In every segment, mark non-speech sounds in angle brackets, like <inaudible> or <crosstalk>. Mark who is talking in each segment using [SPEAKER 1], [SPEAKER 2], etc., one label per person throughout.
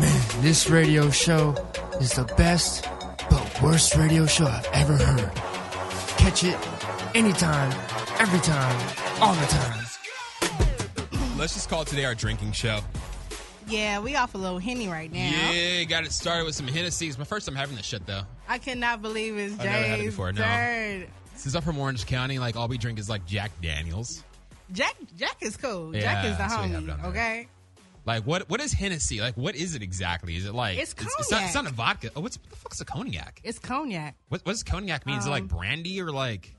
[SPEAKER 1] Man, this radio show is the best but worst radio show I've ever heard. Catch it anytime, every time, all the time.
[SPEAKER 2] Let's just call today our drinking show.
[SPEAKER 3] Yeah, we off a little henny right now.
[SPEAKER 2] Yeah, got it started with some Hennessy. It's my first time having this shit though.
[SPEAKER 3] I cannot believe it's
[SPEAKER 2] I've never had it
[SPEAKER 3] Jay's
[SPEAKER 2] before, no.
[SPEAKER 3] third.
[SPEAKER 2] Since I'm from Orange County, like all we drink is like Jack Daniels.
[SPEAKER 3] Jack Jack is cool.
[SPEAKER 2] Yeah,
[SPEAKER 3] Jack is the
[SPEAKER 2] that's what we have down
[SPEAKER 3] homie.
[SPEAKER 2] there.
[SPEAKER 3] Okay.
[SPEAKER 2] Like what? What is Hennessy? Like what is it exactly? Is it like
[SPEAKER 3] It's
[SPEAKER 2] It's, not, it's not
[SPEAKER 3] cognac.
[SPEAKER 2] a vodka. Oh, what's what the fuck's a cognac?
[SPEAKER 3] It's cognac.
[SPEAKER 2] What, what does cognac mean? is it like brandy or like?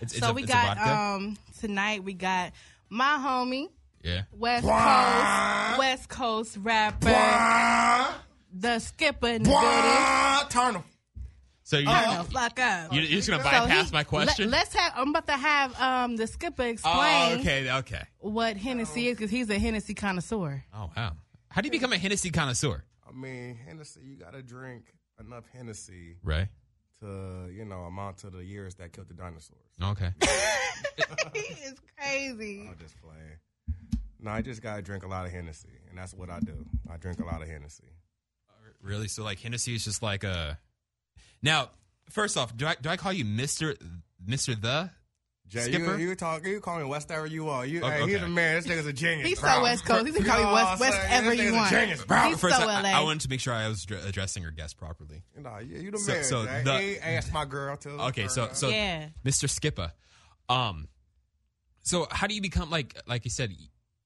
[SPEAKER 2] It's, it's
[SPEAKER 3] Um, so
[SPEAKER 2] a,
[SPEAKER 3] we
[SPEAKER 2] it's a
[SPEAKER 3] got
[SPEAKER 2] vodka?
[SPEAKER 3] um tonight we got my homie,
[SPEAKER 2] yeah.
[SPEAKER 3] West Coast, West Coast rapper, the skipper in the building.
[SPEAKER 4] Turn him.
[SPEAKER 2] So you,
[SPEAKER 3] Turn the fuck up.
[SPEAKER 2] you're, you're just gonna
[SPEAKER 3] So
[SPEAKER 2] bypass
[SPEAKER 3] he-
[SPEAKER 2] my question?
[SPEAKER 3] Let, us have. I'm about to have um the skipper
[SPEAKER 2] oh,
[SPEAKER 3] explain
[SPEAKER 2] okay, okay.
[SPEAKER 3] what Hennessy is because he's a
[SPEAKER 2] <laughs>
[SPEAKER 3] Hennessy connoisseur.
[SPEAKER 2] Oh wow. How do you become a Hennessy connoisseur?
[SPEAKER 4] I mean, Hennessy, you gotta drink enough Hennessy
[SPEAKER 2] Right.
[SPEAKER 4] to, you know, amount to the years that killed the dinosaurs.
[SPEAKER 2] Okay.
[SPEAKER 3] he is crazy.
[SPEAKER 4] I'm just playing. No, I just gotta drink a lot of Hennessy, and that's what I do. I drink a lot of Hennessy.
[SPEAKER 2] Really? So like Hennessy is just like a. Now, first off, do I do I call you Mister Mister the?
[SPEAKER 4] Jay,
[SPEAKER 2] Skipper?
[SPEAKER 4] you you talk, you call me whatever you are. You,
[SPEAKER 2] Oh,
[SPEAKER 4] hey, he's
[SPEAKER 2] okay.
[SPEAKER 4] a man. This nigga's a genius.
[SPEAKER 3] He's so
[SPEAKER 4] bro.
[SPEAKER 3] West Coast. He can
[SPEAKER 4] You <laughs>
[SPEAKER 3] call me
[SPEAKER 4] know
[SPEAKER 3] West-
[SPEAKER 4] what I'm saying?
[SPEAKER 3] Whatever
[SPEAKER 4] This
[SPEAKER 3] you
[SPEAKER 4] nigga's
[SPEAKER 3] want.
[SPEAKER 4] A genius, bro.
[SPEAKER 3] He's
[SPEAKER 2] First,
[SPEAKER 3] so
[SPEAKER 2] I,
[SPEAKER 3] LA.
[SPEAKER 2] I wanted to make sure I was dr- addressing your guest properly.
[SPEAKER 4] Nah, yeah, you the
[SPEAKER 2] So-
[SPEAKER 4] man.
[SPEAKER 2] so
[SPEAKER 4] Jay.
[SPEAKER 2] the-
[SPEAKER 4] Hey, ask my girl uh, too.
[SPEAKER 2] Okay, so so
[SPEAKER 3] Yeah.
[SPEAKER 2] Mister Skipper, um, so how do you become like like you said?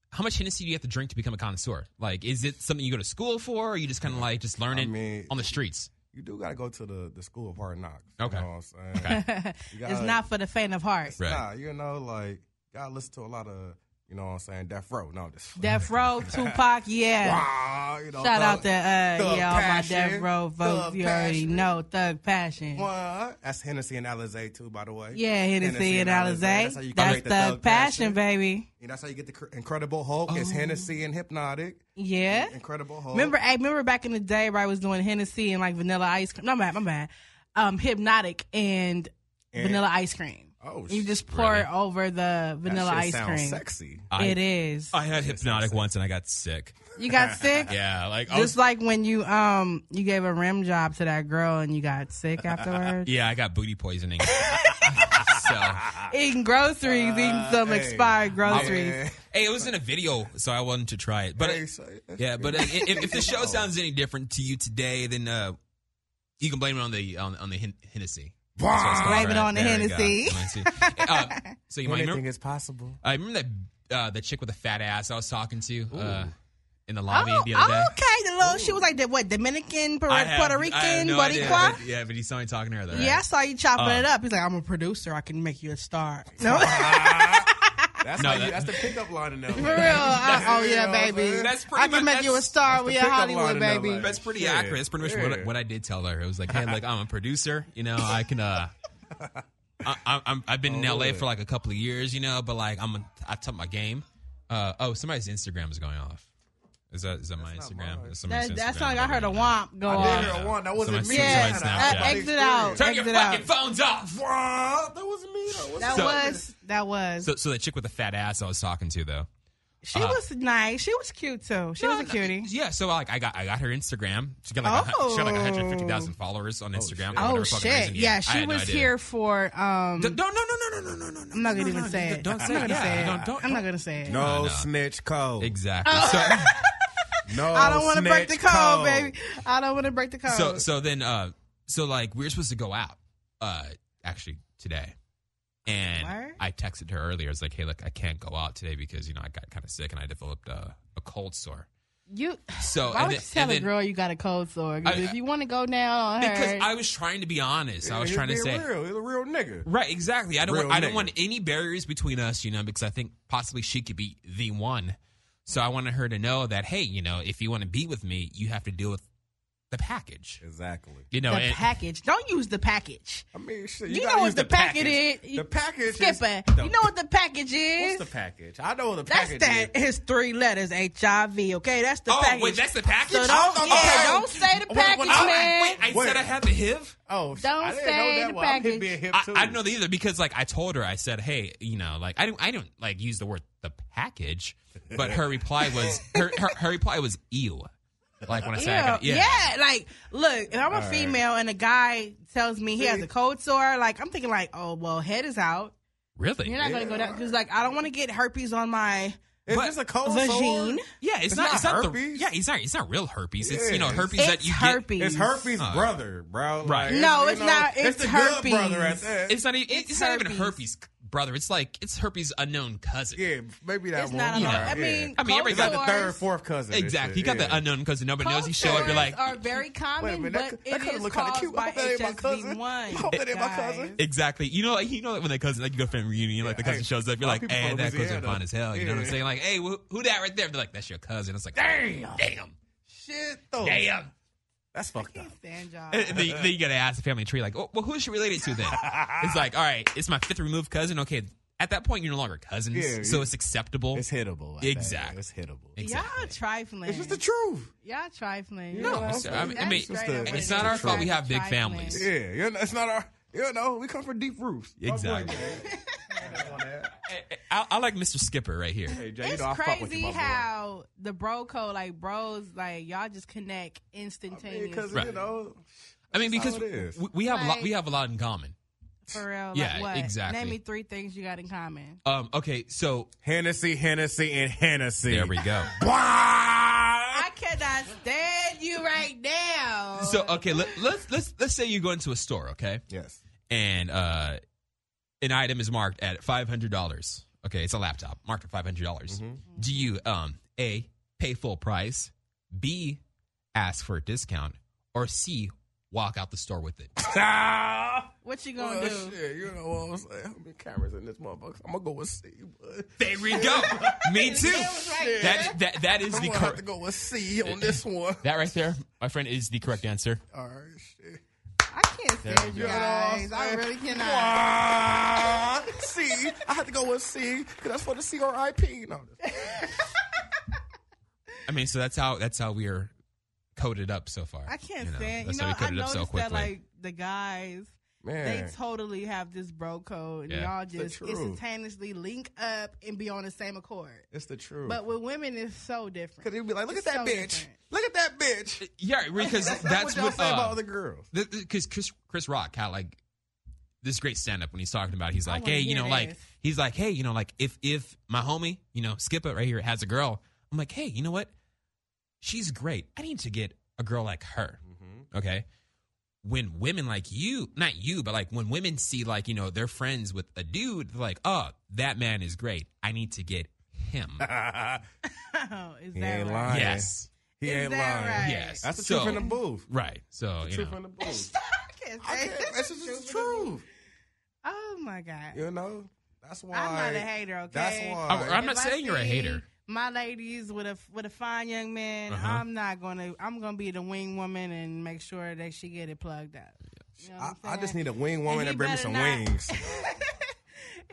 [SPEAKER 2] How much Hennessy do you have to drink to become a connoisseur? Like, is it something you go to school for, or you just kind of like just learn
[SPEAKER 4] I
[SPEAKER 2] it
[SPEAKER 4] mean-
[SPEAKER 2] on the streets?
[SPEAKER 4] you do gotta go to the the school of hard knocks.
[SPEAKER 2] Okay.
[SPEAKER 4] you know what I'm saying?
[SPEAKER 3] <laughs>
[SPEAKER 4] You
[SPEAKER 3] it's
[SPEAKER 4] gotta-
[SPEAKER 3] not for the faint of heart.
[SPEAKER 2] Right.
[SPEAKER 4] Nah, you know, like gotta listen to a lot of, you know what I'm saying, Death Row. No, just
[SPEAKER 3] Death
[SPEAKER 4] <laughs>
[SPEAKER 3] Row, Tupac, yeah.
[SPEAKER 4] Wow, you know,
[SPEAKER 3] Shout out to uh,
[SPEAKER 4] thug- Thug
[SPEAKER 3] yeah, all my
[SPEAKER 4] Passion,
[SPEAKER 3] Death Row votes.
[SPEAKER 4] Thug
[SPEAKER 3] you already
[SPEAKER 4] Passion.
[SPEAKER 3] know, Thug Passion.
[SPEAKER 4] What? That's Hennessy and Alizé too, by the way.
[SPEAKER 3] Yeah, Hennessy and Alize.
[SPEAKER 4] That's
[SPEAKER 3] That's,
[SPEAKER 4] how you
[SPEAKER 3] Thug,
[SPEAKER 4] create the Thug
[SPEAKER 3] Passion,
[SPEAKER 4] Passion,
[SPEAKER 3] baby. Oh.
[SPEAKER 4] And that's how you get the cr- Incredible Hulk. It's Hennessy and Hypnotic.
[SPEAKER 3] Yeah.
[SPEAKER 4] Incredible Hulk.
[SPEAKER 3] Remember, hey, remember back in the day, where I was doing Hennessy and like vanilla ice cream. No, my bad, my bad. Um, hypnotic and,
[SPEAKER 4] And-
[SPEAKER 3] vanilla ice cream.
[SPEAKER 4] Oh,
[SPEAKER 3] you
[SPEAKER 4] sh-
[SPEAKER 3] just pour
[SPEAKER 2] really?
[SPEAKER 3] it over the
[SPEAKER 4] that
[SPEAKER 3] vanilla
[SPEAKER 4] shit
[SPEAKER 3] ice
[SPEAKER 4] sounds
[SPEAKER 3] cream.
[SPEAKER 4] Sexy.
[SPEAKER 2] I-
[SPEAKER 3] It is.
[SPEAKER 2] I had hypnotic once and I got sick.
[SPEAKER 3] you
[SPEAKER 2] <laughs>
[SPEAKER 3] got sick.
[SPEAKER 2] Yeah, like I
[SPEAKER 3] Just
[SPEAKER 2] was
[SPEAKER 3] like when you um you gave a rim job to that girl and you got
[SPEAKER 2] <laughs>
[SPEAKER 3] sick afterwards.
[SPEAKER 2] Yeah, I got booty poisoning. so,
[SPEAKER 3] Eating groceries,
[SPEAKER 2] Uh,
[SPEAKER 3] eating some
[SPEAKER 4] hey.
[SPEAKER 3] expired groceries.
[SPEAKER 4] Yeah.
[SPEAKER 2] hey, it was in a video, so I wanted to try it. But
[SPEAKER 4] Hey, say-
[SPEAKER 2] yeah, but uh, if, if the show sounds any different to you today, then uh, you can blame it on the on, on the Hen- Hennessy. That's what it's called,
[SPEAKER 3] Ah. Blame it on the
[SPEAKER 2] There you go.
[SPEAKER 3] Hennessy.
[SPEAKER 2] Hennessy. uh, so you might remember, <laughs>
[SPEAKER 4] is possible.
[SPEAKER 2] I remember that uh, the chick with the fat ass I was talking to uh, in the lobby
[SPEAKER 3] Oh,
[SPEAKER 2] the other day.
[SPEAKER 3] oh, okay. The little she was like the what Dominican, Puerto,
[SPEAKER 2] I have-
[SPEAKER 3] Puerto
[SPEAKER 2] I have
[SPEAKER 3] Rican,
[SPEAKER 2] no idea,
[SPEAKER 3] Boricua.
[SPEAKER 2] but- yeah, but he saw me talking to her. Though, right?
[SPEAKER 3] Yeah, I saw you chopping
[SPEAKER 2] Uh.
[SPEAKER 3] it up. He's like, I'm a producer. I can make you a star. <laughs> No,
[SPEAKER 2] <laughs>
[SPEAKER 4] That's,
[SPEAKER 2] No,
[SPEAKER 4] how you-
[SPEAKER 2] that-
[SPEAKER 4] that's the pickup line in
[SPEAKER 3] for real.
[SPEAKER 4] there.
[SPEAKER 3] I, oh
[SPEAKER 4] Yeah,
[SPEAKER 3] yeah, baby.
[SPEAKER 2] that's pretty
[SPEAKER 3] I can
[SPEAKER 2] much-
[SPEAKER 3] make you a
[SPEAKER 2] that's-
[SPEAKER 3] star.
[SPEAKER 4] that's
[SPEAKER 3] We
[SPEAKER 4] the
[SPEAKER 3] in
[SPEAKER 4] pickup
[SPEAKER 3] Hollywood,
[SPEAKER 4] line of
[SPEAKER 3] baby.
[SPEAKER 4] life.
[SPEAKER 2] That's pretty
[SPEAKER 4] Yeah.
[SPEAKER 2] accurate. That's pretty much what,
[SPEAKER 4] Yeah.
[SPEAKER 2] what I did tell her. It was like, hey, look, I'm a producer. You know, I can.
[SPEAKER 3] <laughs>
[SPEAKER 2] uh I, I- I'm, I've been in
[SPEAKER 3] Oh,
[SPEAKER 2] LA for like a couple of years, you know, but like I'm, a, I took my game. Uh, oh, somebody's Instagram is going off. Is that is that my Instagram? That's somebody's
[SPEAKER 3] That, that
[SPEAKER 2] Instagram.
[SPEAKER 3] sound like I heard a womp go
[SPEAKER 4] I did
[SPEAKER 3] off.
[SPEAKER 4] hear a one. That
[SPEAKER 2] Somebody-
[SPEAKER 4] wasn't me.
[SPEAKER 2] somebody
[SPEAKER 3] Yeah,
[SPEAKER 2] Snapchat.
[SPEAKER 3] uh, exit out.
[SPEAKER 2] Turn your
[SPEAKER 3] exit
[SPEAKER 2] fucking
[SPEAKER 3] out.
[SPEAKER 2] phones off.
[SPEAKER 4] Wow, that wasn't me. That wasn't
[SPEAKER 3] That
[SPEAKER 2] So-
[SPEAKER 3] was that was.
[SPEAKER 2] So, so the chick with the fat ass I was talking to though.
[SPEAKER 3] she
[SPEAKER 2] Uh-huh.
[SPEAKER 3] was nice. She was cute too. She was a cutie.
[SPEAKER 2] Yeah, so like I got I got her Instagram. She got like, a, hun- she got like
[SPEAKER 3] Oh.
[SPEAKER 2] 150,000 followers on Instagram. for
[SPEAKER 3] Oh
[SPEAKER 2] whatever fucking
[SPEAKER 3] shit!
[SPEAKER 2] reason.
[SPEAKER 3] Yeah,
[SPEAKER 2] I
[SPEAKER 3] she
[SPEAKER 2] had no
[SPEAKER 3] was
[SPEAKER 2] idea.
[SPEAKER 3] here for. Um,
[SPEAKER 2] Don't, no, no, no, no, no, no, no.
[SPEAKER 3] I'm not gonna even say it.
[SPEAKER 2] Don't
[SPEAKER 3] I'm
[SPEAKER 2] say
[SPEAKER 3] not gonna
[SPEAKER 2] it.
[SPEAKER 3] say it.
[SPEAKER 2] Yeah, don't-
[SPEAKER 3] I'm not gonna say it.
[SPEAKER 4] No
[SPEAKER 2] no.
[SPEAKER 4] snitch
[SPEAKER 3] Oh.
[SPEAKER 4] code. <laughs>
[SPEAKER 2] Exactly. So,
[SPEAKER 4] No,
[SPEAKER 3] I don't want to break the
[SPEAKER 4] snitch
[SPEAKER 3] code, baby. I don't want to break the code.
[SPEAKER 2] so so then uh so like we were supposed to go out uh actually today. And
[SPEAKER 3] What?
[SPEAKER 2] I texted her earlier. I was like, "Hey, look, I can't go out today because you know I got kind of sick and I developed uh, a cold sore."
[SPEAKER 3] you.
[SPEAKER 2] So oh,
[SPEAKER 3] Why
[SPEAKER 2] and
[SPEAKER 3] would
[SPEAKER 2] then-
[SPEAKER 3] you tell
[SPEAKER 2] and
[SPEAKER 3] a
[SPEAKER 2] then-
[SPEAKER 3] girl you got a cold sore? 'Cause
[SPEAKER 2] I-
[SPEAKER 3] if you want to go down on her,
[SPEAKER 2] because I was trying to be honest. I was
[SPEAKER 4] He's
[SPEAKER 2] trying to
[SPEAKER 4] being
[SPEAKER 2] say
[SPEAKER 4] real. He's a real nigga.
[SPEAKER 2] right, exactly. I don't
[SPEAKER 4] Real
[SPEAKER 2] want, I don't
[SPEAKER 4] nigga.
[SPEAKER 2] want any barriers between us, you know, because I think possibly she could be the one. So I wanted her to know that hey, you know, if you want to be with me, you have to deal with the package.
[SPEAKER 4] Exactly.
[SPEAKER 2] You know,
[SPEAKER 3] the
[SPEAKER 2] and-
[SPEAKER 3] package. Don't use the package.
[SPEAKER 4] I mean, shit.
[SPEAKER 3] You,
[SPEAKER 4] gotta
[SPEAKER 3] know what
[SPEAKER 4] use
[SPEAKER 3] the, package, is.
[SPEAKER 4] The package. is-
[SPEAKER 3] Skipper.
[SPEAKER 4] the-
[SPEAKER 3] you know what the package is.
[SPEAKER 4] What's the package? I know what the
[SPEAKER 3] that's
[SPEAKER 4] package
[SPEAKER 3] that.
[SPEAKER 4] is.
[SPEAKER 3] It's three letters. HIV. Okay, that's the
[SPEAKER 2] oh,
[SPEAKER 3] package.
[SPEAKER 2] wait, that's the package.
[SPEAKER 3] So don't,
[SPEAKER 4] Oh, okay.
[SPEAKER 3] yeah, don't say the
[SPEAKER 4] Wait, wait,
[SPEAKER 3] package,
[SPEAKER 2] Oh,
[SPEAKER 3] man.
[SPEAKER 2] wait, I
[SPEAKER 4] Wait.
[SPEAKER 2] said I had the HIV.
[SPEAKER 4] Oh, shit,
[SPEAKER 3] Don't
[SPEAKER 4] I didn't
[SPEAKER 3] say
[SPEAKER 4] know that
[SPEAKER 3] the
[SPEAKER 4] well. I'm hip
[SPEAKER 3] package.
[SPEAKER 4] being hip,
[SPEAKER 2] I,
[SPEAKER 4] too.
[SPEAKER 2] I don't know that either because like I told her, I said, hey, you know, like I don't, I don't like
[SPEAKER 3] <laughs>
[SPEAKER 2] use the word the package, but her reply was her her, her reply was ew. Like when I say I
[SPEAKER 3] Yeah,
[SPEAKER 2] got-
[SPEAKER 3] yeah. Like, look, if I'm a female and a guy tells me he has a cold sore, like I'm thinking, like, oh well, head is out.
[SPEAKER 2] Really?
[SPEAKER 3] You're not gonna go down because, like, I don't want to get herpes on my
[SPEAKER 4] It's
[SPEAKER 2] But-
[SPEAKER 4] just a cold
[SPEAKER 3] vagine.
[SPEAKER 4] sore.
[SPEAKER 2] Yeah, it's,
[SPEAKER 4] It's
[SPEAKER 2] not,
[SPEAKER 4] not
[SPEAKER 2] it's not the
[SPEAKER 4] herpes.
[SPEAKER 2] yeah, it's not it's not real herpes. It's you know
[SPEAKER 4] Yeah, it's-
[SPEAKER 2] herpes that
[SPEAKER 3] It's
[SPEAKER 2] you
[SPEAKER 3] herpes.
[SPEAKER 4] It's herpes brother, bro. Like,
[SPEAKER 2] Right.
[SPEAKER 4] it's,
[SPEAKER 3] No,
[SPEAKER 4] you
[SPEAKER 3] it's not. It's
[SPEAKER 4] the
[SPEAKER 3] herpes.
[SPEAKER 4] good brother at that.
[SPEAKER 2] get. It's not even it's,
[SPEAKER 3] It's
[SPEAKER 2] not even herpes,
[SPEAKER 3] herpes.
[SPEAKER 2] brother. It's like it's herpes unknown cousin.
[SPEAKER 4] yeah, maybe that
[SPEAKER 3] It's
[SPEAKER 4] one.
[SPEAKER 3] not.
[SPEAKER 2] you
[SPEAKER 3] a lot.
[SPEAKER 2] know,
[SPEAKER 3] I mean,
[SPEAKER 2] I mean, everybody
[SPEAKER 4] It's like the
[SPEAKER 3] cold
[SPEAKER 4] third,
[SPEAKER 3] sores-
[SPEAKER 4] fourth cousin. and
[SPEAKER 2] Exactly. You
[SPEAKER 4] shit,
[SPEAKER 2] got
[SPEAKER 4] yeah.
[SPEAKER 2] the unknown cousin. Nobody knows. You show up. You're like,
[SPEAKER 3] Cultures are very
[SPEAKER 4] <laughs> Wait a
[SPEAKER 3] common,
[SPEAKER 4] minute,
[SPEAKER 3] but
[SPEAKER 4] that,
[SPEAKER 3] it
[SPEAKER 4] that kinda
[SPEAKER 3] is
[SPEAKER 4] look kind of
[SPEAKER 3] caused
[SPEAKER 4] cute. I
[SPEAKER 3] by
[SPEAKER 4] hope that ain't my cousin.
[SPEAKER 3] HSV
[SPEAKER 4] I
[SPEAKER 3] one.
[SPEAKER 4] hope that ain't my cousin.
[SPEAKER 2] Exactly. You know, like you know, like when that cousin, like you go family reunion, like the
[SPEAKER 4] Yeah,
[SPEAKER 2] cousin
[SPEAKER 4] hey,
[SPEAKER 2] shows up, you're
[SPEAKER 4] my
[SPEAKER 2] like,
[SPEAKER 4] people
[SPEAKER 2] "Hey,
[SPEAKER 4] from
[SPEAKER 2] that cousin
[SPEAKER 4] Louisiana."
[SPEAKER 2] fun as hell." You know what I'm
[SPEAKER 4] Yeah.
[SPEAKER 2] saying? Like, "Hey, who, who that right there?" They're like, "That's your cousin." It's like, "Damn, damn,
[SPEAKER 4] Shit, though.
[SPEAKER 2] damn."
[SPEAKER 4] That's fucked up.
[SPEAKER 3] Stand y'all.
[SPEAKER 2] And <laughs> then, then you gotta ask the family tree, like, oh, "Well, who's she related to?"
[SPEAKER 4] <laughs>
[SPEAKER 2] Then it's like, "All right, it's my fifth removed cousin." Okay, at that point, you're no longer cousins,
[SPEAKER 4] Yeah,
[SPEAKER 2] so
[SPEAKER 4] yeah.
[SPEAKER 2] it's acceptable.
[SPEAKER 4] It's hittable.
[SPEAKER 2] Exactly.
[SPEAKER 4] It's hittable.
[SPEAKER 2] Ex-
[SPEAKER 3] Y'all
[SPEAKER 2] Exactly.
[SPEAKER 3] trifling.
[SPEAKER 4] It's just the truth.
[SPEAKER 3] Y'all trifling.
[SPEAKER 2] no,
[SPEAKER 4] Yeah,
[SPEAKER 2] it's- I mean, I mean,
[SPEAKER 4] That's straight up
[SPEAKER 2] it's
[SPEAKER 4] and
[SPEAKER 2] not our
[SPEAKER 4] it's
[SPEAKER 2] fault.
[SPEAKER 4] true.
[SPEAKER 2] We have big
[SPEAKER 3] Trifling.
[SPEAKER 2] families.
[SPEAKER 4] Yeah, you know, it's not our. You know, we come from deep roots. My boy,
[SPEAKER 2] Exactly.
[SPEAKER 4] man.
[SPEAKER 2] Eh, I, I like Mr. Skipper right here.
[SPEAKER 4] Hey, Jay, you
[SPEAKER 3] It's
[SPEAKER 4] know I fuck with
[SPEAKER 3] crazy
[SPEAKER 4] you, my boy.
[SPEAKER 3] how the bro code, like bros, like y'all just connect instantaneously.
[SPEAKER 4] Because
[SPEAKER 2] Right.
[SPEAKER 4] you know,
[SPEAKER 2] I mean,
[SPEAKER 4] That's
[SPEAKER 2] because
[SPEAKER 4] how it is.
[SPEAKER 2] we, we have a lot,
[SPEAKER 3] Like-
[SPEAKER 2] we have a lot in common.
[SPEAKER 3] for real, like
[SPEAKER 2] Yeah,
[SPEAKER 3] what?
[SPEAKER 2] exactly.
[SPEAKER 3] Name me three things you got in common.
[SPEAKER 2] Um, okay, so
[SPEAKER 4] Hennessy, Hennessy, and Hennessy.
[SPEAKER 2] there <laughs> we go.
[SPEAKER 3] I cannot stand you right now.
[SPEAKER 2] So uh, okay, let, let's let's let's say you go into a store, okay,
[SPEAKER 4] Yes.
[SPEAKER 2] and uh, an item is marked at five hundred dollars. Okay, it's a laptop marked at five hundred dollars. Do you um a pay full price, b ask for a discount, or c walk out the store with it?
[SPEAKER 4] Ah!
[SPEAKER 3] what you gonna
[SPEAKER 4] Well,
[SPEAKER 3] do?
[SPEAKER 4] shit, you know what I'm saying? How many cameras in this motherfucker? I'm gonna go with C. But
[SPEAKER 2] There we go.
[SPEAKER 3] <laughs>
[SPEAKER 2] Me too.
[SPEAKER 4] right
[SPEAKER 2] That that that is
[SPEAKER 4] I'm
[SPEAKER 2] the
[SPEAKER 4] gonna have to
[SPEAKER 2] correct.
[SPEAKER 4] go with C
[SPEAKER 2] Eh,
[SPEAKER 4] on this one.
[SPEAKER 2] That right there, my friend, is the correct answer.
[SPEAKER 4] All right, shit.
[SPEAKER 3] I can't stand you
[SPEAKER 4] You know what I'm
[SPEAKER 3] guys. I
[SPEAKER 4] saying?
[SPEAKER 3] really cannot.
[SPEAKER 4] Ah, C. I had to go with C because that's for the CRIP. No,
[SPEAKER 2] I mean, so that's how that's how we are coded up so far.
[SPEAKER 3] I can't
[SPEAKER 2] You know,
[SPEAKER 3] stand.
[SPEAKER 2] That's
[SPEAKER 3] you know,
[SPEAKER 2] how we
[SPEAKER 3] I
[SPEAKER 2] coded up
[SPEAKER 3] noticed
[SPEAKER 2] so
[SPEAKER 3] that
[SPEAKER 2] quickly.
[SPEAKER 3] like the guys.
[SPEAKER 4] man.
[SPEAKER 3] They totally have this bro code, and
[SPEAKER 2] Yeah.
[SPEAKER 3] y'all
[SPEAKER 4] the
[SPEAKER 3] just
[SPEAKER 4] truth.
[SPEAKER 3] instantaneously link up and be on the same accord.
[SPEAKER 4] it's the truth.
[SPEAKER 3] But with women, it's so different.
[SPEAKER 4] Because they'd be like, look
[SPEAKER 3] It's
[SPEAKER 4] at that
[SPEAKER 3] so
[SPEAKER 4] bitch.
[SPEAKER 3] different.
[SPEAKER 4] Look at that bitch.
[SPEAKER 2] Yeah,
[SPEAKER 4] <laughs>
[SPEAKER 2] because that's,
[SPEAKER 4] what y'all
[SPEAKER 2] what,
[SPEAKER 4] say about
[SPEAKER 2] uh,
[SPEAKER 4] other girls.
[SPEAKER 2] because Chris Chris Rock had like this great stand up when he's talking about it. he's
[SPEAKER 3] I
[SPEAKER 2] like,
[SPEAKER 3] wanna
[SPEAKER 2] hey, you
[SPEAKER 3] hear
[SPEAKER 2] know, like
[SPEAKER 3] this.
[SPEAKER 2] he's like, hey, you know, like if if my homie, you know, Skip it right here has a girl, I'm like, hey, you know what? She's great. I need to get a girl like her. Okay. When women like you, not you, but like when women see like, you know, their friends with a dude, they're like, oh, that man is great. I need to get him.
[SPEAKER 4] Uh,
[SPEAKER 3] <laughs> Oh, is
[SPEAKER 4] He
[SPEAKER 3] that
[SPEAKER 4] ain't
[SPEAKER 3] right?
[SPEAKER 4] lying.
[SPEAKER 2] yes.
[SPEAKER 4] <laughs> He
[SPEAKER 3] Is
[SPEAKER 4] ain't
[SPEAKER 3] that
[SPEAKER 4] lying.
[SPEAKER 3] right?
[SPEAKER 2] Yes.
[SPEAKER 4] That's the
[SPEAKER 2] So-
[SPEAKER 4] truth in the booth.
[SPEAKER 2] Right. So, you
[SPEAKER 4] Truth
[SPEAKER 2] know.
[SPEAKER 4] in the booth.
[SPEAKER 3] I can't
[SPEAKER 4] I
[SPEAKER 3] say
[SPEAKER 4] can't. That's just the truth.
[SPEAKER 3] <laughs> Oh my god.
[SPEAKER 4] You know? That's why.
[SPEAKER 3] I'm not a hater, okay?
[SPEAKER 4] That's why.
[SPEAKER 2] I- I'm not
[SPEAKER 3] If I
[SPEAKER 2] saying you're a
[SPEAKER 3] see
[SPEAKER 2] hater.
[SPEAKER 3] My ladies with a with a fine young man,
[SPEAKER 2] Uh-huh.
[SPEAKER 3] I'm not gonna I'm gonna be the wing woman and make sure that she get it plugged up. You know what
[SPEAKER 4] I,
[SPEAKER 3] I'm
[SPEAKER 4] I just
[SPEAKER 3] saying?
[SPEAKER 4] need a wing
[SPEAKER 3] And
[SPEAKER 4] woman
[SPEAKER 3] he
[SPEAKER 4] to bring me
[SPEAKER 3] better
[SPEAKER 4] some
[SPEAKER 3] not- <laughs>
[SPEAKER 4] wings.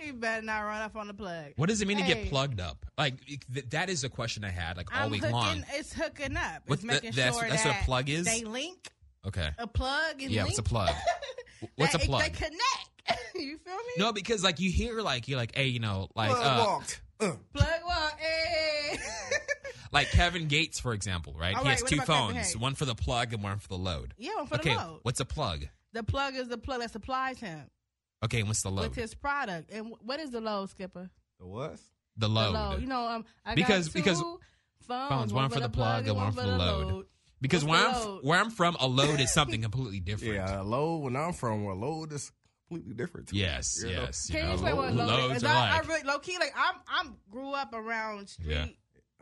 [SPEAKER 3] He better not run up on the plug.
[SPEAKER 2] What does it mean to get
[SPEAKER 3] Hey.
[SPEAKER 2] plugged up? Like th- that is a question I had like all
[SPEAKER 3] I'm
[SPEAKER 2] week
[SPEAKER 3] hooking,
[SPEAKER 2] long.
[SPEAKER 3] It's hooking up.
[SPEAKER 2] What-
[SPEAKER 3] it's making
[SPEAKER 2] that- that's-
[SPEAKER 3] sure
[SPEAKER 2] that's what a
[SPEAKER 3] that
[SPEAKER 2] plug is?
[SPEAKER 3] They link
[SPEAKER 2] Okay.
[SPEAKER 3] a plug and
[SPEAKER 2] Yeah,
[SPEAKER 3] link.
[SPEAKER 2] what's a
[SPEAKER 3] <laughs>
[SPEAKER 2] plug? What's a
[SPEAKER 3] They-
[SPEAKER 2] plug?
[SPEAKER 3] They connect. <laughs> you feel me?
[SPEAKER 2] No, because like you hear like you're like, hey, you know, like
[SPEAKER 4] Blood
[SPEAKER 2] uh,
[SPEAKER 4] walked. Uh,
[SPEAKER 3] Plug walk. Hey. <laughs>
[SPEAKER 2] like Kevin Gates, for example, right?
[SPEAKER 3] All
[SPEAKER 2] he
[SPEAKER 3] right,
[SPEAKER 2] has
[SPEAKER 3] what
[SPEAKER 2] two
[SPEAKER 3] about Kevin
[SPEAKER 2] phones,
[SPEAKER 3] Gates?
[SPEAKER 2] one for the plug and one for the load.
[SPEAKER 3] yeah, one for
[SPEAKER 2] okay,
[SPEAKER 3] the load.
[SPEAKER 2] what's a plug?
[SPEAKER 3] The plug is the plug that supplies him
[SPEAKER 2] Okay, and what's the load?
[SPEAKER 3] with his product. And wh- what is the load, Skipper?
[SPEAKER 4] the what?
[SPEAKER 2] the
[SPEAKER 3] The
[SPEAKER 2] load.
[SPEAKER 3] You know, um, I
[SPEAKER 2] Because-
[SPEAKER 3] got two
[SPEAKER 2] because-
[SPEAKER 3] phones,
[SPEAKER 2] phones, one for the plug and one for the load. because
[SPEAKER 3] what's
[SPEAKER 2] where
[SPEAKER 3] the
[SPEAKER 2] I'm
[SPEAKER 3] load?
[SPEAKER 2] where I'm from, a load is something
[SPEAKER 3] <laughs>
[SPEAKER 2] completely different.
[SPEAKER 4] Yeah, a load. When I'm from, a load is completely different. to
[SPEAKER 2] Yes,
[SPEAKER 4] it, you know?
[SPEAKER 2] yes.
[SPEAKER 3] Can you
[SPEAKER 2] know,
[SPEAKER 3] explain what load is?
[SPEAKER 2] loads
[SPEAKER 3] 'Cause
[SPEAKER 2] are
[SPEAKER 3] I, I
[SPEAKER 2] like.
[SPEAKER 3] really, low key, like I'm, I'm grew up around street.
[SPEAKER 2] Yeah.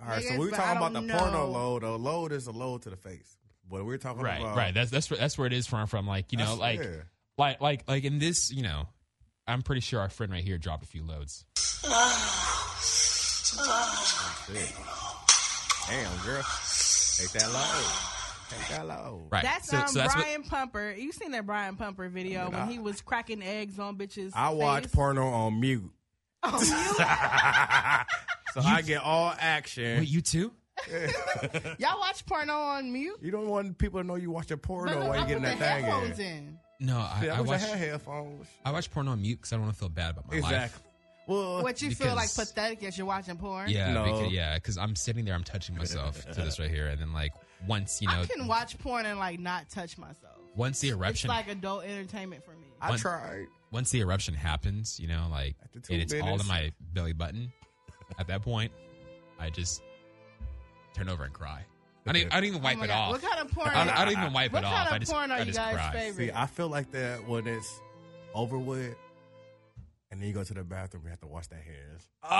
[SPEAKER 4] All right, so
[SPEAKER 3] Niggas,
[SPEAKER 4] we were
[SPEAKER 3] but
[SPEAKER 4] talking
[SPEAKER 3] I
[SPEAKER 4] about the
[SPEAKER 3] don't
[SPEAKER 4] porno
[SPEAKER 3] know.
[SPEAKER 4] load. A load is a load to the face. But we're talking
[SPEAKER 2] Right,
[SPEAKER 4] about
[SPEAKER 2] right. That's that's where, that's where it is from. From like you know,
[SPEAKER 4] That's-
[SPEAKER 2] like
[SPEAKER 4] yeah.
[SPEAKER 2] like like like in this, you know, I'm pretty sure our friend right here dropped a few loads.
[SPEAKER 4] Shit. Damn, girl. Take that load. Take that load.
[SPEAKER 2] Right.
[SPEAKER 3] That's
[SPEAKER 2] so,
[SPEAKER 3] um,
[SPEAKER 2] so that's
[SPEAKER 3] Brian Pumper. You seen that Brian Pumper video when he was cracking eggs on bitches?
[SPEAKER 4] I watch
[SPEAKER 3] face?
[SPEAKER 4] porno on mute. <laughs> so I get all action.
[SPEAKER 2] What, you too?
[SPEAKER 3] Y'all watch porno on mute?
[SPEAKER 4] You don't want people to know you watching
[SPEAKER 3] But
[SPEAKER 4] porno
[SPEAKER 3] look,
[SPEAKER 4] while
[SPEAKER 3] I
[SPEAKER 4] you're
[SPEAKER 3] put
[SPEAKER 4] getting
[SPEAKER 3] the
[SPEAKER 4] that thing
[SPEAKER 3] headphones
[SPEAKER 4] in.
[SPEAKER 3] in.
[SPEAKER 2] No, I,
[SPEAKER 4] Yeah,
[SPEAKER 2] I
[SPEAKER 4] I wish I
[SPEAKER 2] watch
[SPEAKER 4] had headphones.
[SPEAKER 2] I watch porn on mute because I don't want to feel bad about my life.
[SPEAKER 4] Exactly.
[SPEAKER 3] <laughs>
[SPEAKER 4] Well,
[SPEAKER 3] What you
[SPEAKER 2] Because-
[SPEAKER 3] feel like pathetic as you're watching porn?
[SPEAKER 2] Yeah,
[SPEAKER 4] No. <laughs>
[SPEAKER 2] because, yeah, because I'm sitting there, I'm touching myself to this right here, and then like once you know
[SPEAKER 3] I can watch porn and like not touch myself.
[SPEAKER 2] once the
[SPEAKER 3] It's
[SPEAKER 2] eruption
[SPEAKER 3] like adult entertainment for me.
[SPEAKER 4] I
[SPEAKER 2] One-
[SPEAKER 4] tried.
[SPEAKER 2] once the eruption happens, you know, like
[SPEAKER 4] At the two
[SPEAKER 2] and it's all to
[SPEAKER 4] minutes.
[SPEAKER 2] my belly button. At that point, I just turn over and cry. I don't, even- I don't even
[SPEAKER 3] Oh
[SPEAKER 2] wipe
[SPEAKER 3] my
[SPEAKER 2] it
[SPEAKER 3] God.
[SPEAKER 2] off.
[SPEAKER 3] What kind of porn?
[SPEAKER 2] I, don't, I don't even wipe
[SPEAKER 3] what
[SPEAKER 2] it off.
[SPEAKER 3] kind of
[SPEAKER 2] I just,
[SPEAKER 3] porn are
[SPEAKER 2] I
[SPEAKER 3] you
[SPEAKER 2] just
[SPEAKER 3] guys'
[SPEAKER 2] cry.
[SPEAKER 3] favorite?
[SPEAKER 4] See, I feel like that when it's over with, and then you go to the bathroom, you have to wash
[SPEAKER 2] <laughs>
[SPEAKER 4] that hands.
[SPEAKER 2] Oh,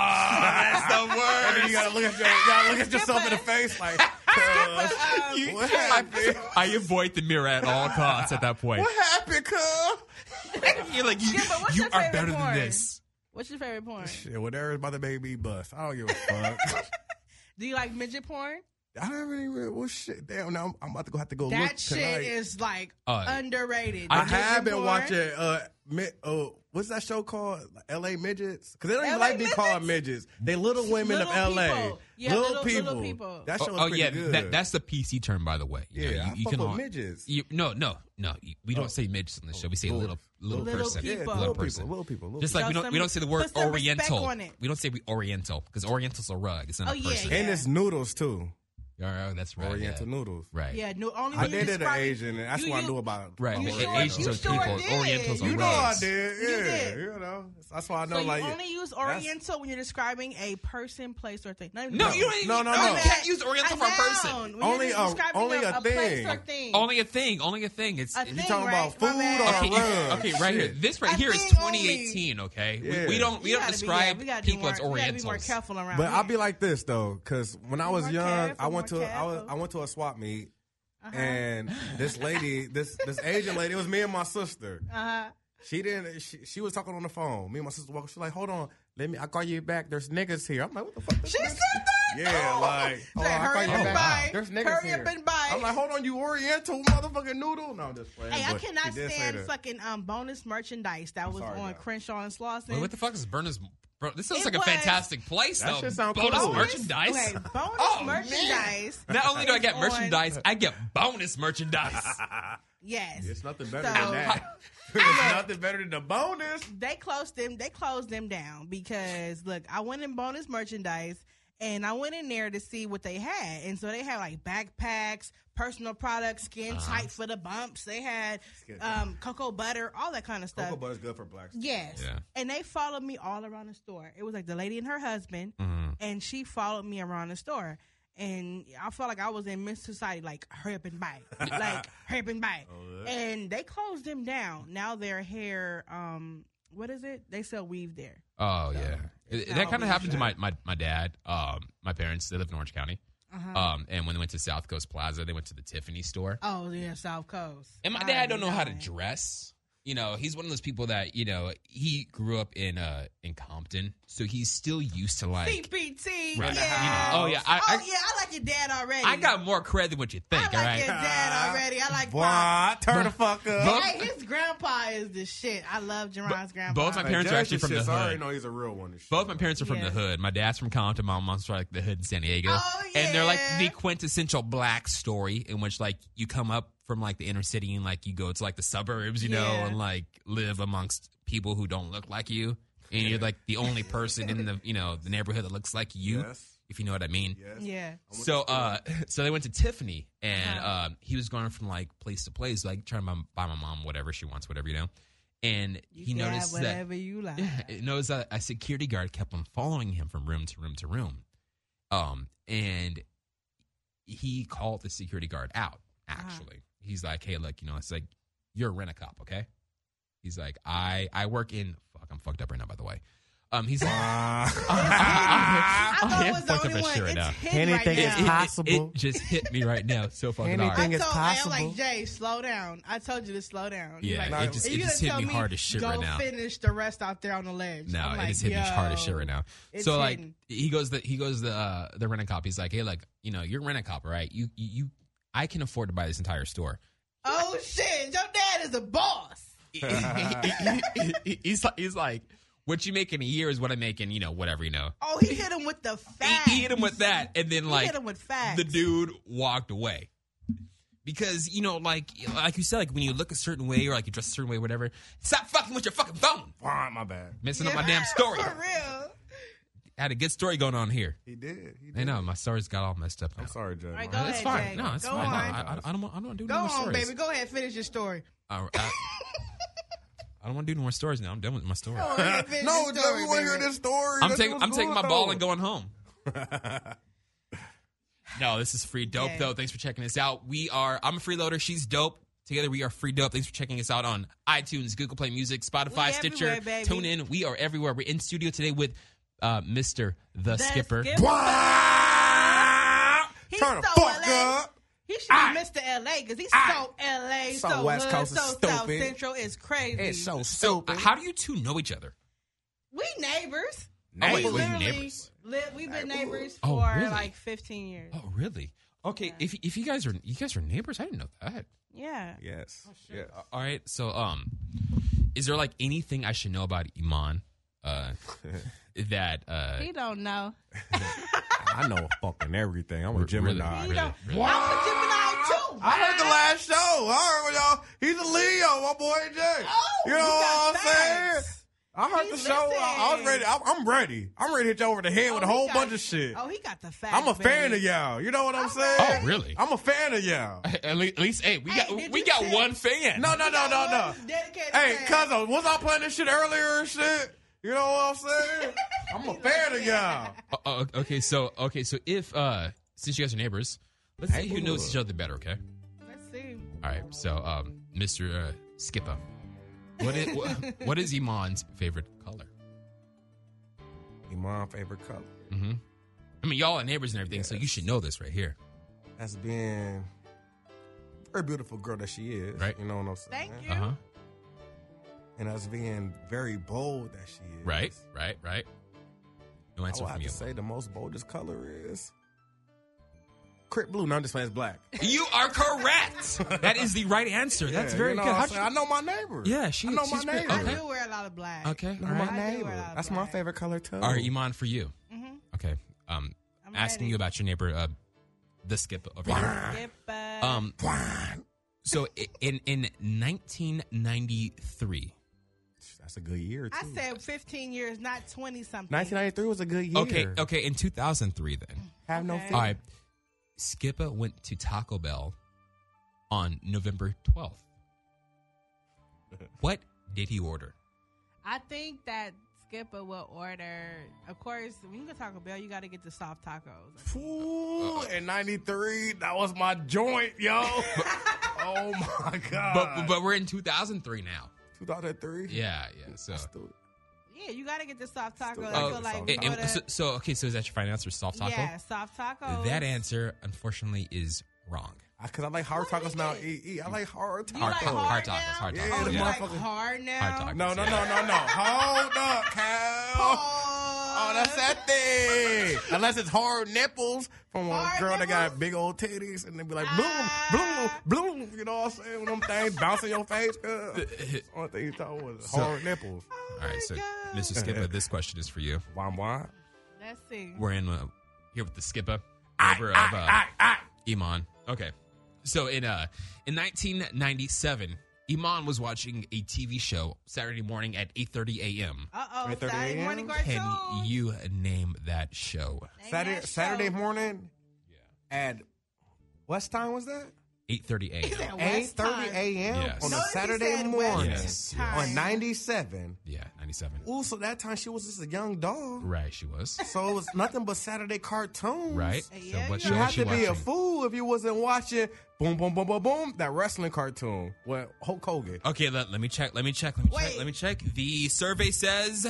[SPEAKER 2] that's the
[SPEAKER 4] And then you
[SPEAKER 2] worst.
[SPEAKER 4] gotta look at, your, you gotta look at yourself in the face
[SPEAKER 3] <laughs>
[SPEAKER 4] like, "Cuz,
[SPEAKER 3] Um,
[SPEAKER 4] what happened?
[SPEAKER 2] I avoid the mirror at all costs at that point.
[SPEAKER 4] <laughs> What happened, cuz?
[SPEAKER 2] You're like, you,
[SPEAKER 3] Yeah, but what's
[SPEAKER 2] you
[SPEAKER 3] your
[SPEAKER 2] are
[SPEAKER 3] favorite
[SPEAKER 2] better than
[SPEAKER 3] porn?
[SPEAKER 2] this.
[SPEAKER 3] What's your favorite porn?
[SPEAKER 4] Shit, whatever is about to make me bust. I don't give a fuck. <laughs>
[SPEAKER 3] Do you like midget porn?
[SPEAKER 4] I haven't even. Well, shit. Damn, now I'm, I'm about to go have to go look
[SPEAKER 3] That shit
[SPEAKER 4] tonight.
[SPEAKER 3] is like
[SPEAKER 2] Uh,
[SPEAKER 3] underrated.
[SPEAKER 4] I
[SPEAKER 3] Midget
[SPEAKER 4] have been
[SPEAKER 3] porn.
[SPEAKER 4] watching. Uh, mi- uh, what's that show called? L.A. Midgets? Because they don't even
[SPEAKER 3] LA
[SPEAKER 4] like being called midgets. They little women of
[SPEAKER 3] Little
[SPEAKER 4] L.A.
[SPEAKER 3] people. Yeah, little- little people.
[SPEAKER 4] That show
[SPEAKER 2] Oh,
[SPEAKER 4] is
[SPEAKER 2] oh,
[SPEAKER 4] pretty
[SPEAKER 2] yeah,
[SPEAKER 4] good.
[SPEAKER 2] that, that's the PC term, by the way. You know,
[SPEAKER 4] Yeah,
[SPEAKER 2] you,
[SPEAKER 4] I
[SPEAKER 2] you
[SPEAKER 4] fuck
[SPEAKER 2] can
[SPEAKER 4] with
[SPEAKER 2] all-
[SPEAKER 4] midgets.
[SPEAKER 2] You, no, no, no. you- We don't say midgets on the show. We say little, little,
[SPEAKER 3] Little
[SPEAKER 2] person,
[SPEAKER 3] people.
[SPEAKER 4] Yeah,
[SPEAKER 2] little
[SPEAKER 4] little
[SPEAKER 2] person.
[SPEAKER 4] people. Little people. Little
[SPEAKER 2] Just
[SPEAKER 4] people.
[SPEAKER 2] like we
[SPEAKER 3] Show
[SPEAKER 2] don't, we
[SPEAKER 3] some-
[SPEAKER 2] don't say the word
[SPEAKER 3] put some respect
[SPEAKER 2] oriental.
[SPEAKER 3] on it.
[SPEAKER 2] We don't say we oriental because oriental's a rug. It's not
[SPEAKER 3] Oh,
[SPEAKER 2] a
[SPEAKER 3] yeah,
[SPEAKER 2] person.
[SPEAKER 3] yeah.
[SPEAKER 4] and it's noodles too.
[SPEAKER 2] Oh, that's right.
[SPEAKER 4] Oriental
[SPEAKER 2] yeah.
[SPEAKER 4] noodles.
[SPEAKER 2] Right.
[SPEAKER 3] Yeah, no. Only
[SPEAKER 4] I
[SPEAKER 3] when you
[SPEAKER 4] did it at
[SPEAKER 3] describe-
[SPEAKER 4] Asian, and that's
[SPEAKER 3] you-
[SPEAKER 4] what I
[SPEAKER 3] you-
[SPEAKER 4] knew about.
[SPEAKER 2] Right.
[SPEAKER 3] You
[SPEAKER 2] Well,
[SPEAKER 3] sure-
[SPEAKER 2] Asians
[SPEAKER 3] you
[SPEAKER 2] are
[SPEAKER 3] sure
[SPEAKER 2] people.
[SPEAKER 3] did.
[SPEAKER 2] Orientals are
[SPEAKER 4] You
[SPEAKER 3] You
[SPEAKER 4] know I
[SPEAKER 2] rugs.
[SPEAKER 4] did. Yeah.
[SPEAKER 3] You did.
[SPEAKER 4] You know. That's why I know.
[SPEAKER 3] So you
[SPEAKER 4] like
[SPEAKER 3] only use
[SPEAKER 4] that's-
[SPEAKER 3] oriental when you're describing a person, place, or thing.
[SPEAKER 2] No, you don't even,
[SPEAKER 4] No, no,
[SPEAKER 2] You
[SPEAKER 4] no.
[SPEAKER 2] can't use oriental for a person.
[SPEAKER 3] noun. When
[SPEAKER 4] Only
[SPEAKER 3] you're
[SPEAKER 4] a-
[SPEAKER 3] describing
[SPEAKER 4] only a
[SPEAKER 3] place
[SPEAKER 4] thing.
[SPEAKER 3] or thing.
[SPEAKER 2] Only a thing. Only a thing. It's
[SPEAKER 3] a
[SPEAKER 2] it's-
[SPEAKER 3] thing,
[SPEAKER 4] You talking
[SPEAKER 3] right?
[SPEAKER 4] about
[SPEAKER 3] My
[SPEAKER 4] food
[SPEAKER 3] bad.
[SPEAKER 4] or-
[SPEAKER 2] Okay,
[SPEAKER 4] Run.
[SPEAKER 2] okay, right here.
[SPEAKER 4] Shit.
[SPEAKER 2] This right
[SPEAKER 3] A
[SPEAKER 2] here is
[SPEAKER 3] thing only.
[SPEAKER 2] 2018. Okay, we,
[SPEAKER 4] Yeah.
[SPEAKER 2] we don't we
[SPEAKER 3] You
[SPEAKER 2] don't
[SPEAKER 3] gotta be-
[SPEAKER 2] describe
[SPEAKER 3] yeah, we gotta do
[SPEAKER 2] people
[SPEAKER 3] more-
[SPEAKER 2] as
[SPEAKER 3] we gotta
[SPEAKER 2] Orientals.
[SPEAKER 3] be more careful around.
[SPEAKER 4] But
[SPEAKER 3] here.
[SPEAKER 4] I'll be like this though, because when I was
[SPEAKER 3] more
[SPEAKER 4] young,
[SPEAKER 3] careful,
[SPEAKER 4] I went
[SPEAKER 3] more
[SPEAKER 4] to I, was,
[SPEAKER 3] careful. Uh-huh.
[SPEAKER 4] I went to a swap meet, and this lady, this this Asian lady, it was me and my sister.
[SPEAKER 3] uh-huh.
[SPEAKER 4] She didn't. She, she was talking on the phone. Me and my sister walking. She's like, "Hold on, let me. I call you back. There's niggas here." I'm like, "What the fuck?"
[SPEAKER 3] She said that.
[SPEAKER 4] Yeah,
[SPEAKER 3] <laughs>
[SPEAKER 4] like,
[SPEAKER 3] She said,
[SPEAKER 4] "Hold on, I'll
[SPEAKER 3] hurry
[SPEAKER 4] call
[SPEAKER 3] up
[SPEAKER 4] you
[SPEAKER 3] and
[SPEAKER 4] back."
[SPEAKER 3] buy.
[SPEAKER 4] <laughs> There's niggas
[SPEAKER 3] Hurry up
[SPEAKER 4] here."
[SPEAKER 3] and buy.
[SPEAKER 4] I'm like, "Hold on, you Oriental motherfucking noodle." No, I'm just playing.
[SPEAKER 3] Hey, I
[SPEAKER 4] but she
[SPEAKER 3] cannot
[SPEAKER 4] did say
[SPEAKER 3] stand
[SPEAKER 4] that.
[SPEAKER 3] fucking um, bonus merchandise that was
[SPEAKER 4] sorry,
[SPEAKER 3] on
[SPEAKER 4] guys.
[SPEAKER 3] Crenshaw and Slauson.
[SPEAKER 2] Wait, what the fuck is Burners? Bro, this sounds
[SPEAKER 3] It
[SPEAKER 2] like a
[SPEAKER 3] was-
[SPEAKER 2] fantastic place.
[SPEAKER 4] That
[SPEAKER 2] though.
[SPEAKER 4] shit sound
[SPEAKER 2] bonus
[SPEAKER 4] cool.
[SPEAKER 2] merchandise.
[SPEAKER 3] Okay,
[SPEAKER 2] <laughs>
[SPEAKER 3] bonus
[SPEAKER 2] Oh, man.
[SPEAKER 3] merchandise.
[SPEAKER 2] Not only do I get
[SPEAKER 3] On-
[SPEAKER 2] merchandise, I get bonus
[SPEAKER 4] <laughs>
[SPEAKER 2] merchandise.
[SPEAKER 3] Yes.
[SPEAKER 4] It's nothing better
[SPEAKER 3] So- <laughs>
[SPEAKER 4] than that. There's nothing better than the bonus.
[SPEAKER 3] they closed them they closed them down because look i went in bonus merchandise and i went in there to see what they had and so they had like backpacks personal products skin
[SPEAKER 2] Uh-huh.
[SPEAKER 3] tight for the bumps they had
[SPEAKER 4] Skin tight.
[SPEAKER 3] um, cocoa butter all that kind of stuff
[SPEAKER 4] Cocoa butter's good for blacks.
[SPEAKER 3] yes
[SPEAKER 2] Yeah.
[SPEAKER 3] and they followed me all around the store it was like the lady and her husband
[SPEAKER 2] Mm-hmm.
[SPEAKER 3] and she followed me around the store and I felt like I was in Miss Society, like hurry up and buy,
[SPEAKER 2] <laughs>
[SPEAKER 3] like hurry up and buy.
[SPEAKER 2] Oh,
[SPEAKER 3] And they closed them down. Now their hair, um, what is it? They sell weave there.
[SPEAKER 2] Oh yeah, It-
[SPEAKER 3] not
[SPEAKER 2] that kind
[SPEAKER 3] really
[SPEAKER 2] of happened to my, my my dad. Um, my parents they live in Orange County.
[SPEAKER 3] Uh-huh.
[SPEAKER 2] Um, and when they went to South Coast Plaza, they went to the Tiffany store.
[SPEAKER 3] Oh yeah, South Coast.
[SPEAKER 2] And my
[SPEAKER 3] I
[SPEAKER 2] dad don't know how to
[SPEAKER 3] it.
[SPEAKER 2] dress. You know, he's one of those people that you know he grew up in uh in Compton, so he's still used to like.
[SPEAKER 3] CPT.
[SPEAKER 2] Right.
[SPEAKER 3] Yeah.
[SPEAKER 2] You know, oh, yeah, I-
[SPEAKER 3] oh
[SPEAKER 2] I-
[SPEAKER 3] yeah. I like your dad already.
[SPEAKER 2] I got more credit than what you
[SPEAKER 3] I
[SPEAKER 2] think.
[SPEAKER 3] like
[SPEAKER 2] all right. Uh,
[SPEAKER 3] your dad already. I like. Pop.
[SPEAKER 4] Why? Turn the fuck
[SPEAKER 2] Both-
[SPEAKER 4] up.
[SPEAKER 3] Hey, his grandpa is the shit. I love Jerron's grandpa.
[SPEAKER 2] both my
[SPEAKER 4] Like,
[SPEAKER 2] parents are
[SPEAKER 4] judge
[SPEAKER 2] actually
[SPEAKER 4] this
[SPEAKER 2] from
[SPEAKER 4] shit,
[SPEAKER 2] the
[SPEAKER 4] so I
[SPEAKER 2] hood.
[SPEAKER 4] already know he's a real one. and shit.
[SPEAKER 2] Both my parents are from
[SPEAKER 3] Yeah.
[SPEAKER 2] the hood. My dad's from Compton. My mom's from like the hood in San Diego.
[SPEAKER 3] Oh,
[SPEAKER 2] And they're like
[SPEAKER 3] yeah.
[SPEAKER 2] the quintessential black story in which like you come up from like the inner city and like you go to like the suburbs, you know,
[SPEAKER 3] Yeah.
[SPEAKER 2] and like live amongst people who don't look like you. And you're like the only person in the you know the neighborhood that looks like you,
[SPEAKER 4] Yes.
[SPEAKER 2] if you know what I mean.
[SPEAKER 4] Yes.
[SPEAKER 3] Yeah.
[SPEAKER 2] So, uh, <laughs> so they went to Tiffany, and
[SPEAKER 3] Uh-huh.
[SPEAKER 2] um, he was going from like place to place, like trying to buy- buy my mom whatever she wants, whatever you know. And
[SPEAKER 3] You
[SPEAKER 2] he
[SPEAKER 3] can have
[SPEAKER 2] noticed that
[SPEAKER 3] whatever you like.
[SPEAKER 2] yeah, <laughs> it knows that a security guard kept on following him from room to room to room. Um, and he called the security guard out,
[SPEAKER 3] Uh-huh.
[SPEAKER 2] actually. He's like, hey, look, you know, it's like, you're a rent a cop, okay? He's like, I I work in, fuck, I'm fucked up right now, by the way. Um,
[SPEAKER 3] <laughs>
[SPEAKER 2] he's like,
[SPEAKER 3] I
[SPEAKER 2] I'm
[SPEAKER 3] thought
[SPEAKER 2] hidden
[SPEAKER 3] it was the
[SPEAKER 2] fucked up
[SPEAKER 3] only
[SPEAKER 2] as
[SPEAKER 3] one.
[SPEAKER 2] shit right now.
[SPEAKER 3] it's hidden right
[SPEAKER 5] Anything is
[SPEAKER 2] <laughs> It- it-
[SPEAKER 3] now.
[SPEAKER 5] hot.
[SPEAKER 2] It,
[SPEAKER 5] Possible.
[SPEAKER 2] just hit me right. now so fucking hard.
[SPEAKER 5] Anything
[SPEAKER 3] I
[SPEAKER 5] is
[SPEAKER 3] told, I'm
[SPEAKER 5] possible.
[SPEAKER 3] like Jay, slow down. I told you to slow down. You're
[SPEAKER 2] Yeah,
[SPEAKER 3] like,
[SPEAKER 2] it just,
[SPEAKER 3] "If
[SPEAKER 2] it
[SPEAKER 3] you
[SPEAKER 2] just
[SPEAKER 3] done
[SPEAKER 2] hit me
[SPEAKER 3] tell
[SPEAKER 2] hard as shit
[SPEAKER 3] go
[SPEAKER 2] right now.
[SPEAKER 3] finish the rest out there on the ledge.
[SPEAKER 2] No,
[SPEAKER 3] I'm like,
[SPEAKER 2] it is hitting me hard as shit
[SPEAKER 3] "Yo."
[SPEAKER 2] right now.
[SPEAKER 3] it's
[SPEAKER 2] so like
[SPEAKER 3] hidden.
[SPEAKER 2] he goes the he goes the uh, the rent a cop. He's like, hey, look, you know, you're rent a cop, right? You you you- I can afford to buy this entire store. <laughs>
[SPEAKER 3] Oh shit, your dad is a boss.
[SPEAKER 2] he's like, he's like, what you make in a year is what I make in you know whatever you know.
[SPEAKER 3] Oh, he hit him with the facts.
[SPEAKER 2] He, he hit him with that, and then
[SPEAKER 3] He
[SPEAKER 2] like
[SPEAKER 3] hit him with facts.
[SPEAKER 2] the dude walked away because you know like like you said like when you look a certain way or like you dress a certain way whatever stop fucking with your fucking phone
[SPEAKER 4] Ah, my bad.
[SPEAKER 3] <laughs>
[SPEAKER 2] messing up my damn story
[SPEAKER 3] For real.
[SPEAKER 2] had a good story going on here.
[SPEAKER 4] He did. He did.
[SPEAKER 2] I know my stories got all messed up. Now.
[SPEAKER 4] I'm sorry, Jay.
[SPEAKER 3] right,
[SPEAKER 2] No,
[SPEAKER 3] Go
[SPEAKER 2] it's
[SPEAKER 3] ahead,
[SPEAKER 2] fine.
[SPEAKER 3] Jay.
[SPEAKER 2] No, it's
[SPEAKER 3] Go
[SPEAKER 2] fine.
[SPEAKER 3] on.
[SPEAKER 2] No, I, I- I don't. want- I don't want to do
[SPEAKER 3] Go
[SPEAKER 2] no more
[SPEAKER 3] on,
[SPEAKER 2] stories.
[SPEAKER 3] baby. Go ahead, finish
[SPEAKER 2] <laughs>
[SPEAKER 3] your story.
[SPEAKER 2] I, I-
[SPEAKER 3] <laughs>
[SPEAKER 2] I don't want to do no more stories now. I'm done with my story.
[SPEAKER 3] Go ahead, finish
[SPEAKER 4] No,
[SPEAKER 3] your
[SPEAKER 4] Jay,
[SPEAKER 3] story,
[SPEAKER 4] we want to
[SPEAKER 3] baby.
[SPEAKER 4] hear this story.
[SPEAKER 2] I'm
[SPEAKER 4] That's
[SPEAKER 2] taking
[SPEAKER 4] what's
[SPEAKER 2] I'm taking
[SPEAKER 4] going
[SPEAKER 2] my ball
[SPEAKER 4] on.
[SPEAKER 2] and going home.
[SPEAKER 3] <laughs>
[SPEAKER 2] no, this is free dope
[SPEAKER 3] Okay.
[SPEAKER 2] though. Thanks for checking us out. We are I'm a freeloader. She's dope. Together we are free dope. Thanks for checking us out on iTunes, Google Play Music, Spotify,
[SPEAKER 3] We
[SPEAKER 2] Stitcher,
[SPEAKER 3] everywhere, baby.
[SPEAKER 2] Tune in. We are everywhere. We're in studio today with uh, Mr. The, Skipper.
[SPEAKER 4] What?
[SPEAKER 3] He's
[SPEAKER 4] Turn the
[SPEAKER 3] so
[SPEAKER 4] fuck
[SPEAKER 3] LA.
[SPEAKER 4] up.
[SPEAKER 3] He should be Mr. LA because he's so LA,
[SPEAKER 4] So
[SPEAKER 3] so,
[SPEAKER 4] West
[SPEAKER 3] hood,
[SPEAKER 4] Coast is
[SPEAKER 3] so South
[SPEAKER 4] stupid.
[SPEAKER 3] Central is crazy.
[SPEAKER 2] So, uh, how do you two know each other?
[SPEAKER 3] we neighbors.
[SPEAKER 2] Oh, wait,
[SPEAKER 3] we
[SPEAKER 2] wait,
[SPEAKER 3] literally
[SPEAKER 2] neighbors.
[SPEAKER 3] Li- we've been neighbors
[SPEAKER 2] Oh,
[SPEAKER 3] for
[SPEAKER 2] really?
[SPEAKER 3] like 15 years.
[SPEAKER 2] Oh, really? Okay, if if you guys are you guys are neighbors, I didn't know that.
[SPEAKER 3] Yeah.
[SPEAKER 4] Yes.
[SPEAKER 3] Oh,
[SPEAKER 4] yes.
[SPEAKER 2] All right. So, um, is there like anything I should know about Iman?
[SPEAKER 3] <laughs>
[SPEAKER 2] Uh, that uh,
[SPEAKER 3] He don't know.
[SPEAKER 4] I know fucking everything. I'm a Gemini.
[SPEAKER 3] He don't.
[SPEAKER 2] really?
[SPEAKER 3] I'm a Gemini too.
[SPEAKER 4] I heard the last show. I heard y'all. He's a Leo, my boy Jay. you know
[SPEAKER 3] Oh, you got
[SPEAKER 4] what I'm saying?
[SPEAKER 3] facts.
[SPEAKER 4] I heard
[SPEAKER 3] He
[SPEAKER 4] the show. I, I was
[SPEAKER 3] listened.
[SPEAKER 4] ready. I'm, I'm ready. I'm ready to hit y'all over the head with a
[SPEAKER 3] Oh, he
[SPEAKER 4] whole
[SPEAKER 3] got-
[SPEAKER 4] bunch of shit.
[SPEAKER 3] Oh, he got the facts.
[SPEAKER 4] I'm a fan
[SPEAKER 3] baby.
[SPEAKER 4] of y'all. You know what I'm saying?
[SPEAKER 2] Oh, really?
[SPEAKER 4] I'm a fan of <laughs> y'all.
[SPEAKER 2] <laughs> At least, at least hey, we
[SPEAKER 3] Hey,
[SPEAKER 2] got
[SPEAKER 3] did
[SPEAKER 2] we
[SPEAKER 3] you
[SPEAKER 2] got
[SPEAKER 3] see-
[SPEAKER 2] one fan.
[SPEAKER 4] No, no, no, no, no.
[SPEAKER 3] One Dedicated
[SPEAKER 4] Hey,
[SPEAKER 3] fan.
[SPEAKER 4] cousin, was I playing this shit earlier and shit? You know what I'm
[SPEAKER 3] <laughs>
[SPEAKER 4] saying? I'm a fan of y'all.
[SPEAKER 2] Uh, uh, okay, so okay, so if uh, since you guys are neighbors, let's see who knows each other better. Okay.
[SPEAKER 3] Let's see.
[SPEAKER 2] All right. So, um, Mr. Uh, Skipper, what is wha- what
[SPEAKER 3] <laughs>
[SPEAKER 2] is Iman's favorite color?
[SPEAKER 4] Iman favorite color.
[SPEAKER 2] hmm I mean, y'all are neighbors and everything, so you
[SPEAKER 4] Yes.
[SPEAKER 2] should know this right here.
[SPEAKER 4] That's been very beautiful girl that she is.
[SPEAKER 2] Right.
[SPEAKER 4] You know what I'm saying?
[SPEAKER 3] Thank you.
[SPEAKER 2] Uh huh.
[SPEAKER 4] And us being very bold that she is.
[SPEAKER 2] Right. Right. Right. No
[SPEAKER 4] I
[SPEAKER 2] answer
[SPEAKER 4] would
[SPEAKER 2] from
[SPEAKER 4] have
[SPEAKER 2] you.
[SPEAKER 4] to say the most boldest color is crit blue. No, I'm just saying it's black.
[SPEAKER 2] You are correct. that is the right answer. That's
[SPEAKER 4] Yeah,
[SPEAKER 2] very
[SPEAKER 4] you know
[SPEAKER 2] good.
[SPEAKER 4] what I'm
[SPEAKER 2] How'd
[SPEAKER 4] saying? I know my neighbor.
[SPEAKER 2] Yeah, she-
[SPEAKER 4] I know
[SPEAKER 2] she's
[SPEAKER 4] my
[SPEAKER 2] great.
[SPEAKER 4] neighbor.
[SPEAKER 3] I
[SPEAKER 2] Okay.
[SPEAKER 3] do wear a lot of black.
[SPEAKER 2] you- okay.
[SPEAKER 4] I
[SPEAKER 2] all
[SPEAKER 4] know
[SPEAKER 2] right.
[SPEAKER 4] my
[SPEAKER 3] I do wear a
[SPEAKER 4] neighbor.
[SPEAKER 3] lot of
[SPEAKER 4] That's my
[SPEAKER 3] black.
[SPEAKER 4] favorite color too.
[SPEAKER 2] All right, Iman, for you.
[SPEAKER 3] Mhm.
[SPEAKER 2] Okay. Um,
[SPEAKER 3] I'm
[SPEAKER 2] asking
[SPEAKER 3] ready.
[SPEAKER 2] you about your neighbor, uh, the skip over here.
[SPEAKER 3] Skip, uh,
[SPEAKER 2] Um, so i- in in 1993.
[SPEAKER 4] That's a good year too.
[SPEAKER 3] I said 15 years, not 20 something.
[SPEAKER 4] 1993 was a good year.
[SPEAKER 2] Okay. Okay. In 2003, then.
[SPEAKER 4] Have no
[SPEAKER 3] Okay.
[SPEAKER 4] fear.
[SPEAKER 2] All right. Skipper went to Taco Bell on November 12th.
[SPEAKER 4] <laughs>
[SPEAKER 2] What did he order?
[SPEAKER 3] I think that Skipper will order. Of course, when you go to Taco Bell, you got to get the soft tacos.
[SPEAKER 4] Ooh, in '93, that was my joint,
[SPEAKER 2] <laughs>
[SPEAKER 4] yo. oh my god.
[SPEAKER 2] But but we're in 2003 now.
[SPEAKER 4] 2003.
[SPEAKER 2] Yeah. Yeah. So.
[SPEAKER 4] Let's do it.
[SPEAKER 3] Yeah, you got to get the soft taco.
[SPEAKER 4] Still
[SPEAKER 3] I
[SPEAKER 4] gotta
[SPEAKER 2] Oh,
[SPEAKER 3] feel
[SPEAKER 4] get the
[SPEAKER 3] like
[SPEAKER 4] soft
[SPEAKER 3] we
[SPEAKER 2] and-
[SPEAKER 3] go
[SPEAKER 2] and
[SPEAKER 4] taco.
[SPEAKER 3] to-
[SPEAKER 2] so, so okay. So is that your final answer? Soft taco.
[SPEAKER 3] Yeah, soft tacos.
[SPEAKER 2] That answer, unfortunately, is
[SPEAKER 3] <laughs>
[SPEAKER 2] wrong.
[SPEAKER 4] Because I like hard
[SPEAKER 3] What
[SPEAKER 4] tacos
[SPEAKER 3] is
[SPEAKER 4] now.
[SPEAKER 3] it?
[SPEAKER 4] Eat, eat. I like hard tacos.
[SPEAKER 3] You like
[SPEAKER 2] Hard
[SPEAKER 3] hard,
[SPEAKER 2] tacos, hard
[SPEAKER 3] now?
[SPEAKER 2] tacos,
[SPEAKER 3] Oh, you
[SPEAKER 4] yeah.
[SPEAKER 3] like
[SPEAKER 4] Motherfucker.
[SPEAKER 3] hard now.
[SPEAKER 2] Hard tacos.
[SPEAKER 4] No, no, no, no,
[SPEAKER 3] <laughs>
[SPEAKER 4] no. Hold up, Cal. Oh,
[SPEAKER 3] Oh,
[SPEAKER 4] that's that thing. Unless it's hard nipples from a
[SPEAKER 3] Hard
[SPEAKER 4] girl that got
[SPEAKER 3] nipples?
[SPEAKER 4] big old titties and they be like, bloom,
[SPEAKER 3] Ah.
[SPEAKER 4] bloom, bloom. You know what I'm saying? When them things bouncing your face. Uh, that's the only thing you thought was hard nipples.
[SPEAKER 3] Oh
[SPEAKER 2] All
[SPEAKER 3] my
[SPEAKER 2] right, so
[SPEAKER 3] Oh God.
[SPEAKER 2] Mr.
[SPEAKER 4] <laughs>
[SPEAKER 2] Skipper, this question is for you.
[SPEAKER 4] Why, why?
[SPEAKER 3] Let's see.
[SPEAKER 2] We're in uh, here with the Skipper,
[SPEAKER 4] I,
[SPEAKER 2] member of uh,
[SPEAKER 4] I, I, I.
[SPEAKER 2] Iman. Okay, so in uh, in 1997, Iman was watching a TV show Saturday morning at 8:30 a.m.
[SPEAKER 3] Uh oh,
[SPEAKER 4] 8:30
[SPEAKER 3] Saturday
[SPEAKER 4] a.m.?
[SPEAKER 3] morning cartoon.
[SPEAKER 2] Can you name that show?
[SPEAKER 3] Name
[SPEAKER 4] Saturday,
[SPEAKER 3] that
[SPEAKER 4] Saturday
[SPEAKER 3] show.
[SPEAKER 4] morning at what time was that?
[SPEAKER 2] 8:30
[SPEAKER 3] He
[SPEAKER 2] a.m.
[SPEAKER 3] said West
[SPEAKER 4] 8.30
[SPEAKER 3] time.
[SPEAKER 4] a.m.
[SPEAKER 2] Yes.
[SPEAKER 4] on
[SPEAKER 3] Notice
[SPEAKER 4] a
[SPEAKER 3] he
[SPEAKER 4] Saturday
[SPEAKER 3] said West
[SPEAKER 4] morning
[SPEAKER 2] Yes,
[SPEAKER 3] time.
[SPEAKER 4] on 97.
[SPEAKER 2] Yeah, 97.
[SPEAKER 4] Ooh, so that time she was just a young dog.
[SPEAKER 2] Right, she
[SPEAKER 3] <laughs>
[SPEAKER 2] was
[SPEAKER 4] So it was nothing but Saturday cartoons.
[SPEAKER 2] right. So
[SPEAKER 3] Yeah,
[SPEAKER 2] what
[SPEAKER 3] you
[SPEAKER 2] show
[SPEAKER 4] You
[SPEAKER 2] was
[SPEAKER 4] have
[SPEAKER 2] she
[SPEAKER 4] to be
[SPEAKER 2] watching?
[SPEAKER 4] a fool if you wasn't watching boom, boom, boom, boom, boom, that wrestling cartoon with Hulk Hogan.
[SPEAKER 2] Okay, let, let me check. Let me check. Let me check.
[SPEAKER 3] Wait.
[SPEAKER 2] Let me check. The survey says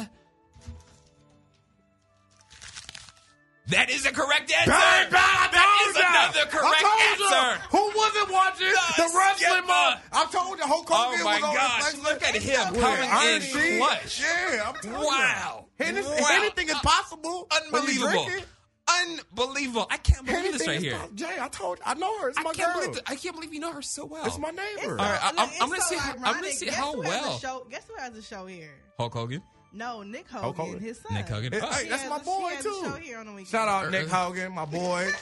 [SPEAKER 2] that is a correct answer. that is another correct
[SPEAKER 4] I told ya,
[SPEAKER 2] answer.
[SPEAKER 4] who wasn't watching
[SPEAKER 2] The
[SPEAKER 4] the, wrestling
[SPEAKER 2] Skipper.
[SPEAKER 4] mom? I told you Hulk
[SPEAKER 2] Oh
[SPEAKER 4] Hogan
[SPEAKER 2] my
[SPEAKER 4] was on
[SPEAKER 2] gosh,
[SPEAKER 4] wrestling.
[SPEAKER 2] look at him
[SPEAKER 4] with
[SPEAKER 2] coming in
[SPEAKER 4] Iron Sheik.
[SPEAKER 2] clutch.
[SPEAKER 4] Yeah, I'm telling
[SPEAKER 2] Wow.
[SPEAKER 4] you. Anyth-
[SPEAKER 2] Wow. Uh,
[SPEAKER 4] Anything is possible. when you drink
[SPEAKER 2] Unbelievable.
[SPEAKER 4] it.
[SPEAKER 2] Unbelievable. I can't believe
[SPEAKER 4] Anything
[SPEAKER 2] this right
[SPEAKER 4] is
[SPEAKER 2] here.
[SPEAKER 4] possible. Jay, I told you. I know her. It's
[SPEAKER 2] I
[SPEAKER 4] my
[SPEAKER 2] can't
[SPEAKER 4] girl.
[SPEAKER 2] believe. th- I can't believe you know her so well.
[SPEAKER 4] It's my neighbor.
[SPEAKER 2] All right, I- I'm-
[SPEAKER 3] Look,
[SPEAKER 2] I'm
[SPEAKER 3] it's
[SPEAKER 2] gonna see how- I'm gonna
[SPEAKER 3] ironic.
[SPEAKER 2] see
[SPEAKER 3] Guess
[SPEAKER 2] how
[SPEAKER 3] who has a
[SPEAKER 2] well.
[SPEAKER 3] Show, guess who has a show here?
[SPEAKER 2] Hulk Hogan.
[SPEAKER 3] No, Nick Hogan,
[SPEAKER 4] Hulk Hogan.
[SPEAKER 3] his son.
[SPEAKER 2] Nick Hogan.
[SPEAKER 4] It-
[SPEAKER 2] Oh,
[SPEAKER 4] hey,
[SPEAKER 3] She
[SPEAKER 4] that's
[SPEAKER 3] has
[SPEAKER 4] my
[SPEAKER 3] a-
[SPEAKER 4] boy
[SPEAKER 3] she has a
[SPEAKER 4] too.
[SPEAKER 3] show here on the weekend.
[SPEAKER 4] Shout
[SPEAKER 2] Er,
[SPEAKER 4] out Nick Hogan, my boy.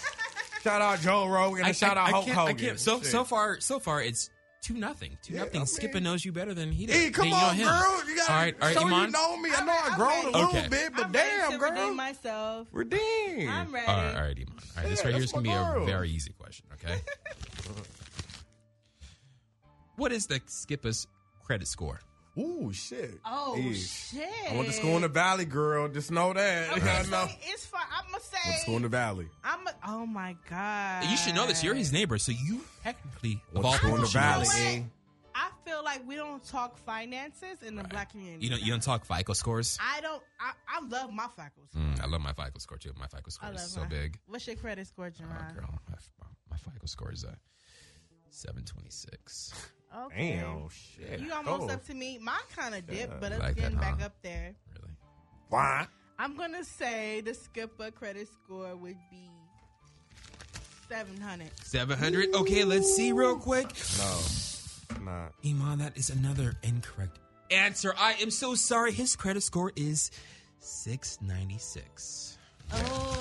[SPEAKER 4] shout out Joe Rogan. And shout out Hulk
[SPEAKER 2] can't,
[SPEAKER 4] Hogan.
[SPEAKER 2] I can't. So
[SPEAKER 4] Shit.
[SPEAKER 2] so far so far it's Two nothing. Two
[SPEAKER 4] Yeah,
[SPEAKER 2] nothing.
[SPEAKER 4] I mean-
[SPEAKER 2] Skipper knows you better than he does.
[SPEAKER 4] Hey, E, come
[SPEAKER 2] than you know
[SPEAKER 4] on,
[SPEAKER 2] him.
[SPEAKER 4] girl. You gotta
[SPEAKER 2] all right, all right,
[SPEAKER 4] show
[SPEAKER 2] Iman.
[SPEAKER 4] you know me. I know
[SPEAKER 3] I'm
[SPEAKER 4] I grown a
[SPEAKER 3] ready.
[SPEAKER 4] little
[SPEAKER 2] Okay.
[SPEAKER 4] bit, but
[SPEAKER 3] I'm ready
[SPEAKER 4] damn,
[SPEAKER 3] to
[SPEAKER 4] girl.
[SPEAKER 3] redeem myself.
[SPEAKER 4] we're dead.
[SPEAKER 3] I'm ready.
[SPEAKER 2] All right, all right, Iman. All right, this right
[SPEAKER 4] Yeah,
[SPEAKER 2] here
[SPEAKER 4] that's
[SPEAKER 2] is gonna be
[SPEAKER 4] my
[SPEAKER 2] a
[SPEAKER 4] girl.
[SPEAKER 2] very easy question. Okay. <laughs> what is the Skipper's credit score?
[SPEAKER 4] Ooh, shit.
[SPEAKER 3] Oh
[SPEAKER 4] Yeah.
[SPEAKER 3] shit!
[SPEAKER 4] I went to school in the valley, girl. Just know that.
[SPEAKER 3] Okay,
[SPEAKER 4] <laughs> I
[SPEAKER 3] so
[SPEAKER 4] know.
[SPEAKER 3] it's fine. I'm gonna
[SPEAKER 4] Went to school in
[SPEAKER 3] say.
[SPEAKER 4] the valley.
[SPEAKER 3] I'm. A, oh my god!
[SPEAKER 2] You should know this. You're his neighbor, so you technically of
[SPEAKER 4] Went
[SPEAKER 2] all
[SPEAKER 4] to school in
[SPEAKER 2] people
[SPEAKER 4] the
[SPEAKER 2] should know
[SPEAKER 4] valley.
[SPEAKER 2] this.
[SPEAKER 4] eh?
[SPEAKER 3] I feel like we don't talk finances in the black community.
[SPEAKER 2] You don't you don't talk FICO scores.
[SPEAKER 3] I don't. I, I love my faculty.
[SPEAKER 2] Mm, I love my FICO score too. My FICO
[SPEAKER 3] I
[SPEAKER 2] score
[SPEAKER 3] love
[SPEAKER 2] is so
[SPEAKER 3] mine.
[SPEAKER 2] big.
[SPEAKER 3] What's your credit score,
[SPEAKER 2] Oh,
[SPEAKER 3] Jerron?
[SPEAKER 2] girl, my, my FICO score is a seven twenty six.
[SPEAKER 3] okay.
[SPEAKER 4] Damn, shit.
[SPEAKER 3] You almost
[SPEAKER 4] Oh.
[SPEAKER 3] up to me. Mine kind of dipped, but it's
[SPEAKER 2] Like that,
[SPEAKER 3] getting back
[SPEAKER 2] huh?
[SPEAKER 3] up there.
[SPEAKER 2] Really?
[SPEAKER 4] Why?
[SPEAKER 3] I'm gonna say the skipper credit score would be seven hundred.
[SPEAKER 2] Seven hundred. Okay, let's see real quick.
[SPEAKER 4] No. Nah.
[SPEAKER 2] Iman, that is another incorrect answer. I am so sorry. His credit score is six ninety six.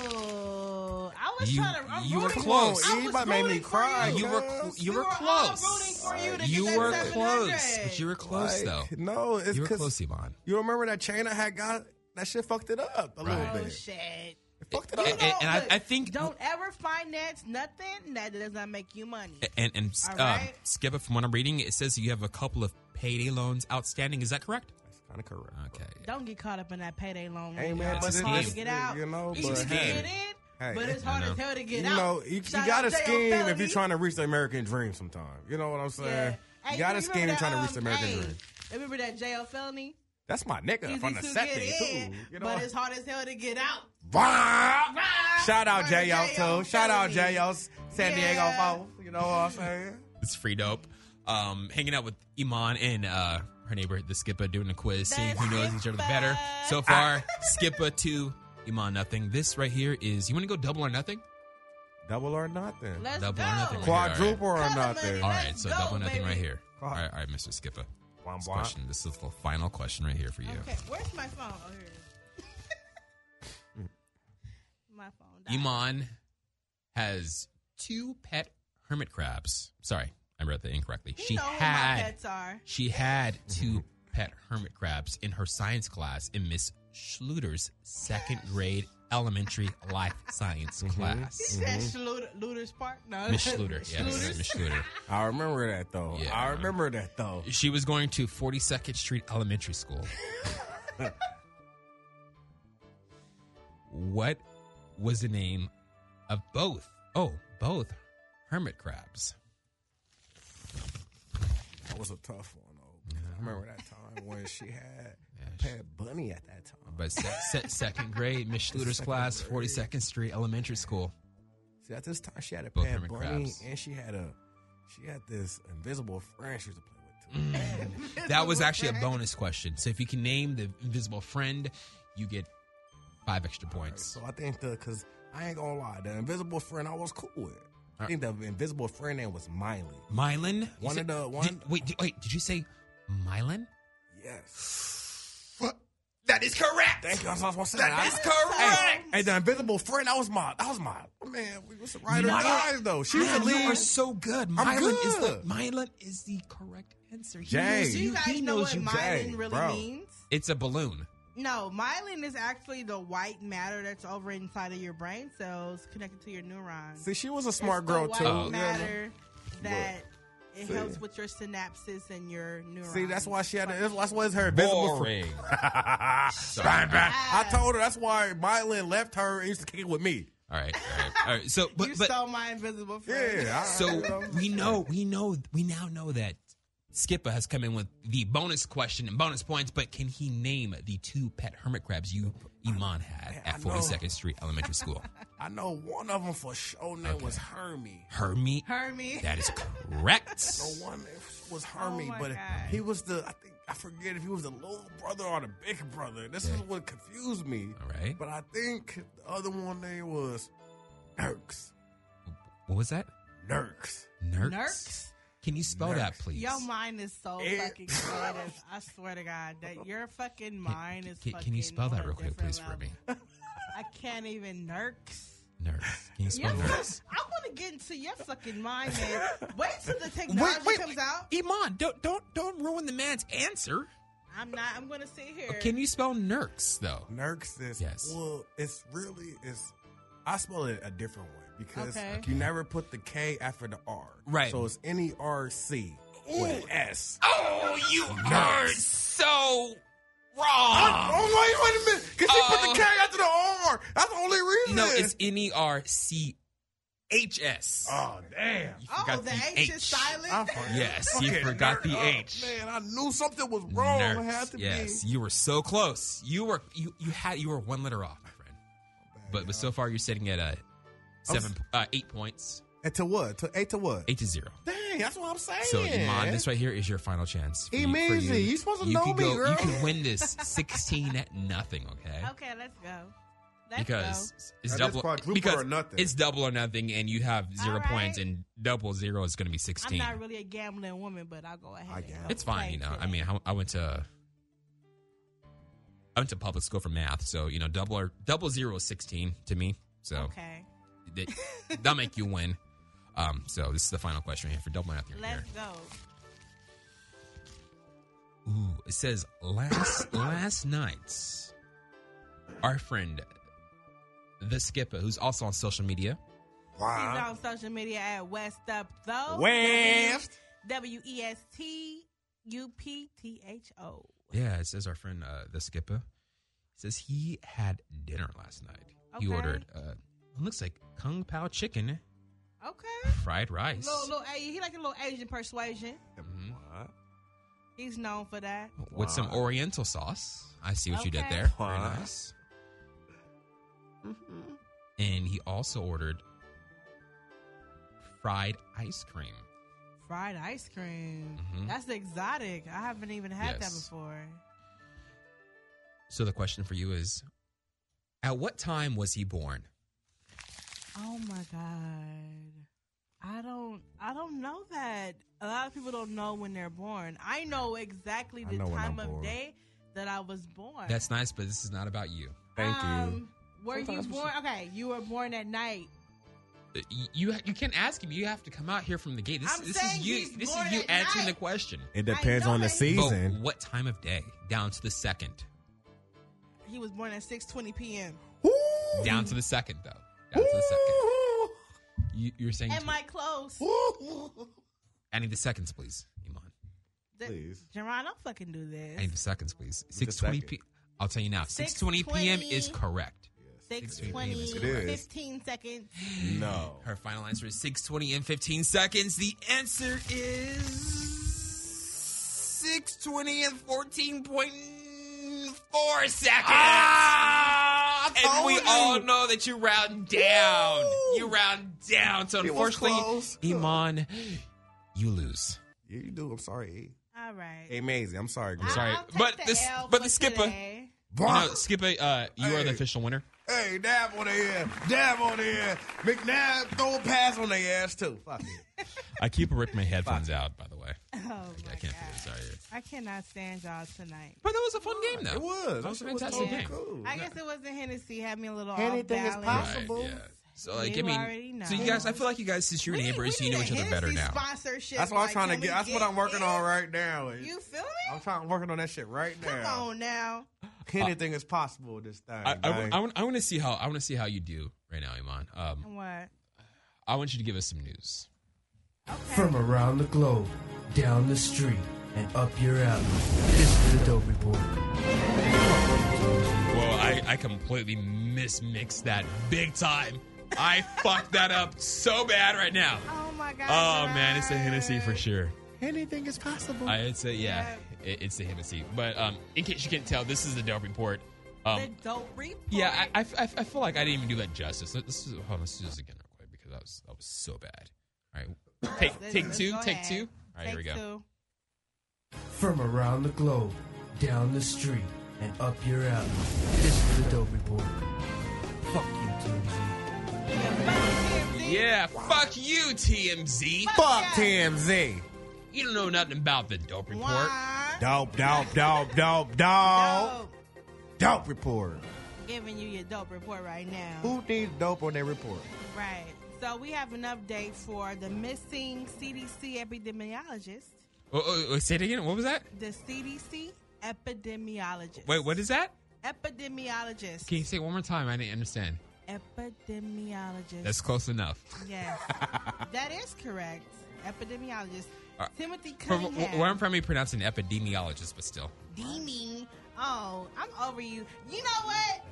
[SPEAKER 3] Oh, I was
[SPEAKER 2] You-
[SPEAKER 3] trying to. I'm
[SPEAKER 2] you were
[SPEAKER 3] rooting-
[SPEAKER 2] close.
[SPEAKER 3] I was
[SPEAKER 4] Eva made me
[SPEAKER 3] rooting for
[SPEAKER 4] cry.
[SPEAKER 2] You were cl-
[SPEAKER 4] Yes.
[SPEAKER 2] you
[SPEAKER 3] We
[SPEAKER 2] were
[SPEAKER 3] were all
[SPEAKER 2] close.
[SPEAKER 3] rooting for you to get
[SPEAKER 2] You
[SPEAKER 3] that
[SPEAKER 2] were
[SPEAKER 3] 700.
[SPEAKER 2] close, but you were close
[SPEAKER 4] Like,
[SPEAKER 2] though.
[SPEAKER 4] No, it's
[SPEAKER 2] You were
[SPEAKER 4] 'cause-
[SPEAKER 2] close, Iman.
[SPEAKER 4] You remember that chain I had got? That shit fucked it up a
[SPEAKER 2] Right.
[SPEAKER 4] little
[SPEAKER 3] Oh
[SPEAKER 4] bit.
[SPEAKER 3] shit.
[SPEAKER 4] It fucked it
[SPEAKER 2] A-
[SPEAKER 4] up.
[SPEAKER 2] a- And, I,
[SPEAKER 3] Look,
[SPEAKER 2] I think
[SPEAKER 3] don't ever finance nothing that does not make you money.
[SPEAKER 2] and and
[SPEAKER 3] All
[SPEAKER 2] um,
[SPEAKER 3] right.
[SPEAKER 2] skip it from what I'm reading. It says you have a couple of payday loans outstanding. Is that correct?
[SPEAKER 4] That's kind of correct.
[SPEAKER 2] Okay.
[SPEAKER 3] Don't get caught up in that payday loan.
[SPEAKER 4] Hey,
[SPEAKER 3] man.
[SPEAKER 4] man,
[SPEAKER 2] but
[SPEAKER 3] it's
[SPEAKER 2] it's-
[SPEAKER 3] hard to get out.
[SPEAKER 4] you know,
[SPEAKER 3] Easy
[SPEAKER 4] but
[SPEAKER 3] to
[SPEAKER 2] hey.
[SPEAKER 3] get in,
[SPEAKER 4] Hey.
[SPEAKER 3] but it's hard
[SPEAKER 2] I know.
[SPEAKER 3] as hell to get
[SPEAKER 4] You
[SPEAKER 3] out.
[SPEAKER 4] know, you, you
[SPEAKER 3] Shout
[SPEAKER 4] got to
[SPEAKER 3] out J.O.
[SPEAKER 4] scheme if you're
[SPEAKER 3] Felony.
[SPEAKER 4] trying to reach the American dream sometime. You know what I'm saying?
[SPEAKER 3] Hey,
[SPEAKER 4] you got to
[SPEAKER 3] remember
[SPEAKER 4] scheme if you're
[SPEAKER 3] that,
[SPEAKER 4] trying to reach the
[SPEAKER 3] um,
[SPEAKER 4] American
[SPEAKER 3] hey,
[SPEAKER 4] dream.
[SPEAKER 3] Remember that jail felony?
[SPEAKER 4] That's my nigga
[SPEAKER 3] Easy
[SPEAKER 4] from the
[SPEAKER 3] to
[SPEAKER 4] set
[SPEAKER 3] get
[SPEAKER 4] day,
[SPEAKER 3] in,
[SPEAKER 4] too. You know?
[SPEAKER 3] but it's hard as hell to get out.
[SPEAKER 4] Bah!
[SPEAKER 3] Bah!
[SPEAKER 4] Shout out
[SPEAKER 3] Remember
[SPEAKER 4] J.O.
[SPEAKER 3] J.O.
[SPEAKER 4] too. Shout out
[SPEAKER 3] felony.
[SPEAKER 4] J.O. San Diego
[SPEAKER 3] Yeah.
[SPEAKER 4] folks. You know what I'm saying?
[SPEAKER 2] It's free dope. Um, hanging out with Iman and uh, her neighbor, the Skipper, doing a quiz, seeing who knows each other better. So far, Skipper two, Iman nothing. This right here is you want to go double or nothing?
[SPEAKER 4] Double or nothing.
[SPEAKER 3] Let's
[SPEAKER 2] Double or
[SPEAKER 3] go.
[SPEAKER 2] nothing. Quad-
[SPEAKER 4] Quadruple or
[SPEAKER 3] Color money.
[SPEAKER 4] nothing.
[SPEAKER 2] All
[SPEAKER 3] Let's
[SPEAKER 2] right, so
[SPEAKER 3] go,
[SPEAKER 2] double or nothing
[SPEAKER 3] baby.
[SPEAKER 2] right here. All
[SPEAKER 4] Fuck.
[SPEAKER 2] right, all right, Mr. Skipper.
[SPEAKER 4] Wah,
[SPEAKER 2] This
[SPEAKER 4] wah.
[SPEAKER 2] question, this is the final question right here for you.
[SPEAKER 3] Okay, where's my phone? Oh, here. it is. <laughs> my phone. died.
[SPEAKER 2] Iman has two pet hermit crabs. Sorry, I read that incorrectly.
[SPEAKER 3] You
[SPEAKER 2] she
[SPEAKER 3] know
[SPEAKER 2] had
[SPEAKER 3] who my pets are.
[SPEAKER 2] She had two pet hermit crabs in her science class in Miss Schluter's second grade elementary life science
[SPEAKER 3] He <laughs>
[SPEAKER 4] Mm-hmm.
[SPEAKER 2] class.
[SPEAKER 3] said Schluter, Luter's Park. No,
[SPEAKER 2] Miss
[SPEAKER 3] <laughs>
[SPEAKER 2] Schluter, yes,
[SPEAKER 3] Schluter's.
[SPEAKER 2] Miss Schluter.
[SPEAKER 4] I remember that, though.
[SPEAKER 2] Yeah.
[SPEAKER 4] I remember
[SPEAKER 2] <laughs>
[SPEAKER 4] that, though.
[SPEAKER 2] She was going to 42nd Street Elementary
[SPEAKER 4] <laughs>
[SPEAKER 2] School. what was the name of both? Oh, both hermit crabs.
[SPEAKER 4] That was a tough one, though. I remember that time when she had Pat Bunny at that time.
[SPEAKER 2] But se- se-
[SPEAKER 4] <laughs>
[SPEAKER 2] second grade, Miss Schluter's
[SPEAKER 4] Second
[SPEAKER 2] class,
[SPEAKER 4] grade.
[SPEAKER 2] 42nd Street Elementary School.
[SPEAKER 4] See, at this time, she had a
[SPEAKER 2] Both
[SPEAKER 4] Pat
[SPEAKER 2] hermit
[SPEAKER 4] Bunny,
[SPEAKER 2] crabs.
[SPEAKER 4] and she had a she had this invisible friend she used to play with. Too.
[SPEAKER 2] Mm. That was actually a bonus question. So if you can name the invisible friend, you get five extra points.
[SPEAKER 4] So I think the because I ain't gonna lie, the invisible friend I was cool with. I think the invisible friend name was Miley.
[SPEAKER 2] Mylan? You
[SPEAKER 4] One of the-
[SPEAKER 2] did-
[SPEAKER 4] one-
[SPEAKER 2] wait, did, wait, did you say Mylan?
[SPEAKER 4] Yes.
[SPEAKER 2] That is correct.
[SPEAKER 4] Thank you. I was supposed to say
[SPEAKER 2] That
[SPEAKER 4] I-
[SPEAKER 2] is correct.
[SPEAKER 4] Hey, hey, the invisible friend, that was my, that was my, oh, man, we was right in
[SPEAKER 2] Mylan-
[SPEAKER 4] eyes, though. She was
[SPEAKER 2] Man,
[SPEAKER 4] the
[SPEAKER 2] you are
[SPEAKER 4] lead.
[SPEAKER 2] so good.
[SPEAKER 4] I'm
[SPEAKER 2] Mylan is the
[SPEAKER 4] good.
[SPEAKER 2] Mylan is the correct answer. He
[SPEAKER 4] Jay.
[SPEAKER 2] knows
[SPEAKER 3] Do you
[SPEAKER 2] you.
[SPEAKER 3] guys
[SPEAKER 2] He
[SPEAKER 3] know
[SPEAKER 2] knows
[SPEAKER 3] what
[SPEAKER 2] you.
[SPEAKER 4] Jay,
[SPEAKER 3] myelin really
[SPEAKER 4] bro.
[SPEAKER 3] means?
[SPEAKER 2] It's a balloon.
[SPEAKER 3] No, myelin is actually the white matter that's over inside of your brain cells connected to your neurons.
[SPEAKER 4] See, she was a
[SPEAKER 3] It's
[SPEAKER 4] smart
[SPEAKER 3] the
[SPEAKER 4] girl,
[SPEAKER 3] white
[SPEAKER 4] too.
[SPEAKER 2] Oh,
[SPEAKER 3] matter that it
[SPEAKER 4] See.
[SPEAKER 3] helps with your synapses and your neurons.
[SPEAKER 4] See, that's why she had. A, that's why it's her
[SPEAKER 3] <laughs>
[SPEAKER 4] invisible friend. Bang, bang. I
[SPEAKER 3] Ah,
[SPEAKER 4] told her that's why Mylan left her and used to kick it with me.
[SPEAKER 2] All right, all right, all right. So, but,
[SPEAKER 3] you
[SPEAKER 2] but
[SPEAKER 3] stole my invisible friend.
[SPEAKER 4] Yeah. I,
[SPEAKER 2] So
[SPEAKER 4] I-
[SPEAKER 2] we know, we know, we now know that Skipper has come in with the bonus question and bonus points, but can he name the two pet hermit crabs you Iman had
[SPEAKER 4] I
[SPEAKER 2] at
[SPEAKER 4] know.
[SPEAKER 2] 42nd Street Elementary School?
[SPEAKER 4] I know one of them for sure name was Hermie.
[SPEAKER 2] Hermie.
[SPEAKER 3] Hermes.
[SPEAKER 2] That is correct.
[SPEAKER 4] No one was Hermie,
[SPEAKER 3] Oh my
[SPEAKER 4] but
[SPEAKER 3] God.
[SPEAKER 4] he was the. I think I forget if he was the little brother or the big brother. This is what confused me.
[SPEAKER 2] All right.
[SPEAKER 4] But I think the other one name was Nerks.
[SPEAKER 2] What was that?
[SPEAKER 4] Nerks.
[SPEAKER 2] Nerks.
[SPEAKER 3] Nerks?
[SPEAKER 2] Can you spell that,
[SPEAKER 4] Nerks.
[SPEAKER 2] please?
[SPEAKER 3] Your mind is so
[SPEAKER 4] It-
[SPEAKER 3] fucking creative. I swear to God, that your fucking mind
[SPEAKER 2] Can,
[SPEAKER 3] is.
[SPEAKER 2] can-
[SPEAKER 3] fucking
[SPEAKER 2] can you spell
[SPEAKER 3] on
[SPEAKER 2] that <laughs>
[SPEAKER 3] a
[SPEAKER 2] real quick,
[SPEAKER 3] different
[SPEAKER 2] please, for
[SPEAKER 3] level.
[SPEAKER 2] me?
[SPEAKER 3] I can't even nerks.
[SPEAKER 2] Nerds.
[SPEAKER 3] <laughs>
[SPEAKER 2] Can you
[SPEAKER 3] Your
[SPEAKER 2] spell nerds?
[SPEAKER 3] fuck- I want to get into your fucking mind, man. Wait till the technology
[SPEAKER 2] Wait, wait,
[SPEAKER 3] comes out.
[SPEAKER 2] Iman, don't don't don't ruin the man's answer.
[SPEAKER 3] I'm not. I'm gonna sit here.
[SPEAKER 2] Can you spell nerds though?
[SPEAKER 4] Nerks is
[SPEAKER 2] Yes.
[SPEAKER 4] well, it's really it's I spell it a different way because
[SPEAKER 3] Okay.
[SPEAKER 4] you never put the K after the R.
[SPEAKER 2] Right.
[SPEAKER 4] So it's N E R C with an S.
[SPEAKER 2] Oh, you are so wrong.
[SPEAKER 4] Oh wait, wait a minute. Cause she put
[SPEAKER 2] Ah. Uh,
[SPEAKER 4] the K after the R. That's the only reason.
[SPEAKER 2] No, it's N E R C H S.
[SPEAKER 4] Oh damn.
[SPEAKER 2] You
[SPEAKER 3] Oh,
[SPEAKER 2] forgot
[SPEAKER 3] the H is
[SPEAKER 4] I
[SPEAKER 3] silent. <laughs>
[SPEAKER 4] fucking-
[SPEAKER 2] Yes, you
[SPEAKER 4] fucking
[SPEAKER 2] forgot the
[SPEAKER 4] nerd. Oh,
[SPEAKER 2] H.
[SPEAKER 4] man, I knew something was wrong. It
[SPEAKER 2] Nerds.
[SPEAKER 4] had to
[SPEAKER 2] yes,
[SPEAKER 4] be.
[SPEAKER 2] you were so close. You were you you had you were one letter off, Oh, my friend. But but so far you're sitting at uh seven uh, eight points,
[SPEAKER 4] And to what? To eight to what?
[SPEAKER 2] eight to zero.
[SPEAKER 4] Dang, that's what I'm saying.
[SPEAKER 2] So Iman, this right here is your final chance. for
[SPEAKER 4] He
[SPEAKER 2] you- for
[SPEAKER 4] means
[SPEAKER 2] you.
[SPEAKER 4] it. You supposed to know
[SPEAKER 2] can
[SPEAKER 4] me,
[SPEAKER 2] go,
[SPEAKER 4] girl.
[SPEAKER 2] You can win
[SPEAKER 4] <laughs>
[SPEAKER 2] this sixteen at nothing. Okay.
[SPEAKER 3] Okay, let's go. Let's
[SPEAKER 2] Because
[SPEAKER 3] go.
[SPEAKER 2] it's
[SPEAKER 4] Now, that's
[SPEAKER 2] double
[SPEAKER 4] quadruple
[SPEAKER 2] because
[SPEAKER 4] or nothing.
[SPEAKER 2] it's double or nothing, and you have zero
[SPEAKER 3] All right.
[SPEAKER 2] points, and double zero is going to be
[SPEAKER 3] I'm
[SPEAKER 2] 16
[SPEAKER 3] not really a gambling woman, but I'll go ahead.
[SPEAKER 4] I
[SPEAKER 3] and
[SPEAKER 4] gamble.
[SPEAKER 3] I'll
[SPEAKER 2] It's fine,
[SPEAKER 3] play
[SPEAKER 2] you know. I
[SPEAKER 3] today.
[SPEAKER 2] mean, I, I went to I went to public school for math, so you know, double or double zero is sixteen to me. So
[SPEAKER 3] okay,
[SPEAKER 2] that, will make you win.
[SPEAKER 3] <laughs>
[SPEAKER 2] Um, so this is the final question here for double or nothing. right
[SPEAKER 3] let's
[SPEAKER 2] here.
[SPEAKER 3] go.
[SPEAKER 2] Ooh, it says last <coughs> last night, our friend the skipper, who's also on social media,
[SPEAKER 3] He's
[SPEAKER 4] Wow.
[SPEAKER 3] on social media at West Up Though.
[SPEAKER 4] West.
[SPEAKER 3] W E S T U P T H O.
[SPEAKER 2] yeah, it says our friend uh, the skipper says he had dinner last night. He
[SPEAKER 3] Okay.
[SPEAKER 2] ordered uh, it looks like kung pao chicken,
[SPEAKER 3] Okay.
[SPEAKER 2] fried rice.
[SPEAKER 3] Little, little, A- he like a little Asian persuasion.
[SPEAKER 4] What?
[SPEAKER 3] He's known for that.
[SPEAKER 2] with some
[SPEAKER 4] Wow.
[SPEAKER 2] oriental sauce. I see what you did
[SPEAKER 3] Okay.
[SPEAKER 2] there. Very
[SPEAKER 4] Wow.
[SPEAKER 2] nice. And he also ordered fried ice cream.
[SPEAKER 3] Fried ice cream.
[SPEAKER 2] Mhm.
[SPEAKER 3] That's exotic. I haven't even had that
[SPEAKER 2] Yes.
[SPEAKER 3] before.
[SPEAKER 2] So the question for you is at what time was he born?
[SPEAKER 3] Oh my god. I don't I don't know that. A lot of people don't know when they're born. I know exactly
[SPEAKER 4] I
[SPEAKER 3] the
[SPEAKER 4] know when I'm
[SPEAKER 3] time of
[SPEAKER 4] born.
[SPEAKER 3] day that I was born. Um,
[SPEAKER 2] That's nice, but this is not about you.
[SPEAKER 4] Thank you.
[SPEAKER 3] Were
[SPEAKER 4] Sometimes
[SPEAKER 3] you
[SPEAKER 4] we
[SPEAKER 3] born? Okay, you were born at night.
[SPEAKER 2] Uh, y- You you can't ask him. You have to come out here from the gate. This,
[SPEAKER 3] I'm
[SPEAKER 2] this is
[SPEAKER 3] saying
[SPEAKER 2] you.
[SPEAKER 3] he's
[SPEAKER 2] This
[SPEAKER 3] born
[SPEAKER 2] is you
[SPEAKER 3] at
[SPEAKER 2] answering
[SPEAKER 3] night.
[SPEAKER 2] the question.
[SPEAKER 4] It
[SPEAKER 3] I
[SPEAKER 4] depends
[SPEAKER 3] know
[SPEAKER 4] on the
[SPEAKER 3] that you-
[SPEAKER 2] But <laughs>
[SPEAKER 4] season.
[SPEAKER 2] what time of day? Down to the second.
[SPEAKER 3] He was born at 6:20 p.m.
[SPEAKER 4] Ooh.
[SPEAKER 2] Down to the second, though. Down to the second. You, you're saying.
[SPEAKER 3] Am I close?
[SPEAKER 4] Ooh.
[SPEAKER 2] I need the seconds, please, Iman.
[SPEAKER 3] Th-
[SPEAKER 4] Please.
[SPEAKER 3] Jerron, don't fucking do
[SPEAKER 2] I need
[SPEAKER 3] this.
[SPEAKER 2] the seconds, please.
[SPEAKER 4] It's a
[SPEAKER 2] Six twenty
[SPEAKER 4] second.
[SPEAKER 2] p. I'll tell you now. Six twenty p.m. is
[SPEAKER 3] 6:20.
[SPEAKER 2] correct.
[SPEAKER 3] 6:20,
[SPEAKER 4] It is.
[SPEAKER 3] 15 seconds.
[SPEAKER 4] No.
[SPEAKER 2] Her final answer is six twenty and fifteen seconds. The answer is six twenty and fourteen point four seconds.
[SPEAKER 4] Ah,
[SPEAKER 2] and we
[SPEAKER 4] told you.
[SPEAKER 2] all know that you round down. You round down. So
[SPEAKER 4] It was
[SPEAKER 2] unfortunately,
[SPEAKER 4] close.
[SPEAKER 2] Iman, you lose.
[SPEAKER 4] Yeah, you do. I'm sorry.
[SPEAKER 3] All right.
[SPEAKER 4] E. Amazing. I'm sorry. girl.
[SPEAKER 3] I-
[SPEAKER 2] sorry,
[SPEAKER 3] I'll take
[SPEAKER 2] but
[SPEAKER 3] the
[SPEAKER 2] this-
[SPEAKER 3] L
[SPEAKER 2] but
[SPEAKER 3] for
[SPEAKER 2] the skipper-
[SPEAKER 3] today.
[SPEAKER 2] You know, Skip, uh, you are the
[SPEAKER 4] Hey.
[SPEAKER 2] official winner.
[SPEAKER 4] Hey, dab on the ass. Dab on the ass. McNabb, throw a pass on the ass, too. Fuck it.
[SPEAKER 2] I keep ripping my headphones out, by the way.
[SPEAKER 3] Oh
[SPEAKER 2] I
[SPEAKER 3] my
[SPEAKER 2] can't
[SPEAKER 3] God.
[SPEAKER 2] feel it. Sorry.
[SPEAKER 3] I cannot stand y'all tonight.
[SPEAKER 2] But that was a fun game, though.
[SPEAKER 4] It was.
[SPEAKER 2] That was a
[SPEAKER 4] That shit was
[SPEAKER 2] fantastic
[SPEAKER 4] totally
[SPEAKER 2] game.
[SPEAKER 4] cool.
[SPEAKER 3] I guess it was the Hennessy had me a little
[SPEAKER 4] Anything is
[SPEAKER 3] off balance.
[SPEAKER 4] possible.
[SPEAKER 2] Right, yeah. So like,
[SPEAKER 3] You
[SPEAKER 2] I
[SPEAKER 3] already
[SPEAKER 2] mean,
[SPEAKER 3] know.
[SPEAKER 2] so you guys, I feel like you guys, since you're
[SPEAKER 3] We-
[SPEAKER 2] neighbors,
[SPEAKER 3] we
[SPEAKER 2] you know
[SPEAKER 3] need
[SPEAKER 2] each
[SPEAKER 3] a
[SPEAKER 2] other better
[SPEAKER 3] Hennessy
[SPEAKER 2] now.
[SPEAKER 3] Sponsorship.
[SPEAKER 4] That's what I'm
[SPEAKER 3] Like,
[SPEAKER 4] trying to
[SPEAKER 3] can we
[SPEAKER 4] get. That's what I'm working
[SPEAKER 3] in?
[SPEAKER 4] on right now.
[SPEAKER 3] You feel
[SPEAKER 4] I'm
[SPEAKER 3] me?
[SPEAKER 4] trying. I'm working on that shit right now.
[SPEAKER 3] Come on now.
[SPEAKER 4] Anything is possible with this thing.
[SPEAKER 2] I, I,
[SPEAKER 4] man.
[SPEAKER 2] want- I, want- I want to see how I want to see how you do right now, Iman. Um,
[SPEAKER 3] What?
[SPEAKER 2] I want you to give us some news.
[SPEAKER 1] From around the globe, down the street, and up your alley. This is the Dope Report.
[SPEAKER 2] Whoa, I, I completely mismixed that big time.
[SPEAKER 3] <laughs>
[SPEAKER 2] I fucked that up so bad right now.
[SPEAKER 3] Oh my God.
[SPEAKER 2] Oh man, it's a
[SPEAKER 3] Gerard.
[SPEAKER 2] Hennessy for sure.
[SPEAKER 4] Anything is possible.
[SPEAKER 2] I, it's a yeah, it, it's a Hennessy. But um, in case you can tell, this is the Dope Report. Um,
[SPEAKER 3] The dope report.
[SPEAKER 2] Yeah, I, I, I I feel like I didn't even do that justice. Let- Let's, do- hold on, let's do this again real quick because that was that was so bad. All right, take
[SPEAKER 3] Let's-
[SPEAKER 2] take
[SPEAKER 3] let's
[SPEAKER 2] two,
[SPEAKER 3] go
[SPEAKER 2] take
[SPEAKER 3] ahead.
[SPEAKER 2] two. All right, here we
[SPEAKER 3] Take
[SPEAKER 2] go.
[SPEAKER 3] two.
[SPEAKER 1] From around the globe, down the street, and up your alley. This is the Dope Report. Fuck you, TMZ.
[SPEAKER 2] Yeah, fuck you, TMZ.
[SPEAKER 4] Fuck TMZ.
[SPEAKER 2] You don't know nothing about the dope report.
[SPEAKER 3] Why?
[SPEAKER 4] Dope, dope, dope, dope, dope.
[SPEAKER 3] Dope.
[SPEAKER 4] Dope report.
[SPEAKER 3] giving you your dope report right now.
[SPEAKER 4] Who needs dope on their report?
[SPEAKER 3] Right. So we have an update for the missing CDC epidemiologist.
[SPEAKER 2] Oh, oh, oh, say it again. What was that?
[SPEAKER 3] The CDC epidemiologist.
[SPEAKER 2] Wait, what is that?
[SPEAKER 3] Epidemiologist.
[SPEAKER 2] Can you say it one more time? I didn't understand.
[SPEAKER 3] Epidemiologist.
[SPEAKER 2] That's close enough. <laughs>
[SPEAKER 3] yes. that is correct. Epidemiologist.
[SPEAKER 2] Uh,
[SPEAKER 3] Timothy
[SPEAKER 2] From,
[SPEAKER 3] Cunningham.
[SPEAKER 2] where I'm from, we pronounce an epidemiologist, but still.
[SPEAKER 3] Demi. Oh, I'm over you. You know what?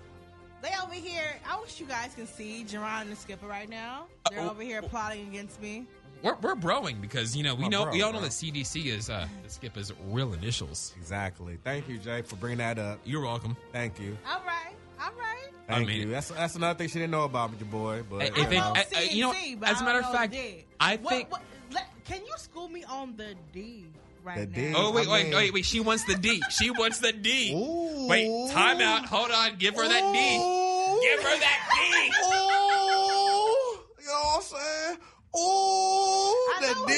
[SPEAKER 3] They over here. I wish you guys can see Jerron and Skipper right now. They're
[SPEAKER 2] Uh, oh,
[SPEAKER 3] over here plotting against me.
[SPEAKER 2] We're, we're broing because you know we
[SPEAKER 6] Oh,
[SPEAKER 2] know
[SPEAKER 6] bro,
[SPEAKER 2] we all know
[SPEAKER 6] bro.
[SPEAKER 2] that CDC is uh, the skip is real initials.
[SPEAKER 6] Exactly. Thank you, Jay, for bringing that up.
[SPEAKER 2] You're welcome.
[SPEAKER 6] Thank you.
[SPEAKER 3] All right, all right.
[SPEAKER 2] I
[SPEAKER 6] Thank
[SPEAKER 2] mean-
[SPEAKER 6] you. That's that's another thing she didn't know about with your boy. But
[SPEAKER 2] Hey,
[SPEAKER 6] you
[SPEAKER 2] if it-
[SPEAKER 6] know.
[SPEAKER 3] I
[SPEAKER 2] I- I- you know,
[SPEAKER 3] CNC, but
[SPEAKER 2] as a
[SPEAKER 3] I
[SPEAKER 2] matter
[SPEAKER 3] don't
[SPEAKER 2] of
[SPEAKER 3] know
[SPEAKER 2] fact,
[SPEAKER 3] the D.
[SPEAKER 2] I
[SPEAKER 3] What-
[SPEAKER 2] think-
[SPEAKER 3] what- let- can you school me on the D right
[SPEAKER 6] The D.
[SPEAKER 3] now?
[SPEAKER 2] Oh wait,
[SPEAKER 4] I
[SPEAKER 2] wait,
[SPEAKER 4] mean-
[SPEAKER 2] wait, wait! She wants the D. She wants the D.
[SPEAKER 4] Ooh.
[SPEAKER 2] Wait, time out. Hold on. Give her that D.
[SPEAKER 4] Ooh.
[SPEAKER 2] Give her that D.
[SPEAKER 4] Ooh. Oh, You know what I'm saying? Ooh,
[SPEAKER 3] I know
[SPEAKER 4] Oh, the
[SPEAKER 3] it-
[SPEAKER 4] D.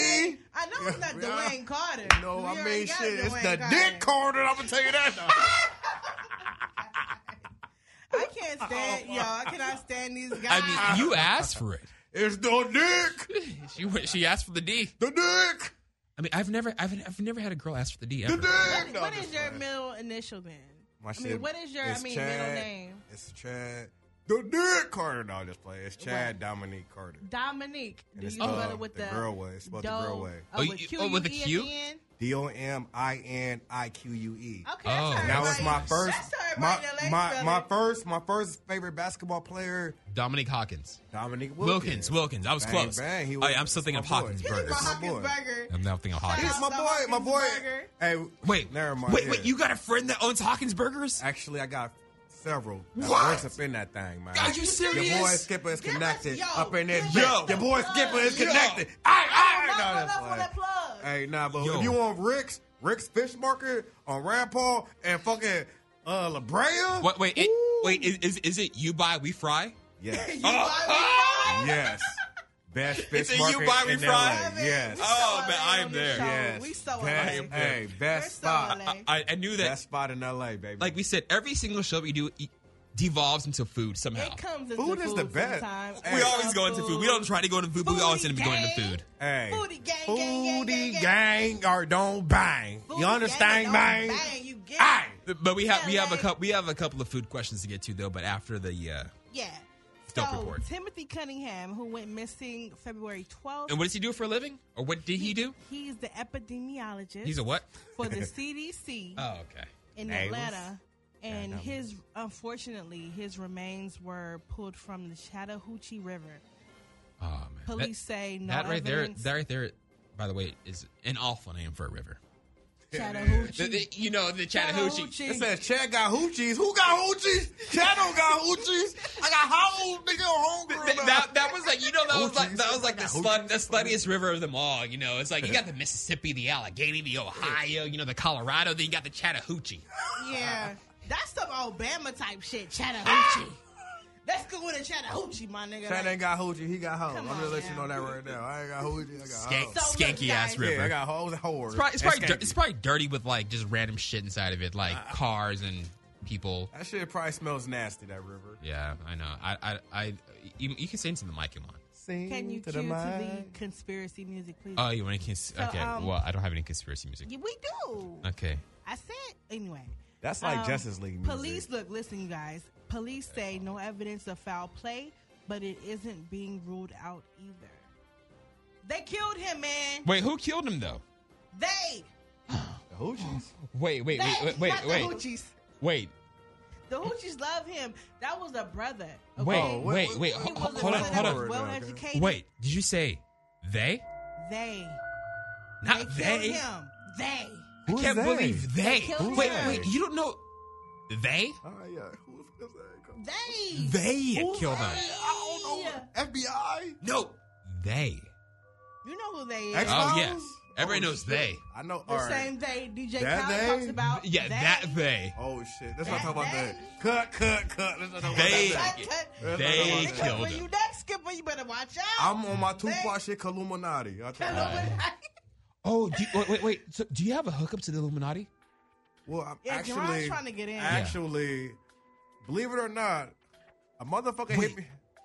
[SPEAKER 3] I know it's not
[SPEAKER 4] <laughs> Yeah.
[SPEAKER 3] Dwayne Carter.
[SPEAKER 4] No,
[SPEAKER 3] We
[SPEAKER 4] I
[SPEAKER 3] already
[SPEAKER 4] mean
[SPEAKER 3] got
[SPEAKER 4] shit. It's
[SPEAKER 3] Dwayne
[SPEAKER 4] the
[SPEAKER 3] Carter.
[SPEAKER 4] dick corner. I'm gonna tell you that.
[SPEAKER 3] I can't
[SPEAKER 4] <laughs>
[SPEAKER 3] stand y'all. I cannot stand these guys.
[SPEAKER 2] I
[SPEAKER 4] Ah.
[SPEAKER 2] mean, you asked for it. <laughs>
[SPEAKER 4] It's the dick.
[SPEAKER 2] She wa- she asked for the D.
[SPEAKER 4] The dick.
[SPEAKER 2] I mean, I've never I've, I've never had a girl ask for the D
[SPEAKER 4] The
[SPEAKER 2] ever.
[SPEAKER 4] dick.
[SPEAKER 3] What-
[SPEAKER 4] <laughs> No,
[SPEAKER 3] what
[SPEAKER 4] I'm
[SPEAKER 3] is
[SPEAKER 4] just
[SPEAKER 3] your
[SPEAKER 4] playing.
[SPEAKER 3] middle initial then?
[SPEAKER 6] My
[SPEAKER 3] I mean,
[SPEAKER 6] shit
[SPEAKER 3] what is your I
[SPEAKER 6] is
[SPEAKER 3] mean
[SPEAKER 6] Chad.
[SPEAKER 3] middle name?
[SPEAKER 4] It's Chad. The dick Carter. No, I'm just playing. It's Chad
[SPEAKER 3] What?
[SPEAKER 4] Dominique Carter.
[SPEAKER 3] Dominique.
[SPEAKER 4] And
[SPEAKER 3] Do you
[SPEAKER 4] it's
[SPEAKER 3] spell
[SPEAKER 4] spelled
[SPEAKER 3] it with
[SPEAKER 4] the
[SPEAKER 3] the,
[SPEAKER 4] girl way. It's spelled the
[SPEAKER 3] doe-
[SPEAKER 4] girl way.
[SPEAKER 3] Oh,
[SPEAKER 2] Oh,
[SPEAKER 3] with
[SPEAKER 2] you-
[SPEAKER 3] Q
[SPEAKER 2] oh, with a
[SPEAKER 3] U E at
[SPEAKER 2] Q?
[SPEAKER 3] the end?
[SPEAKER 4] D O M I N I Q U E.
[SPEAKER 3] Okay,
[SPEAKER 2] Oh.
[SPEAKER 3] that's her
[SPEAKER 4] That was
[SPEAKER 3] right-
[SPEAKER 4] my first,
[SPEAKER 3] That's her
[SPEAKER 4] my,
[SPEAKER 3] right in the
[SPEAKER 4] my,
[SPEAKER 3] last
[SPEAKER 4] my
[SPEAKER 3] spelling.
[SPEAKER 4] first, my first favorite basketball player,
[SPEAKER 2] Dominic Hawkins.
[SPEAKER 4] Dominique
[SPEAKER 2] Wilkins,
[SPEAKER 4] Wilkins.
[SPEAKER 2] Wilkins. I was
[SPEAKER 4] Bang,
[SPEAKER 2] close.
[SPEAKER 4] bang. He
[SPEAKER 2] Oh,
[SPEAKER 4] was-
[SPEAKER 2] yeah, I'm still
[SPEAKER 4] it's
[SPEAKER 2] thinking
[SPEAKER 4] my
[SPEAKER 2] of Hawkins
[SPEAKER 4] boy.
[SPEAKER 2] Burgers.
[SPEAKER 4] It's my
[SPEAKER 3] Hawkins
[SPEAKER 4] boy.
[SPEAKER 3] Burger.
[SPEAKER 2] I'm now thinking of
[SPEAKER 3] Shout
[SPEAKER 2] Hawkins.
[SPEAKER 4] It's my boy, my boy.
[SPEAKER 3] Burger.
[SPEAKER 4] Hey,
[SPEAKER 2] Wait,
[SPEAKER 4] never mind.
[SPEAKER 2] Wait,
[SPEAKER 4] Yeah.
[SPEAKER 2] wait! You got a friend that owns Hawkins Burgers?
[SPEAKER 4] Actually, I got several.
[SPEAKER 2] What?
[SPEAKER 4] Works up in that thing, man.
[SPEAKER 2] Are you
[SPEAKER 4] Your boy
[SPEAKER 2] serious?
[SPEAKER 4] Skipper is
[SPEAKER 3] Give us-
[SPEAKER 4] connected
[SPEAKER 3] yo,
[SPEAKER 4] up in this.
[SPEAKER 3] give
[SPEAKER 4] bit.
[SPEAKER 2] us-
[SPEAKER 4] Your boy Skipper is
[SPEAKER 2] Yo.
[SPEAKER 4] connected. I, I,
[SPEAKER 3] No,
[SPEAKER 4] no,
[SPEAKER 3] no,
[SPEAKER 4] that's
[SPEAKER 3] that's what that
[SPEAKER 4] fine.
[SPEAKER 3] plug.
[SPEAKER 4] Hey, nah, but
[SPEAKER 2] Yo.
[SPEAKER 4] if you want Rick's, Rick's Fish Market on Rand Paul and fucking uh, La Brea.
[SPEAKER 2] What? Wait, it,
[SPEAKER 4] Ooh.
[SPEAKER 2] wait. Is, is is it you buy we fry?
[SPEAKER 4] Yes.
[SPEAKER 3] <laughs> You
[SPEAKER 2] Oh.
[SPEAKER 3] buy me fries?
[SPEAKER 4] yes. Best fish
[SPEAKER 2] It's a you
[SPEAKER 4] market
[SPEAKER 2] buy me
[SPEAKER 4] in LA.
[SPEAKER 2] fried.
[SPEAKER 4] Yes.
[SPEAKER 3] We
[SPEAKER 2] Oh,
[SPEAKER 3] so
[SPEAKER 2] man,
[SPEAKER 3] LA
[SPEAKER 2] I am
[SPEAKER 3] on this
[SPEAKER 2] there.
[SPEAKER 3] show.
[SPEAKER 4] yes.
[SPEAKER 3] We so
[SPEAKER 4] best,
[SPEAKER 3] LA.
[SPEAKER 4] Hey,
[SPEAKER 3] We're
[SPEAKER 4] best
[SPEAKER 3] so
[SPEAKER 4] spot.
[SPEAKER 3] LA.
[SPEAKER 2] I, I knew that.
[SPEAKER 4] Best spot in LA, baby.
[SPEAKER 2] Like we said, every single show we do e- devolves into food somehow.
[SPEAKER 3] It comes into
[SPEAKER 4] Food is the best.
[SPEAKER 3] sometimes.
[SPEAKER 4] We
[SPEAKER 2] We
[SPEAKER 4] Hey.
[SPEAKER 2] always go into food. We don't try to go into food, but we always end up going to food.
[SPEAKER 4] hey.
[SPEAKER 3] Foodie gang, gang, gang, gang,
[SPEAKER 4] Foodie gang or don't bang.
[SPEAKER 3] Foodie
[SPEAKER 4] You
[SPEAKER 3] gang,
[SPEAKER 4] understand,
[SPEAKER 3] don't
[SPEAKER 4] bang?
[SPEAKER 3] Bang, you get
[SPEAKER 4] Hey.
[SPEAKER 3] it.
[SPEAKER 2] But we have we have a
[SPEAKER 3] LA.
[SPEAKER 2] couple we have a couple of food questions to get to though. But after the uh,
[SPEAKER 3] Yeah. So,
[SPEAKER 2] Dope report.
[SPEAKER 3] Timothy Cunningham, who went missing February 12th.
[SPEAKER 2] and what does he do for a living, or what did he do?
[SPEAKER 3] He's the epidemiologist
[SPEAKER 2] He's a what?
[SPEAKER 3] for
[SPEAKER 4] <laughs>
[SPEAKER 3] the CDC
[SPEAKER 2] Oh, okay.
[SPEAKER 3] in
[SPEAKER 4] Nails.
[SPEAKER 3] Atlanta. And
[SPEAKER 4] Yeah, I know.
[SPEAKER 3] his, unfortunately, his remains were pulled from the Chattahoochee River.
[SPEAKER 2] Oh man. That-
[SPEAKER 3] Police say no
[SPEAKER 2] that, right there.
[SPEAKER 3] evidence.
[SPEAKER 2] That right there. By the way, is an awful name for a river.
[SPEAKER 3] Chattahoochee.
[SPEAKER 2] The- the- you know the Chattahoochee.
[SPEAKER 4] It says Chad got hoochies. Who got hoochies? Chad don't got hoochies. I got hoes, nigga, hungry.
[SPEAKER 2] Th- that, that was like you know that was like that was like the
[SPEAKER 4] Hoochies.
[SPEAKER 2] slut the sluttiest river of them all. You know, it's like you got the Mississippi, the Allegheny, the Ohio, you know, the Colorado. Then you got the Chattahoochee.
[SPEAKER 3] Oh. Yeah. That's some Obama type shit, Chattahoochee.
[SPEAKER 2] Ah.
[SPEAKER 3] Let's go with a Chattahoochee, my nigga.
[SPEAKER 4] Chad
[SPEAKER 3] Like,
[SPEAKER 4] ain't got hoochie. He got hoes. I'm
[SPEAKER 3] Come
[SPEAKER 4] gonna
[SPEAKER 3] on
[SPEAKER 4] let you
[SPEAKER 3] now.
[SPEAKER 4] know that right now. I ain't got hoochie. I got
[SPEAKER 2] Skank,
[SPEAKER 4] hoes.
[SPEAKER 3] So look,
[SPEAKER 2] skanky ass
[SPEAKER 3] guys-
[SPEAKER 2] river.
[SPEAKER 4] Yeah, I got hoes and whores.
[SPEAKER 2] It's probably it's probably,
[SPEAKER 4] And
[SPEAKER 2] dir-
[SPEAKER 4] skanky.
[SPEAKER 2] it's probably dirty with like just random shit inside of it, like cars and people.
[SPEAKER 4] That shit probably smells nasty. That river.
[SPEAKER 2] Yeah, I know. I I, I you, you can say into the mic, Iman.
[SPEAKER 4] Sing
[SPEAKER 3] can you
[SPEAKER 4] to
[SPEAKER 3] cue
[SPEAKER 4] the
[SPEAKER 3] to the
[SPEAKER 4] mic.
[SPEAKER 3] conspiracy music, please?
[SPEAKER 2] Oh, you want to cons-
[SPEAKER 3] So,
[SPEAKER 2] Okay,
[SPEAKER 3] um,
[SPEAKER 2] well, I don't have any conspiracy music.
[SPEAKER 3] Yeah, we do.
[SPEAKER 2] Okay,
[SPEAKER 3] I said anyway.
[SPEAKER 4] That's like
[SPEAKER 3] Um,
[SPEAKER 4] Justice League. Music.
[SPEAKER 3] Police, look, listen, you guys. Police say no evidence of foul play, but it isn't being ruled out either. They killed him, man.
[SPEAKER 2] wait, who killed him though?
[SPEAKER 3] They.
[SPEAKER 4] The hoochies.
[SPEAKER 2] Wait, wait,
[SPEAKER 3] They.
[SPEAKER 2] wait, wait,
[SPEAKER 3] not
[SPEAKER 2] wait,
[SPEAKER 3] The
[SPEAKER 2] wait,
[SPEAKER 3] Hoochies.
[SPEAKER 2] wait.
[SPEAKER 3] The Hoochies love him. That was a brother. okay?
[SPEAKER 2] Wait,
[SPEAKER 4] Oh,
[SPEAKER 2] wait,
[SPEAKER 4] wait, wait,
[SPEAKER 2] wait.
[SPEAKER 4] wait,
[SPEAKER 3] He
[SPEAKER 2] Ho-
[SPEAKER 3] was
[SPEAKER 2] ho-
[SPEAKER 3] a
[SPEAKER 2] Hold on,
[SPEAKER 3] brother
[SPEAKER 2] hold
[SPEAKER 3] that
[SPEAKER 2] on.
[SPEAKER 3] was
[SPEAKER 4] on.
[SPEAKER 3] well educated.
[SPEAKER 2] Wait, did you say they?
[SPEAKER 3] They. They
[SPEAKER 2] Not
[SPEAKER 3] killed
[SPEAKER 2] they.
[SPEAKER 3] him. They.
[SPEAKER 2] I
[SPEAKER 4] Who is
[SPEAKER 2] can't
[SPEAKER 4] they?
[SPEAKER 2] believe they.
[SPEAKER 3] killed
[SPEAKER 2] wait,
[SPEAKER 3] him.
[SPEAKER 2] wait, you don't know they?
[SPEAKER 4] Oh yeah. Who's that?
[SPEAKER 3] They.
[SPEAKER 2] They killed him.
[SPEAKER 4] I don't know. FBI.
[SPEAKER 2] No, they.
[SPEAKER 3] You know who they is.
[SPEAKER 4] X-Files?
[SPEAKER 2] Oh, yeah. Everybody knows
[SPEAKER 4] shit.
[SPEAKER 2] they.
[SPEAKER 4] I know.
[SPEAKER 3] the
[SPEAKER 4] all right.
[SPEAKER 3] same day DJ
[SPEAKER 4] That
[SPEAKER 3] Khaled
[SPEAKER 4] they?
[SPEAKER 3] talks about.
[SPEAKER 2] Yeah,
[SPEAKER 3] they.
[SPEAKER 2] that they.
[SPEAKER 4] Oh shit! That's what
[SPEAKER 3] That
[SPEAKER 4] I'm talking about.
[SPEAKER 3] they-
[SPEAKER 4] That cut, cut, cut. That's what I'm talking
[SPEAKER 2] They-
[SPEAKER 4] about.
[SPEAKER 3] Cut,
[SPEAKER 2] They
[SPEAKER 3] cut.
[SPEAKER 4] That's what I'm
[SPEAKER 2] They
[SPEAKER 4] talking about.
[SPEAKER 2] killed
[SPEAKER 3] When
[SPEAKER 2] him.
[SPEAKER 3] you next skipper, you better watch out.
[SPEAKER 4] I'm on my Tupac shit, Kaluminati. I
[SPEAKER 3] Tell
[SPEAKER 4] tell
[SPEAKER 3] them
[SPEAKER 4] you.
[SPEAKER 3] what I- <laughs>
[SPEAKER 2] Oh, do you, wait, wait, wait. So, do you have a hookup to the Illuminati?
[SPEAKER 4] Well, I'm
[SPEAKER 3] Yeah, Jerron's
[SPEAKER 4] actually,
[SPEAKER 3] trying to get in.
[SPEAKER 4] actually, Believe it or not, a motherfucker hit me.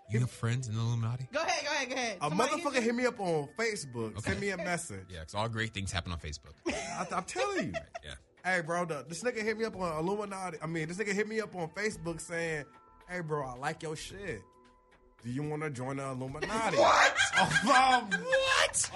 [SPEAKER 2] You have friends in the Illuminati?
[SPEAKER 3] Go ahead, go ahead, go ahead.
[SPEAKER 4] A
[SPEAKER 3] Somebody
[SPEAKER 4] motherfucker
[SPEAKER 3] get
[SPEAKER 4] hit me up on Facebook.
[SPEAKER 2] Okay.
[SPEAKER 4] Send me a message.
[SPEAKER 2] Yeah, because all great things happen on Facebook.
[SPEAKER 4] I, I'm telling you.
[SPEAKER 2] Yeah.
[SPEAKER 4] Hey, bro, the, this nigga hit me up on Illuminati. I mean, this nigga hit me up on Facebook saying, "Hey, bro, I like your shit. Do you want to join the
[SPEAKER 2] <laughs>
[SPEAKER 4] Illuminati?" <laughs> what? what?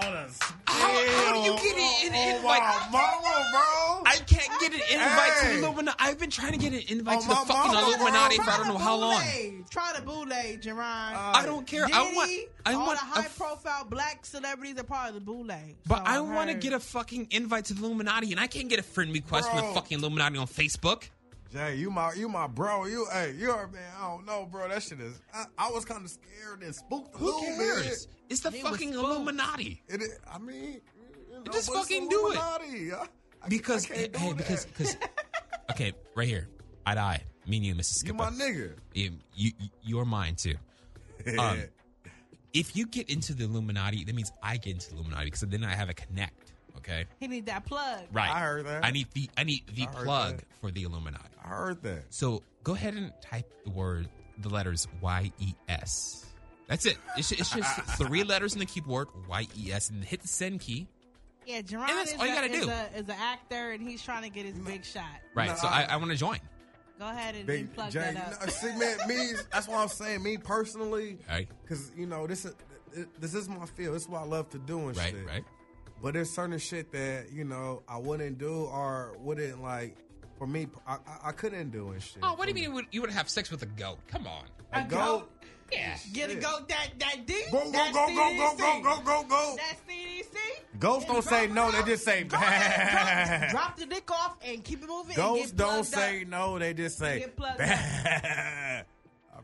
[SPEAKER 4] On a
[SPEAKER 2] how do you get it in-
[SPEAKER 4] on-
[SPEAKER 2] in,
[SPEAKER 4] on
[SPEAKER 2] like-
[SPEAKER 4] my mama, bro?
[SPEAKER 2] I can't get an invite
[SPEAKER 4] Hey.
[SPEAKER 2] to the Illuminati. I've been trying to get an invite
[SPEAKER 4] Oh,
[SPEAKER 2] to the
[SPEAKER 4] my
[SPEAKER 2] fucking
[SPEAKER 4] mama,
[SPEAKER 2] Illuminati
[SPEAKER 4] bro.
[SPEAKER 2] for I don't know how long.
[SPEAKER 3] Boule. Try the boule, Jerron.
[SPEAKER 2] I don't care. I want.
[SPEAKER 3] Diddy,
[SPEAKER 2] I
[SPEAKER 3] all
[SPEAKER 2] want.
[SPEAKER 3] the
[SPEAKER 2] a
[SPEAKER 3] high
[SPEAKER 2] f-
[SPEAKER 3] profile black celebrities are part of the boule.
[SPEAKER 2] but I want to get a fucking invite to the Illuminati, and I can't get a friend request from
[SPEAKER 4] Bro.
[SPEAKER 2] the fucking Illuminati on Facebook.
[SPEAKER 4] Jay, you my you my bro. You hey, you are man. I don't know, bro. That shit is. I, I was kind of scared and spooked. a
[SPEAKER 2] Who
[SPEAKER 4] little bit.
[SPEAKER 2] cares? It's the
[SPEAKER 3] He was
[SPEAKER 2] fucking
[SPEAKER 3] spooked.
[SPEAKER 2] Illuminati.
[SPEAKER 4] It, is- I mean, you know,
[SPEAKER 2] Just
[SPEAKER 4] but it's
[SPEAKER 2] fucking do it.
[SPEAKER 4] Illuminati. I- I-
[SPEAKER 2] Because eh,
[SPEAKER 4] I can't do
[SPEAKER 2] hey,
[SPEAKER 4] that.
[SPEAKER 2] because
[SPEAKER 4] <laughs>
[SPEAKER 2] because okay, right here, I die. Me and you, Mrs.
[SPEAKER 4] you
[SPEAKER 2] Skipper.
[SPEAKER 4] my nigga.
[SPEAKER 2] you, you you're mine too. Um, if you get into the Illuminati, that means I get into the Illuminati because then I have a connect. Okay,
[SPEAKER 3] He need that plug.
[SPEAKER 2] right.
[SPEAKER 4] I heard that.
[SPEAKER 2] I need the I need the
[SPEAKER 4] I heard
[SPEAKER 2] plug
[SPEAKER 4] that.
[SPEAKER 2] for the Illuminati.
[SPEAKER 4] <laughs> I heard that.
[SPEAKER 2] So go ahead and type the word, the letters Y E S. That's it. It's, it's
[SPEAKER 4] <laughs>
[SPEAKER 2] just three letters in the keyboard, Y E S, and hit the send key.
[SPEAKER 3] Yeah, Jerron
[SPEAKER 2] And that's
[SPEAKER 3] is,
[SPEAKER 2] all you
[SPEAKER 3] a-
[SPEAKER 2] gotta
[SPEAKER 3] is
[SPEAKER 2] do.
[SPEAKER 3] A, is an actor and he's trying to get his big shot.
[SPEAKER 2] Right.
[SPEAKER 4] No,
[SPEAKER 2] so I,
[SPEAKER 4] I-
[SPEAKER 2] I want to join.
[SPEAKER 3] Go ahead and,
[SPEAKER 4] Big
[SPEAKER 3] and plug
[SPEAKER 4] Jay,
[SPEAKER 3] that
[SPEAKER 4] you
[SPEAKER 3] up.
[SPEAKER 4] know, see,
[SPEAKER 3] <laughs>
[SPEAKER 4] man, me. That's why I'm saying me personally,
[SPEAKER 2] All right.
[SPEAKER 4] because you know this is this is my field. This is what I love to do and
[SPEAKER 2] Right.
[SPEAKER 4] shit.
[SPEAKER 2] Right.
[SPEAKER 4] But there's certain shit that you know I wouldn't do or wouldn't like. For me, I, I, I couldn't do and shit.
[SPEAKER 2] Oh, what do you mean you would, you would have sex with a goat? Come on.
[SPEAKER 4] A goat.
[SPEAKER 2] Yeah.
[SPEAKER 3] Get a
[SPEAKER 4] shit.
[SPEAKER 3] go that that D.
[SPEAKER 4] Go go
[SPEAKER 3] that
[SPEAKER 4] go go go
[SPEAKER 3] CDC.
[SPEAKER 4] go go go go.
[SPEAKER 3] That CDC.
[SPEAKER 4] Ghosts don't say no. They just say.
[SPEAKER 3] <laughs> Go
[SPEAKER 4] <laughs>
[SPEAKER 3] ahead, drop, drop the dick off and keep it moving.
[SPEAKER 4] Ghosts
[SPEAKER 3] and get
[SPEAKER 4] don't
[SPEAKER 3] plugged up.
[SPEAKER 4] say no. They just say.
[SPEAKER 3] Get plugged up.
[SPEAKER 4] <laughs> I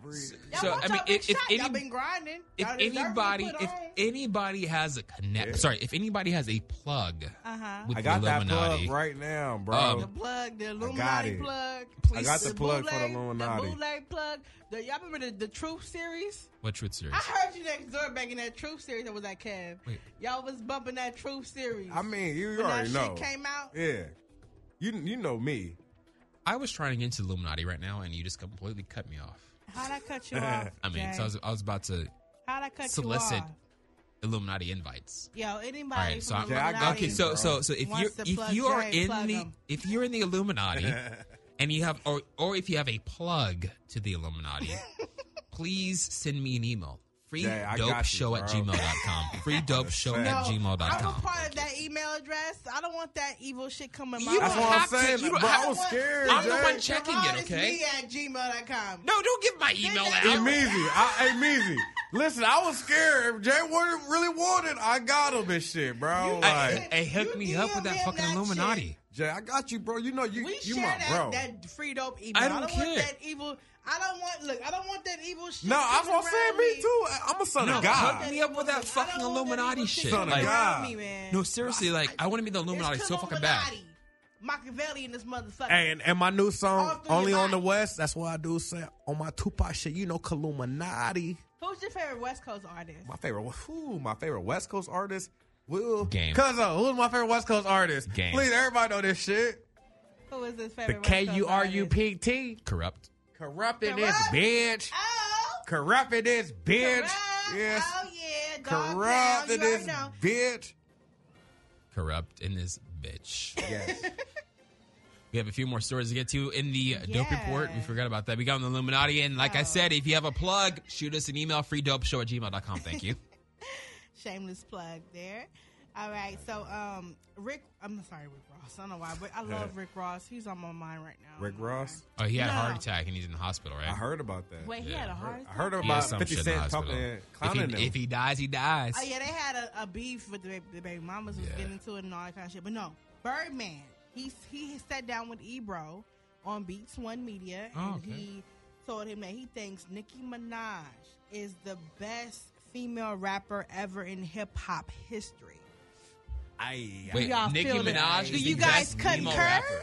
[SPEAKER 4] breathe.
[SPEAKER 3] Y'all
[SPEAKER 2] So,
[SPEAKER 3] want
[SPEAKER 2] I mean,
[SPEAKER 3] y'all big
[SPEAKER 2] if- if
[SPEAKER 3] shot. y'all
[SPEAKER 2] any-
[SPEAKER 3] been grinding.
[SPEAKER 2] If
[SPEAKER 3] Y'all deserve to
[SPEAKER 2] anybody,
[SPEAKER 3] put
[SPEAKER 2] if
[SPEAKER 3] on.
[SPEAKER 2] anybody has a connect, sorry, if anybody has a plug
[SPEAKER 3] Uh-huh.
[SPEAKER 2] with
[SPEAKER 4] I got
[SPEAKER 2] the
[SPEAKER 4] that
[SPEAKER 2] Illuminati,
[SPEAKER 4] plug right now, bro.
[SPEAKER 2] Um,
[SPEAKER 3] The plug, the
[SPEAKER 4] got
[SPEAKER 3] Illuminati
[SPEAKER 4] it.
[SPEAKER 3] plug.
[SPEAKER 4] I got the plug for the Illuminati.
[SPEAKER 3] The Boule plug. The, y'all remember the, the Truth series?
[SPEAKER 2] what truth series?
[SPEAKER 3] I heard you next door back in that Truth series that was at Kev.
[SPEAKER 2] Wait.
[SPEAKER 3] Y'all was bumping that Truth series.
[SPEAKER 4] I mean, you, you
[SPEAKER 3] when that
[SPEAKER 4] already know.
[SPEAKER 3] shit came out.
[SPEAKER 4] Yeah, you you know me.
[SPEAKER 2] I was trying to get into the Illuminati right now, and you just completely cut me off.
[SPEAKER 3] How'd I cut
[SPEAKER 4] <laughs>
[SPEAKER 3] you off?
[SPEAKER 2] I mean,
[SPEAKER 3] Jay?
[SPEAKER 2] so I was, I was about to
[SPEAKER 3] how'd I cut you
[SPEAKER 2] solicit
[SPEAKER 3] off?
[SPEAKER 2] Illuminati invites.
[SPEAKER 3] Yo, anybody
[SPEAKER 2] All right, so
[SPEAKER 3] from
[SPEAKER 2] I'm,
[SPEAKER 4] Yeah, I got
[SPEAKER 3] Illuminati-
[SPEAKER 2] okay. So so so if you
[SPEAKER 3] Wants to
[SPEAKER 2] if
[SPEAKER 3] plug
[SPEAKER 2] you are
[SPEAKER 3] Jay,
[SPEAKER 2] in
[SPEAKER 3] plug
[SPEAKER 2] the
[SPEAKER 3] him.
[SPEAKER 2] if you're in the Illuminati and you have or or if you have a plug to the Illuminati,
[SPEAKER 4] <laughs>
[SPEAKER 2] please send me an email. Free
[SPEAKER 4] Jay, I
[SPEAKER 2] dope
[SPEAKER 4] got you,
[SPEAKER 2] show at
[SPEAKER 4] bro. <laughs>
[SPEAKER 2] gmail.com. Free dope show
[SPEAKER 4] No,
[SPEAKER 2] at
[SPEAKER 3] No, I'm a
[SPEAKER 2] gmail.com.
[SPEAKER 3] part of that email address. I don't want that evil shit coming my
[SPEAKER 2] You
[SPEAKER 3] way.
[SPEAKER 4] That's
[SPEAKER 2] don't
[SPEAKER 4] what I'm
[SPEAKER 2] have to.
[SPEAKER 4] saying.
[SPEAKER 2] You don't
[SPEAKER 4] bro,
[SPEAKER 2] have-
[SPEAKER 4] I was scared.
[SPEAKER 2] I'm the
[SPEAKER 4] Jay.
[SPEAKER 2] one checking
[SPEAKER 3] Jerron
[SPEAKER 2] it,
[SPEAKER 3] is
[SPEAKER 2] okay?
[SPEAKER 3] me at gmail.com.
[SPEAKER 2] No, don't give my email
[SPEAKER 3] Then
[SPEAKER 2] out.
[SPEAKER 4] I'm easy. I, hey, Measy. Listen, I was scared. If Jay Warden really wanted, I got him and shit, bro.
[SPEAKER 2] Hey,
[SPEAKER 4] Like,
[SPEAKER 2] hey, hook
[SPEAKER 3] You
[SPEAKER 2] me up with
[SPEAKER 3] DM
[SPEAKER 2] that fucking
[SPEAKER 3] that shit.
[SPEAKER 2] Illuminati.
[SPEAKER 4] Jay, I got you, bro. You know you
[SPEAKER 3] We
[SPEAKER 4] you
[SPEAKER 3] share
[SPEAKER 4] my
[SPEAKER 3] that,
[SPEAKER 4] bro.
[SPEAKER 3] that free dope email.
[SPEAKER 2] I don't
[SPEAKER 3] want
[SPEAKER 2] care.
[SPEAKER 3] that evil. I don't want. Look, I don't want that evil shit.
[SPEAKER 4] no, that's
[SPEAKER 3] coming
[SPEAKER 4] what I'm saying.
[SPEAKER 3] around
[SPEAKER 4] Me too. I'm a son
[SPEAKER 2] No,
[SPEAKER 4] of
[SPEAKER 2] hook
[SPEAKER 4] God.
[SPEAKER 2] me up with that fucking
[SPEAKER 3] I don't want that
[SPEAKER 2] Illuminati
[SPEAKER 3] evil
[SPEAKER 2] shit.
[SPEAKER 4] Son of
[SPEAKER 3] coming around
[SPEAKER 4] God.
[SPEAKER 3] me, man.
[SPEAKER 2] No, seriously, like I want to be the Illuminati
[SPEAKER 3] It's
[SPEAKER 2] so fucking bad.
[SPEAKER 3] Illuminati. Machiavelli in this motherfucker.
[SPEAKER 4] Hey, and, and my new
[SPEAKER 3] All
[SPEAKER 4] song,
[SPEAKER 3] through
[SPEAKER 4] Only
[SPEAKER 3] your
[SPEAKER 4] on the
[SPEAKER 3] body.
[SPEAKER 4] West, that's what I do say on my Tupac shit. You know, Kaluminati.
[SPEAKER 3] Who's your favorite West Coast artist?
[SPEAKER 4] My favorite, who? My favorite West Coast artist? Will.
[SPEAKER 2] Game.
[SPEAKER 4] Cuzzo, who's my favorite West Coast artist?
[SPEAKER 2] Game.
[SPEAKER 4] Please, everybody know this shit.
[SPEAKER 3] Who is his
[SPEAKER 4] The
[SPEAKER 3] favorite?
[SPEAKER 4] K
[SPEAKER 3] West
[SPEAKER 4] U
[SPEAKER 3] Coast
[SPEAKER 4] R U
[SPEAKER 3] artist?
[SPEAKER 4] P T.
[SPEAKER 2] Corrupt.
[SPEAKER 4] Corrupting this
[SPEAKER 3] Corrupt.
[SPEAKER 4] bitch.
[SPEAKER 3] Oh,
[SPEAKER 4] Corrupting this bitch.
[SPEAKER 3] corrupt.
[SPEAKER 4] Yes.
[SPEAKER 3] Oh yeah, dog pound. You already
[SPEAKER 4] Corrupting this
[SPEAKER 3] know.
[SPEAKER 4] bitch.
[SPEAKER 2] Corrupt in this bitch.
[SPEAKER 3] <laughs>
[SPEAKER 4] Yes.
[SPEAKER 2] We have a few more stories to get to in the dope
[SPEAKER 3] Yeah.
[SPEAKER 2] report. We forgot about that. We got on the Illuminati. And like I
[SPEAKER 3] Oh.
[SPEAKER 2] said, if you have a plug, shoot us an email, freedopeshow at gmail.com. Thank
[SPEAKER 3] <laughs>
[SPEAKER 2] you.
[SPEAKER 3] Shameless plug there. All right, so um, Rick, I'm sorry, Rick Ross. I don't know why, but I love Rick Ross. He's on my mind right now.
[SPEAKER 4] Rick
[SPEAKER 3] I'm not gonna
[SPEAKER 4] Ross?
[SPEAKER 2] Oh, he had a
[SPEAKER 3] No.
[SPEAKER 2] heart attack and he's in the hospital, right?
[SPEAKER 4] I heard about that.
[SPEAKER 3] lie. Wait, he
[SPEAKER 2] Yeah,
[SPEAKER 3] had a
[SPEAKER 2] I
[SPEAKER 3] heart.
[SPEAKER 4] I heard
[SPEAKER 2] He has
[SPEAKER 4] about
[SPEAKER 2] some
[SPEAKER 4] 50
[SPEAKER 2] shit in the
[SPEAKER 4] Cent
[SPEAKER 2] hospital.
[SPEAKER 4] talking, clowning
[SPEAKER 2] if, he,
[SPEAKER 4] them.
[SPEAKER 2] if he dies, he dies.
[SPEAKER 3] Oh yeah, they had a, a beef with the baby, the baby mamas was
[SPEAKER 2] Yeah.
[SPEAKER 3] getting into it and all that kind of shit. But no, Birdman, he he sat down with Ebro on Beats One Media and
[SPEAKER 2] Oh, okay.
[SPEAKER 3] he told him that he thinks Nicki Minaj is the best female rapper ever in hip hop history.
[SPEAKER 4] Ay,
[SPEAKER 2] Wait,
[SPEAKER 3] Y'all
[SPEAKER 2] Nicki
[SPEAKER 3] feel it.
[SPEAKER 2] Minaj
[SPEAKER 3] Do
[SPEAKER 2] is
[SPEAKER 3] you
[SPEAKER 2] the
[SPEAKER 3] guys
[SPEAKER 2] best female
[SPEAKER 3] concur?
[SPEAKER 2] rapper.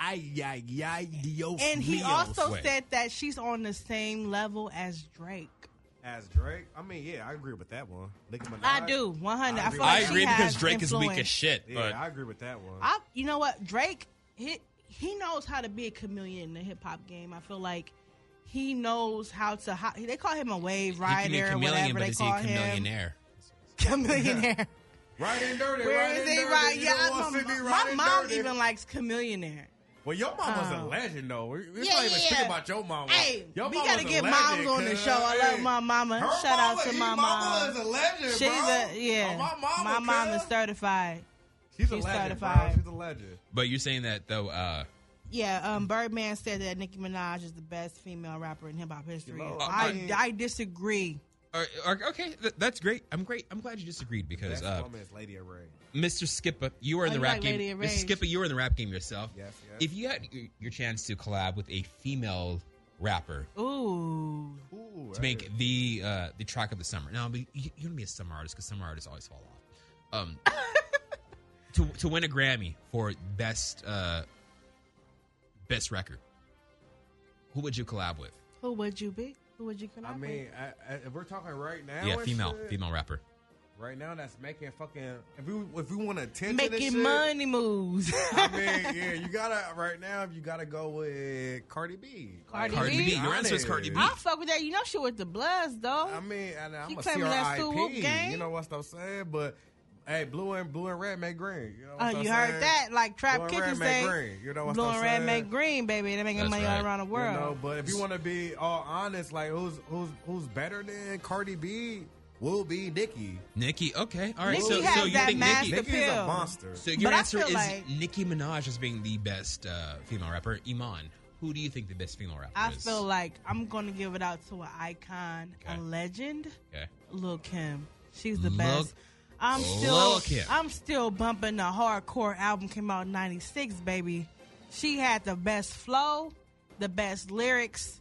[SPEAKER 4] ay, ay, ay, Dios
[SPEAKER 3] And he
[SPEAKER 4] mío.
[SPEAKER 3] also
[SPEAKER 2] Wait.
[SPEAKER 3] said that she's on the same level as Drake.
[SPEAKER 4] As Drake, I mean, yeah, I agree with that one. Nicki Minaj.
[SPEAKER 3] I do, 100.
[SPEAKER 4] I
[SPEAKER 3] I,
[SPEAKER 4] agree.
[SPEAKER 3] feel
[SPEAKER 2] I
[SPEAKER 3] like she
[SPEAKER 2] agree because
[SPEAKER 3] has
[SPEAKER 2] Drake is weak
[SPEAKER 3] influence.
[SPEAKER 2] as shit.
[SPEAKER 4] Yeah,
[SPEAKER 2] But
[SPEAKER 4] I agree with that one.
[SPEAKER 3] I, you know what, Drake, he he knows how to be a chameleon in the hip hop game. I feel like he knows how to. Ho- they call him a wave
[SPEAKER 2] he can
[SPEAKER 3] rider or
[SPEAKER 2] be a chameleon,
[SPEAKER 3] whatever
[SPEAKER 2] but
[SPEAKER 3] they
[SPEAKER 2] is he a
[SPEAKER 3] call him.
[SPEAKER 2] chameleonaire?
[SPEAKER 3] <laughs>
[SPEAKER 4] <laughs>
[SPEAKER 3] Chameleonaire.
[SPEAKER 4] Right and dirty.
[SPEAKER 3] Where
[SPEAKER 4] right
[SPEAKER 3] is
[SPEAKER 4] and
[SPEAKER 3] he
[SPEAKER 4] dirty.
[SPEAKER 3] right?
[SPEAKER 4] You
[SPEAKER 3] Yeah,
[SPEAKER 4] don't
[SPEAKER 3] I-
[SPEAKER 4] want
[SPEAKER 3] my,
[SPEAKER 4] to be
[SPEAKER 3] my
[SPEAKER 4] right and
[SPEAKER 3] mom
[SPEAKER 4] dirty.
[SPEAKER 3] even likes chameleonaire.
[SPEAKER 4] Well, your mom was a
[SPEAKER 3] Oh.
[SPEAKER 4] legend, though. We- We're
[SPEAKER 3] Yeah,
[SPEAKER 4] not even
[SPEAKER 3] yeah,
[SPEAKER 4] speaking
[SPEAKER 3] yeah.
[SPEAKER 4] about your mom.
[SPEAKER 3] Hey,
[SPEAKER 4] your
[SPEAKER 3] we
[SPEAKER 4] mama
[SPEAKER 3] gotta
[SPEAKER 4] was a
[SPEAKER 3] get
[SPEAKER 4] legend,
[SPEAKER 3] moms on the
[SPEAKER 4] cuz.
[SPEAKER 3] show. I love
[SPEAKER 4] Hey.
[SPEAKER 3] my mama.
[SPEAKER 4] Her
[SPEAKER 3] Shout out
[SPEAKER 4] mama-
[SPEAKER 3] to
[SPEAKER 4] your
[SPEAKER 3] my
[SPEAKER 4] mama
[SPEAKER 3] mom.
[SPEAKER 4] is a legend,
[SPEAKER 3] She's
[SPEAKER 4] bro.
[SPEAKER 3] a yeah.
[SPEAKER 4] Oh, my mama,
[SPEAKER 3] mom
[SPEAKER 4] cuz.
[SPEAKER 3] is certified.
[SPEAKER 4] She's a
[SPEAKER 3] she's
[SPEAKER 4] legend, bro.
[SPEAKER 3] certified.
[SPEAKER 4] She's a legend.
[SPEAKER 2] But you're saying that though. Uh,
[SPEAKER 3] Yeah, um, Birdman said that Nicki Minaj is the best female rapper in hip hop history.
[SPEAKER 4] Lord.
[SPEAKER 3] I, I disagree.
[SPEAKER 2] or, or- okay, th- that's great. I'm great. I'm glad you disagreed because
[SPEAKER 4] That's
[SPEAKER 2] uh,
[SPEAKER 4] woman is Lady Array.
[SPEAKER 2] Mr. Skipper, you were in
[SPEAKER 3] Oh,
[SPEAKER 2] the
[SPEAKER 3] you
[SPEAKER 2] rap
[SPEAKER 3] like
[SPEAKER 2] game.
[SPEAKER 3] Lady
[SPEAKER 2] Mr.
[SPEAKER 3] Rage.
[SPEAKER 2] Skipper, you were in the rap game yourself.
[SPEAKER 4] Yes, yes.
[SPEAKER 2] If you had y- your chance to collab with a female rapper
[SPEAKER 3] Ooh,
[SPEAKER 4] Ooh,
[SPEAKER 2] to make the uh, the track of the summer, now but you, you don't be a summer artist because summer artists always fall off.
[SPEAKER 3] <laughs>
[SPEAKER 2] Um, to to win a Grammy for best uh, best record, who would you collab with?
[SPEAKER 3] who would you be? Who would you collab
[SPEAKER 4] I mean, I, I, if we're talking right now,
[SPEAKER 2] yeah,
[SPEAKER 4] and
[SPEAKER 2] female
[SPEAKER 4] shit,
[SPEAKER 2] female rapper.
[SPEAKER 4] Right now, that's making fucking. If we if we want to
[SPEAKER 3] with?
[SPEAKER 4] attend to this
[SPEAKER 3] Making
[SPEAKER 4] shit,
[SPEAKER 3] money moves. <laughs>
[SPEAKER 4] I mean, yeah, you gotta right now. You gotta go with Cardi B.
[SPEAKER 3] Cardi
[SPEAKER 2] Cardi
[SPEAKER 3] B?
[SPEAKER 2] B. Your answer is Cardi B.
[SPEAKER 3] I fuck with that. You know she with the Bloods though.
[SPEAKER 4] I mean, and I'm
[SPEAKER 3] She
[SPEAKER 4] a
[SPEAKER 3] claiming that's Sue Whoop
[SPEAKER 4] CRIP.
[SPEAKER 3] gang?
[SPEAKER 4] You know what I'm saying? But hey, blue and blue and red make green. You know what
[SPEAKER 3] Oh,
[SPEAKER 4] I'm
[SPEAKER 3] you
[SPEAKER 4] saying?
[SPEAKER 3] heard that? Like Trap
[SPEAKER 4] Blue and
[SPEAKER 3] Kitchen
[SPEAKER 4] red make
[SPEAKER 3] say,
[SPEAKER 4] green. You know what
[SPEAKER 3] blue
[SPEAKER 4] I'm
[SPEAKER 3] and red
[SPEAKER 4] saying?
[SPEAKER 3] make green, baby. They're making
[SPEAKER 2] That's
[SPEAKER 3] money
[SPEAKER 2] right.
[SPEAKER 3] all around the
[SPEAKER 4] You
[SPEAKER 3] world.
[SPEAKER 4] know, but if you want to be all honest, like who's who's who's better than Cardi B will be Nicki.
[SPEAKER 2] Nikki, okay, all right.
[SPEAKER 3] Nicki
[SPEAKER 2] so,
[SPEAKER 3] has
[SPEAKER 2] so you
[SPEAKER 3] that
[SPEAKER 2] think
[SPEAKER 3] master
[SPEAKER 2] Nikki?
[SPEAKER 4] Nicki's a
[SPEAKER 3] pill.
[SPEAKER 4] monster.
[SPEAKER 2] So your
[SPEAKER 3] But I
[SPEAKER 2] answer
[SPEAKER 3] feel
[SPEAKER 2] is
[SPEAKER 3] like-
[SPEAKER 2] Nicki Minaj as being the best uh, female rapper. Iman, who do you think the best female rapper
[SPEAKER 3] I
[SPEAKER 2] is?
[SPEAKER 3] feel like I'm gonna give it out to an icon,
[SPEAKER 2] Okay.
[SPEAKER 3] a legend,
[SPEAKER 2] Okay.
[SPEAKER 3] Lil Kim. She's the
[SPEAKER 2] Lil-
[SPEAKER 3] best. I'm
[SPEAKER 2] Lil
[SPEAKER 3] still,
[SPEAKER 2] Kim.
[SPEAKER 3] I'm still bumping the hardcore album came out in '96, baby. She had the best flow, the best lyrics,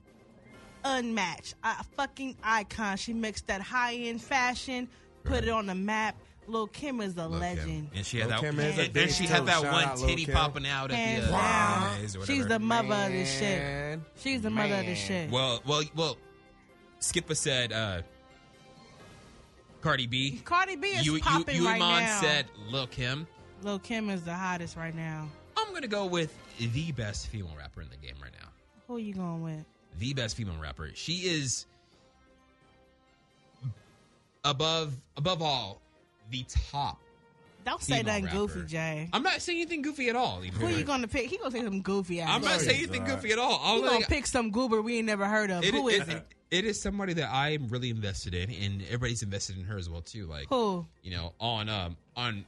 [SPEAKER 3] unmatched. A fucking icon. She mixed that high end fashion, put it on the map. Lil Kim is a
[SPEAKER 2] Lil Kim.
[SPEAKER 3] legend.
[SPEAKER 2] And she had
[SPEAKER 4] Lil
[SPEAKER 2] that.
[SPEAKER 4] Kim is a
[SPEAKER 2] And, and
[SPEAKER 4] bitch
[SPEAKER 2] she
[SPEAKER 4] too.
[SPEAKER 2] had that
[SPEAKER 4] Shout out
[SPEAKER 2] one
[SPEAKER 4] Lil
[SPEAKER 2] titty
[SPEAKER 4] Kim.
[SPEAKER 2] popping out at
[SPEAKER 3] Hands
[SPEAKER 2] the. Uh,
[SPEAKER 3] down.
[SPEAKER 2] Grammys or
[SPEAKER 3] She's
[SPEAKER 2] whatever.
[SPEAKER 3] the mother of this shit.
[SPEAKER 4] Man.
[SPEAKER 3] She's the mother of this shit.
[SPEAKER 2] Well, well, well. Skipper said uh, Cardi B.
[SPEAKER 3] Cardi B is
[SPEAKER 2] you, you,
[SPEAKER 3] popping
[SPEAKER 2] you
[SPEAKER 3] right
[SPEAKER 2] Iman
[SPEAKER 3] now.
[SPEAKER 2] said Lil Kim.
[SPEAKER 3] Lil Kim is the hottest right now.
[SPEAKER 2] I'm gonna go with the best female rapper in the game right now.
[SPEAKER 3] Who you going with?
[SPEAKER 2] the best female rapper. She is above above all the top.
[SPEAKER 3] Don't say
[SPEAKER 2] Female
[SPEAKER 3] nothing
[SPEAKER 2] rapper.
[SPEAKER 3] goofy, Jay.
[SPEAKER 2] I'm not saying anything goofy at all. Even.
[SPEAKER 3] Who you gonna pick? He gonna say some goofy ass.
[SPEAKER 2] I'm not
[SPEAKER 3] shit.
[SPEAKER 2] saying anything goofy at all. All
[SPEAKER 3] He
[SPEAKER 2] I-
[SPEAKER 3] gonna pick some goober we ain't never heard of.
[SPEAKER 2] it-
[SPEAKER 3] Who is
[SPEAKER 2] it-
[SPEAKER 3] it?
[SPEAKER 2] it is somebody that I am really invested in, and everybody's invested in her as well too. Like
[SPEAKER 3] Who?
[SPEAKER 2] you know, on um on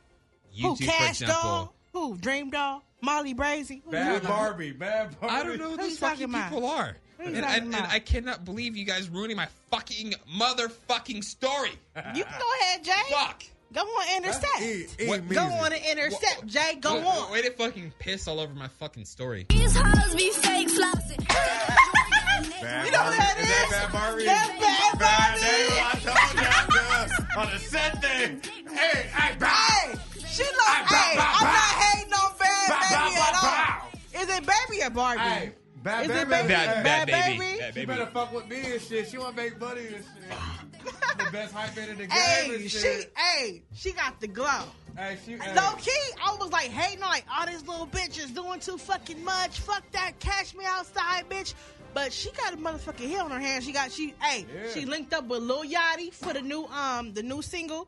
[SPEAKER 3] Who?
[SPEAKER 2] YouTube for
[SPEAKER 3] Cash
[SPEAKER 2] example.
[SPEAKER 3] Doll? Who? Dream Doll? Molly Brazy? Who you
[SPEAKER 4] Bad
[SPEAKER 3] talking-
[SPEAKER 4] Barbie, bad Barbie.
[SPEAKER 2] I don't know who
[SPEAKER 3] Who you
[SPEAKER 2] these fucking
[SPEAKER 3] talking about?
[SPEAKER 2] people are.
[SPEAKER 3] Who you
[SPEAKER 2] And I,
[SPEAKER 3] talking
[SPEAKER 2] and
[SPEAKER 3] about?
[SPEAKER 2] I cannot believe you guys ruining my fucking motherfucking story.
[SPEAKER 3] You can go ahead, Jay.
[SPEAKER 2] Fuck.
[SPEAKER 3] Go on, intercept.
[SPEAKER 4] E- E
[SPEAKER 2] What-
[SPEAKER 4] music.
[SPEAKER 3] go on and intercept,
[SPEAKER 2] Wha-
[SPEAKER 3] Jay. Go
[SPEAKER 2] Wait-
[SPEAKER 3] on.
[SPEAKER 2] Way to fucking piss all over my fucking story.
[SPEAKER 7] These hoes be fake flossing.
[SPEAKER 4] Bad
[SPEAKER 3] You know what
[SPEAKER 4] Barbie.
[SPEAKER 3] that
[SPEAKER 4] that
[SPEAKER 3] is?
[SPEAKER 4] Bad Barbie?
[SPEAKER 3] That's Bad Barbie.
[SPEAKER 4] damn, I told y'all, cuz. On the set thing. Hey, hey,
[SPEAKER 3] Hey, she like, hey,
[SPEAKER 4] bow,
[SPEAKER 3] I'm
[SPEAKER 4] bow.
[SPEAKER 3] not hating on Bad
[SPEAKER 4] Bow, bow,
[SPEAKER 3] Baby
[SPEAKER 4] bow,
[SPEAKER 3] at all. Is it Baby or Barbie?
[SPEAKER 4] Hey, Bad
[SPEAKER 3] Is
[SPEAKER 4] Bad
[SPEAKER 3] it Baby?
[SPEAKER 4] Bad-
[SPEAKER 3] Bad
[SPEAKER 2] Bad
[SPEAKER 3] Baby?
[SPEAKER 2] Bad
[SPEAKER 4] She better fuck with me and shit. She want to make money and
[SPEAKER 3] <laughs>
[SPEAKER 4] shit. the best hype man in the game
[SPEAKER 3] Hey,
[SPEAKER 4] and
[SPEAKER 3] she,
[SPEAKER 4] shit.
[SPEAKER 3] hey, she got the glow.
[SPEAKER 4] Hey, she, hey.
[SPEAKER 3] Low key, I was like hating on like all these little bitches doing too fucking much. Fuck that, cash me outside, bitch. But she got a motherfucking hit on her hand. She got she, hey,
[SPEAKER 4] Yeah.
[SPEAKER 3] she linked up with Lil Yachty for the new um the new single,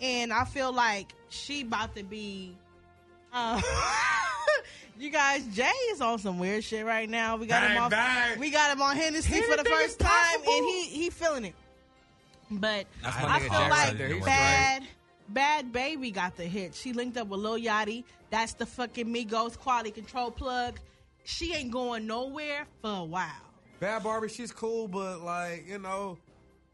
[SPEAKER 3] and I feel like she about to be. Uh, <laughs> you guys, Jay is on some weird shit right now. We got
[SPEAKER 4] Bang,
[SPEAKER 3] him on
[SPEAKER 4] bang.
[SPEAKER 3] we got him on Hennessy for the
[SPEAKER 4] Anything is
[SPEAKER 3] first time,
[SPEAKER 4] possible.
[SPEAKER 3] and he he feeling it. But
[SPEAKER 2] That's my
[SPEAKER 3] I
[SPEAKER 2] nigga
[SPEAKER 3] feel
[SPEAKER 2] Jay right
[SPEAKER 3] like
[SPEAKER 2] there. He's
[SPEAKER 3] bad, bad baby got the hit. She linked up with Lil Yachty. That's the fucking Migos quality control plug. She ain't going nowhere for a while.
[SPEAKER 4] Bad Barbie, she's cool, but like, you know,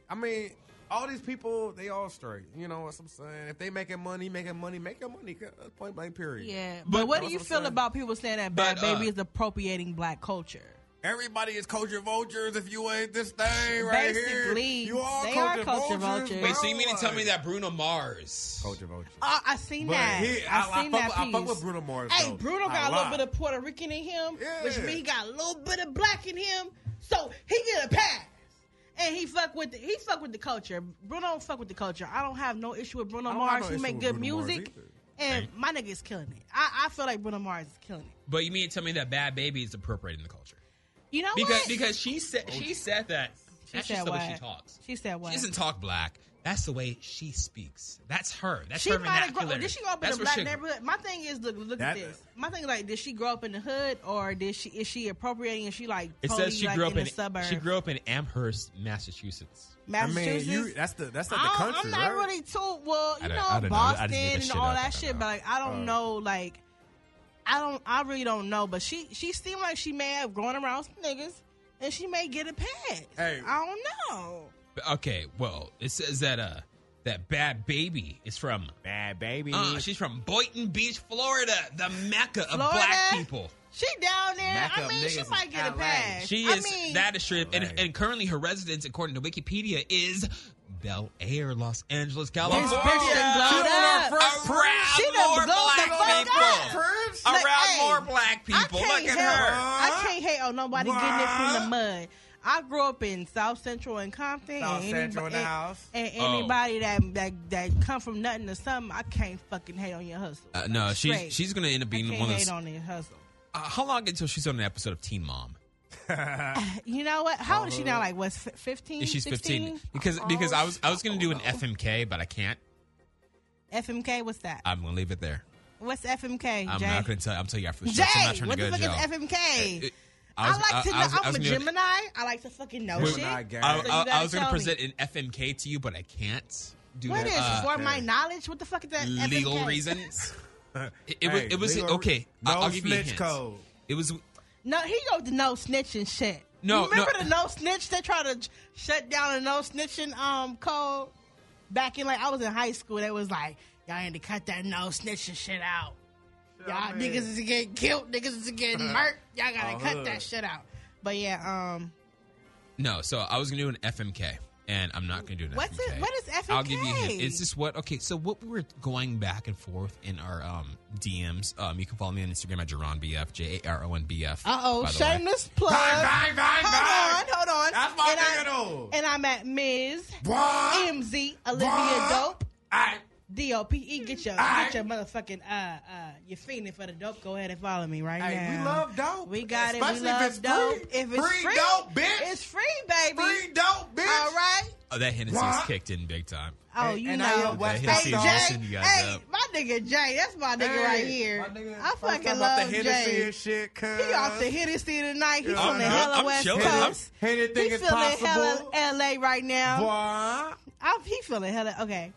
[SPEAKER 4] I mean, all these people, they all straight. You know what I'm saying? If they making money, making money, make your money. cuz. Point blank, period.
[SPEAKER 3] Yeah, but, what do
[SPEAKER 4] That's
[SPEAKER 3] you
[SPEAKER 4] what I'm
[SPEAKER 3] feel
[SPEAKER 4] saying.
[SPEAKER 3] about people saying that bad
[SPEAKER 2] But, uh,
[SPEAKER 3] baby is appropriating black culture?
[SPEAKER 4] Everybody is culture vultures if you ain't this thing right
[SPEAKER 3] Basically,
[SPEAKER 4] here. You are
[SPEAKER 3] they
[SPEAKER 4] culture
[SPEAKER 3] are culture
[SPEAKER 4] vultures.
[SPEAKER 3] vultures.
[SPEAKER 4] bro.
[SPEAKER 2] Wait, so you mean to tell me that Bruno Mars?
[SPEAKER 4] Culture vultures.
[SPEAKER 3] Uh, I seen
[SPEAKER 4] But
[SPEAKER 3] that.
[SPEAKER 4] he- I- I
[SPEAKER 3] I seen
[SPEAKER 4] fuck
[SPEAKER 3] that
[SPEAKER 4] with- I
[SPEAKER 3] piece.
[SPEAKER 4] fuck with Bruno Mars,
[SPEAKER 3] Hey,
[SPEAKER 4] though.
[SPEAKER 3] Bruno
[SPEAKER 4] A
[SPEAKER 3] got a
[SPEAKER 4] lot.
[SPEAKER 3] little bit of Puerto Rican in him,
[SPEAKER 4] Yeah.
[SPEAKER 3] which means he got a little bit of black in him. So he get a pass, and he fuck with the, he fuck with the culture. Bruno don't fuck with the culture. I don't have no issue with Bruno
[SPEAKER 4] I don't have
[SPEAKER 3] Mars.
[SPEAKER 4] no
[SPEAKER 3] he
[SPEAKER 4] issue
[SPEAKER 3] make
[SPEAKER 4] with
[SPEAKER 3] good
[SPEAKER 4] Bruno Mars
[SPEAKER 3] music,
[SPEAKER 4] either.
[SPEAKER 3] and my nigga is killing it. I, I feel like Bruno Mars is killing it.
[SPEAKER 2] But you mean to tell me that Bad Baby is appropriating the culture?
[SPEAKER 3] You know
[SPEAKER 2] because
[SPEAKER 3] Oh, what?
[SPEAKER 2] because she said she said that. That's
[SPEAKER 3] said
[SPEAKER 2] just the way she
[SPEAKER 3] what?
[SPEAKER 2] talks.
[SPEAKER 3] She said what?
[SPEAKER 2] She doesn't talk black. That's the way she speaks. That's her. That's
[SPEAKER 3] she
[SPEAKER 2] her
[SPEAKER 3] might have grown.
[SPEAKER 2] vernacular.
[SPEAKER 3] Did she grow up in
[SPEAKER 2] That's
[SPEAKER 3] a
[SPEAKER 2] where
[SPEAKER 3] black
[SPEAKER 2] she-
[SPEAKER 3] neighborhood? My thing is, look, look
[SPEAKER 4] That-
[SPEAKER 3] at this. My thing, like, did she grow up in the hood or did she is she appropriating? and she like
[SPEAKER 2] It
[SPEAKER 3] totally,
[SPEAKER 2] says she
[SPEAKER 3] like,
[SPEAKER 2] grew up
[SPEAKER 3] in,
[SPEAKER 2] in
[SPEAKER 3] the suburbs?
[SPEAKER 2] she grew up in Amherst, Massachusetts.
[SPEAKER 4] I mean,
[SPEAKER 3] Massachusetts.
[SPEAKER 4] you, that's the that's
[SPEAKER 3] I
[SPEAKER 4] not the
[SPEAKER 3] don't-
[SPEAKER 4] country,
[SPEAKER 3] I'm not
[SPEAKER 4] right?
[SPEAKER 3] really too well,
[SPEAKER 2] I don't- I don't
[SPEAKER 3] you know,
[SPEAKER 2] know. I just
[SPEAKER 3] Boston
[SPEAKER 2] made
[SPEAKER 3] and
[SPEAKER 2] this shit
[SPEAKER 3] all
[SPEAKER 2] up. I
[SPEAKER 3] that
[SPEAKER 2] don't
[SPEAKER 3] shit,
[SPEAKER 2] know.
[SPEAKER 3] but like I
[SPEAKER 4] Oh.
[SPEAKER 3] don't know, like I don't, I really don't know. But she, she seemed like she may have gone around some niggas, and she may get a pass.
[SPEAKER 4] Hey.
[SPEAKER 3] I don't know.
[SPEAKER 2] But, Okay, well, it says that uh that bad baby is from
[SPEAKER 5] Bad baby.
[SPEAKER 2] uh she's from Boynton Beach, Florida, the mecca of
[SPEAKER 3] Florida?
[SPEAKER 2] black people.
[SPEAKER 3] She down there.
[SPEAKER 5] Mecca
[SPEAKER 3] I
[SPEAKER 5] of
[SPEAKER 3] mean, she
[SPEAKER 5] niggas
[SPEAKER 3] might
[SPEAKER 5] is
[SPEAKER 3] get a
[SPEAKER 5] LA.
[SPEAKER 3] pass.
[SPEAKER 2] She
[SPEAKER 3] I
[SPEAKER 2] is
[SPEAKER 3] mean,
[SPEAKER 2] that is true, and,
[SPEAKER 5] Right.
[SPEAKER 2] and currently her residence, according to Wikipedia, is Bel Air, Los Angeles,
[SPEAKER 3] This
[SPEAKER 2] California.
[SPEAKER 3] bitch done glowed up.
[SPEAKER 2] Around
[SPEAKER 3] She done
[SPEAKER 2] more
[SPEAKER 3] glowed the
[SPEAKER 2] black
[SPEAKER 3] fuck up.
[SPEAKER 2] people. Around
[SPEAKER 3] Look, hey,
[SPEAKER 2] more black people.
[SPEAKER 3] I can't
[SPEAKER 2] Look at
[SPEAKER 3] help,
[SPEAKER 2] her.
[SPEAKER 3] I can't hate on nobody getting it from the mud. I grew up in South Central and Compton.
[SPEAKER 4] South
[SPEAKER 3] and
[SPEAKER 4] Central in
[SPEAKER 3] anybody,
[SPEAKER 4] the house.
[SPEAKER 3] And
[SPEAKER 2] Oh.
[SPEAKER 3] anybody that, that that come from nothing to something, I can't fucking hate on your hustle.
[SPEAKER 2] Uh, no,
[SPEAKER 3] Straight.
[SPEAKER 2] she's she's gonna end up
[SPEAKER 3] I
[SPEAKER 2] being
[SPEAKER 3] can't
[SPEAKER 2] one of
[SPEAKER 3] hate
[SPEAKER 2] those.
[SPEAKER 3] on your hustle.
[SPEAKER 2] Uh, how long until she's on an episode of Teen Mom?
[SPEAKER 3] You know what? How old is she now? Like what's f-
[SPEAKER 2] Uh,
[SPEAKER 3] 15?
[SPEAKER 2] If she's
[SPEAKER 3] 16?
[SPEAKER 2] fifteen, because
[SPEAKER 3] Oh,
[SPEAKER 2] because I was I was gonna do an FMK, but I can't.
[SPEAKER 3] FMK, what's that?
[SPEAKER 2] I'm gonna leave it there.
[SPEAKER 3] What's FMK?
[SPEAKER 2] I'm
[SPEAKER 3] Jay?
[SPEAKER 2] not gonna tell. I'm telling you after the show.
[SPEAKER 3] Jay,
[SPEAKER 2] 'cause I'm not trying
[SPEAKER 3] what
[SPEAKER 2] to
[SPEAKER 3] the
[SPEAKER 2] go
[SPEAKER 3] fuck
[SPEAKER 2] to jail.
[SPEAKER 3] is FMK? I,
[SPEAKER 2] was- uh,
[SPEAKER 3] like to know.
[SPEAKER 2] I was- I
[SPEAKER 3] I'm
[SPEAKER 2] was
[SPEAKER 3] a
[SPEAKER 2] gonna-
[SPEAKER 3] Gemini. I like to fucking know
[SPEAKER 2] Wait,
[SPEAKER 3] shit.
[SPEAKER 4] I got-
[SPEAKER 2] I,
[SPEAKER 4] So you
[SPEAKER 2] I- I
[SPEAKER 3] gotta
[SPEAKER 2] was going to
[SPEAKER 3] tell me.
[SPEAKER 2] present an FMK to you, but I can't do
[SPEAKER 3] What is
[SPEAKER 2] that.
[SPEAKER 3] for my knowledge? What the fuck is that?
[SPEAKER 2] uh, legal
[SPEAKER 3] FMK? <laughs>
[SPEAKER 2] reasons. It, it was.
[SPEAKER 4] Hey,
[SPEAKER 2] It was
[SPEAKER 4] legal-
[SPEAKER 2] okay.
[SPEAKER 4] No
[SPEAKER 2] I- I'll give you a
[SPEAKER 4] snitch
[SPEAKER 2] hint.
[SPEAKER 4] code.
[SPEAKER 2] It was.
[SPEAKER 3] No, he goes to no snitching shit.
[SPEAKER 2] No,
[SPEAKER 3] you remember
[SPEAKER 2] no.
[SPEAKER 3] the no snitch? They try to j- shut down the no snitching um code back in like I was in high school. They was like, y'all need to cut that no snitching shit out. Y'all niggas is getting killed. Niggas is
[SPEAKER 4] <laughs>
[SPEAKER 3] getting murked. Y'all gotta cut
[SPEAKER 4] hood.
[SPEAKER 3] that shit out. But yeah, um,
[SPEAKER 2] No. So I was going to do an FMK, and I'm not going to do an
[SPEAKER 3] What's it-
[SPEAKER 2] FMK.
[SPEAKER 3] what is
[SPEAKER 2] I'll give you a hint.
[SPEAKER 3] FMK?
[SPEAKER 2] It's just what. Okay. So what we were going back and forth in our um, DMs. Um, you can follow me on Instagram at JaronBF. J A R O N B F.
[SPEAKER 3] uh oh,
[SPEAKER 2] by the way.
[SPEAKER 3] shameless plug.
[SPEAKER 4] Bang, bang, bang,
[SPEAKER 3] Hold
[SPEAKER 4] bang.
[SPEAKER 3] on, hold on.
[SPEAKER 4] That's my
[SPEAKER 3] and
[SPEAKER 4] nigga, though.
[SPEAKER 3] I, And I'm at Ms.
[SPEAKER 4] What?
[SPEAKER 3] MZ Olivia
[SPEAKER 4] What?
[SPEAKER 3] Dope.
[SPEAKER 4] I,
[SPEAKER 3] D O P E. Get your
[SPEAKER 4] Aight.
[SPEAKER 3] get your motherfucking uh uh. You're fiending for the dope. Go ahead and follow me right
[SPEAKER 4] Hey,
[SPEAKER 3] now.
[SPEAKER 4] we love dope.
[SPEAKER 3] We got it. We
[SPEAKER 4] Especially if
[SPEAKER 3] love
[SPEAKER 4] it's
[SPEAKER 3] dope.
[SPEAKER 4] free.
[SPEAKER 3] If it's
[SPEAKER 4] Free dope, bitch.
[SPEAKER 3] It's free, baby.
[SPEAKER 4] free dope, bitch.
[SPEAKER 3] All right.
[SPEAKER 2] Oh, that Hennessy's
[SPEAKER 4] What?
[SPEAKER 2] kicked in big time.
[SPEAKER 3] Oh,
[SPEAKER 4] Hey,
[SPEAKER 3] you
[SPEAKER 4] and I
[SPEAKER 3] know.
[SPEAKER 4] love West
[SPEAKER 2] Hey,
[SPEAKER 4] Coast,
[SPEAKER 2] Hennessy,
[SPEAKER 3] Hey,
[SPEAKER 4] dog.
[SPEAKER 3] Jay.
[SPEAKER 2] listen, you guys
[SPEAKER 3] Hey,
[SPEAKER 2] up.
[SPEAKER 3] my nigga Jay. That's my nigga
[SPEAKER 4] Hey,
[SPEAKER 3] right here.
[SPEAKER 4] my nigga,
[SPEAKER 3] I
[SPEAKER 4] first
[SPEAKER 3] fucking
[SPEAKER 4] about
[SPEAKER 3] love
[SPEAKER 4] the Hennessy
[SPEAKER 3] Jay.
[SPEAKER 4] and shit, cuz.
[SPEAKER 3] He off the Hennessy tonight. He's
[SPEAKER 4] Yeah,
[SPEAKER 3] on the
[SPEAKER 4] I'm
[SPEAKER 3] hella
[SPEAKER 2] I'm
[SPEAKER 3] West
[SPEAKER 2] chilling.
[SPEAKER 3] Coast.
[SPEAKER 4] Anything
[SPEAKER 3] he
[SPEAKER 4] is
[SPEAKER 3] feeling hella
[SPEAKER 4] possible.
[SPEAKER 3] LA right now.
[SPEAKER 4] What?
[SPEAKER 3] I'm, he feeling hella okay.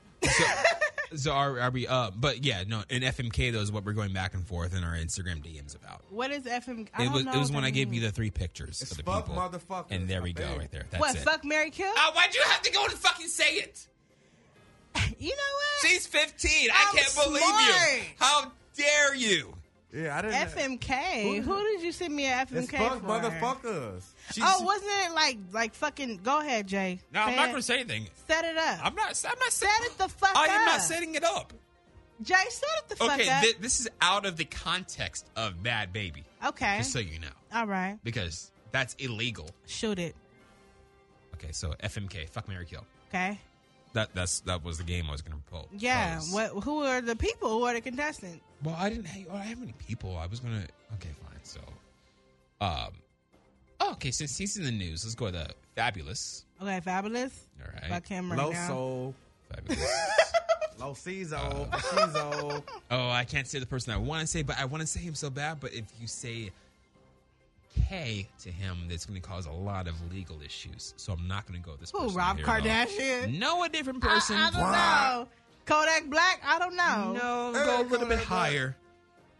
[SPEAKER 2] So are, are we? Uh, but yeah, no. An FMK though is what we're going back and forth in our Instagram DMs about.
[SPEAKER 3] What is FM? I
[SPEAKER 2] It
[SPEAKER 3] don't
[SPEAKER 2] was
[SPEAKER 3] know
[SPEAKER 2] it was
[SPEAKER 3] what
[SPEAKER 2] when
[SPEAKER 3] that
[SPEAKER 2] I gave you
[SPEAKER 3] means.
[SPEAKER 2] the three pictures
[SPEAKER 4] It's
[SPEAKER 2] of the
[SPEAKER 4] fuck
[SPEAKER 2] people,
[SPEAKER 4] motherfuckers,
[SPEAKER 2] and there we
[SPEAKER 4] I
[SPEAKER 2] go
[SPEAKER 4] beg.
[SPEAKER 2] right there. That's
[SPEAKER 3] what
[SPEAKER 2] it.
[SPEAKER 3] fuck Mary Kill?
[SPEAKER 2] Uh, why'd you have to go and fucking say it?
[SPEAKER 3] You know what?
[SPEAKER 2] She's 15. I
[SPEAKER 3] I'm
[SPEAKER 2] can't believe you.
[SPEAKER 3] smart.
[SPEAKER 2] How dare you?
[SPEAKER 4] Yeah, I didn't.
[SPEAKER 3] FMK. Who did you send me an
[SPEAKER 4] It's
[SPEAKER 3] FMK
[SPEAKER 4] fuck
[SPEAKER 3] for?
[SPEAKER 4] motherfuckers. She's,
[SPEAKER 3] Oh, wasn't it like like fucking? Go ahead, Jay.
[SPEAKER 2] No, I'm
[SPEAKER 3] Say
[SPEAKER 2] not
[SPEAKER 3] it.
[SPEAKER 2] gonna say anything.
[SPEAKER 3] set it up.
[SPEAKER 2] I'm not. I'm not
[SPEAKER 3] set it the fuck
[SPEAKER 2] I
[SPEAKER 3] up.
[SPEAKER 2] am not setting it up.
[SPEAKER 3] Jay, set it the
[SPEAKER 2] Okay,
[SPEAKER 3] fuck up.
[SPEAKER 2] thi- this is out of the context of Bad Baby.
[SPEAKER 3] okay.
[SPEAKER 2] Just so you know,
[SPEAKER 3] All right.
[SPEAKER 2] because that's illegal.
[SPEAKER 3] Shoot it.
[SPEAKER 2] Okay, so FMK, fuck Mary Kill.
[SPEAKER 3] Okay.
[SPEAKER 2] That that's that was the game I was gonna propose.
[SPEAKER 3] Yeah. What? Who are the people? Who are the contestants?
[SPEAKER 2] Well, I didn't. Hey, well, I have any people. I was gonna. Okay, fine. So, um, oh, okay. Since he's in the news, let's go to the fabulous.
[SPEAKER 3] Okay, fabulous.
[SPEAKER 2] All right,
[SPEAKER 3] Fuck him right
[SPEAKER 4] low
[SPEAKER 3] now.
[SPEAKER 4] soul,
[SPEAKER 2] fabulous.
[SPEAKER 3] <laughs>
[SPEAKER 4] low season, season.
[SPEAKER 2] oh, I can't say the person I want to say, but I want to say him so bad. But if you say K to him, that's gonna cause a lot of legal issues. So I'm not gonna go with this.
[SPEAKER 3] Who?
[SPEAKER 2] person
[SPEAKER 3] Rob
[SPEAKER 2] here at all.
[SPEAKER 3] Kardashian.
[SPEAKER 2] No, a different
[SPEAKER 3] I-
[SPEAKER 2] person.
[SPEAKER 3] I, don't know. Kodak Black. I don't know.
[SPEAKER 2] No, go a little bit higher.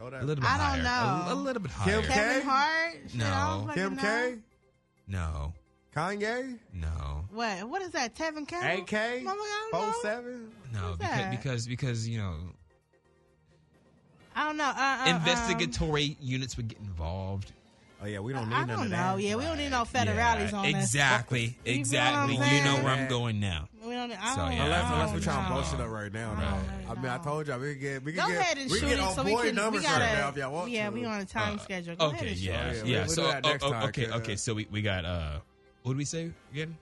[SPEAKER 4] Oh,
[SPEAKER 2] A little bit
[SPEAKER 3] I
[SPEAKER 2] higher.
[SPEAKER 3] don't
[SPEAKER 2] A,
[SPEAKER 3] know.
[SPEAKER 2] a little bit higher.
[SPEAKER 4] Kim K?
[SPEAKER 3] Kevin Hart. Shit, I don't
[SPEAKER 2] No.
[SPEAKER 3] fucking
[SPEAKER 4] Kim
[SPEAKER 3] know.
[SPEAKER 4] K,
[SPEAKER 2] No,
[SPEAKER 4] Kanye,
[SPEAKER 2] no.
[SPEAKER 3] What? What is that? Tevin Campbell?
[SPEAKER 4] AK,
[SPEAKER 3] Mama, I don't know.
[SPEAKER 4] 47.
[SPEAKER 2] No,
[SPEAKER 3] Who's
[SPEAKER 2] because,
[SPEAKER 3] that?
[SPEAKER 2] because because you know
[SPEAKER 3] I don't know. Uh, uh, um,
[SPEAKER 2] investigatory units would get involved.
[SPEAKER 4] Oh yeah, we don't need
[SPEAKER 3] I
[SPEAKER 4] none
[SPEAKER 3] don't
[SPEAKER 4] of
[SPEAKER 3] know.
[SPEAKER 4] that.
[SPEAKER 3] Yeah, we don't need no
[SPEAKER 2] Yeah,
[SPEAKER 3] federales on this.
[SPEAKER 2] exactly,
[SPEAKER 3] You feel
[SPEAKER 2] exactly.
[SPEAKER 3] what I'm
[SPEAKER 2] You know
[SPEAKER 3] saying?
[SPEAKER 2] where I'm going now.
[SPEAKER 3] We don't. I
[SPEAKER 2] So,
[SPEAKER 3] don't,
[SPEAKER 2] yeah,
[SPEAKER 4] Unless,
[SPEAKER 3] I
[SPEAKER 4] unless
[SPEAKER 3] don't
[SPEAKER 4] we're trying to
[SPEAKER 3] know.
[SPEAKER 4] blow shit up right now.
[SPEAKER 2] Right.
[SPEAKER 4] though. I mean, I told y'all we can get we
[SPEAKER 3] Go
[SPEAKER 4] can get
[SPEAKER 3] ahead and
[SPEAKER 4] we
[SPEAKER 3] shoot
[SPEAKER 4] can get
[SPEAKER 3] it
[SPEAKER 4] on
[SPEAKER 3] so we
[SPEAKER 4] boy
[SPEAKER 3] can. We
[SPEAKER 4] numbers right now
[SPEAKER 3] gotta.
[SPEAKER 4] if y'all want
[SPEAKER 3] yeah,
[SPEAKER 4] to.
[SPEAKER 3] we on a time schedule. Go ahead
[SPEAKER 2] Uh, Okay,
[SPEAKER 3] and shoot
[SPEAKER 2] yeah,
[SPEAKER 3] it.
[SPEAKER 2] yeah.
[SPEAKER 4] Yeah, we'll do
[SPEAKER 2] So,
[SPEAKER 4] that
[SPEAKER 2] oh,
[SPEAKER 4] next
[SPEAKER 2] oh,
[SPEAKER 4] time,
[SPEAKER 2] okay,
[SPEAKER 4] kid.
[SPEAKER 2] uh,
[SPEAKER 4] <laughs>
[SPEAKER 2] okay. So we we got uh, what did we say again?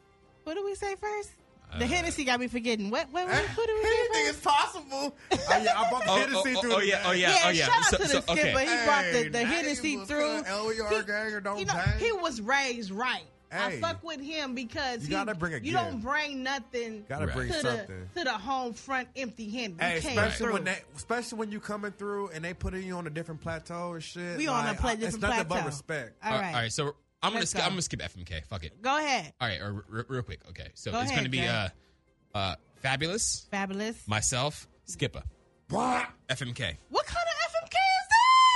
[SPEAKER 3] What do we say first?
[SPEAKER 2] Uh,
[SPEAKER 3] The Hennessy got me forgetting. What? What?
[SPEAKER 4] Uh,
[SPEAKER 3] What, what do we get
[SPEAKER 5] <laughs> Anything is possible.
[SPEAKER 4] I, Oh, yeah, I bought the
[SPEAKER 2] Oh,
[SPEAKER 4] Hennessy
[SPEAKER 2] oh,
[SPEAKER 4] through
[SPEAKER 2] oh,
[SPEAKER 4] the
[SPEAKER 2] yeah, oh,
[SPEAKER 4] bag.
[SPEAKER 2] yeah, oh, yeah.
[SPEAKER 3] shout out
[SPEAKER 2] So-
[SPEAKER 3] to the
[SPEAKER 2] so,
[SPEAKER 3] skipper.
[SPEAKER 2] okay.
[SPEAKER 3] He brought the, the
[SPEAKER 5] Hey,
[SPEAKER 3] Hennessy
[SPEAKER 5] neighbors,
[SPEAKER 3] through.
[SPEAKER 5] uh,
[SPEAKER 4] E
[SPEAKER 5] LER
[SPEAKER 3] He-
[SPEAKER 5] gang or don't
[SPEAKER 3] you know,
[SPEAKER 5] bang.
[SPEAKER 3] he was raised right. I
[SPEAKER 4] Hey.
[SPEAKER 3] fuck with him because
[SPEAKER 4] You
[SPEAKER 3] he,
[SPEAKER 4] gotta bring a
[SPEAKER 3] you
[SPEAKER 4] gift.
[SPEAKER 3] don't bring nothing
[SPEAKER 4] Gotta
[SPEAKER 2] Right.
[SPEAKER 4] bring
[SPEAKER 3] to
[SPEAKER 4] something.
[SPEAKER 3] the to the home front empty handed.
[SPEAKER 4] Hey,
[SPEAKER 3] Hey,
[SPEAKER 4] especially when they, especially when you coming through and they putting you on a different plateau and shit.
[SPEAKER 3] We on a
[SPEAKER 4] like,
[SPEAKER 3] pla-
[SPEAKER 4] I-
[SPEAKER 3] different
[SPEAKER 4] It's nothing
[SPEAKER 3] plateau.
[SPEAKER 4] but respect.
[SPEAKER 3] All right.
[SPEAKER 2] all right. So I'm gonna
[SPEAKER 3] Let's
[SPEAKER 2] skip,
[SPEAKER 3] go.
[SPEAKER 2] I'm gonna skip FMK. Fuck it.
[SPEAKER 3] Go ahead.
[SPEAKER 2] All right, or, r- real quick. Okay, so
[SPEAKER 3] Go
[SPEAKER 2] it's
[SPEAKER 3] ahead,
[SPEAKER 2] gonna be
[SPEAKER 3] Jay.
[SPEAKER 2] uh, uh, fabulous.
[SPEAKER 3] Fabulous.
[SPEAKER 2] Myself, Skipper,
[SPEAKER 4] What?
[SPEAKER 2] FMK.
[SPEAKER 3] what kind of FMK is that?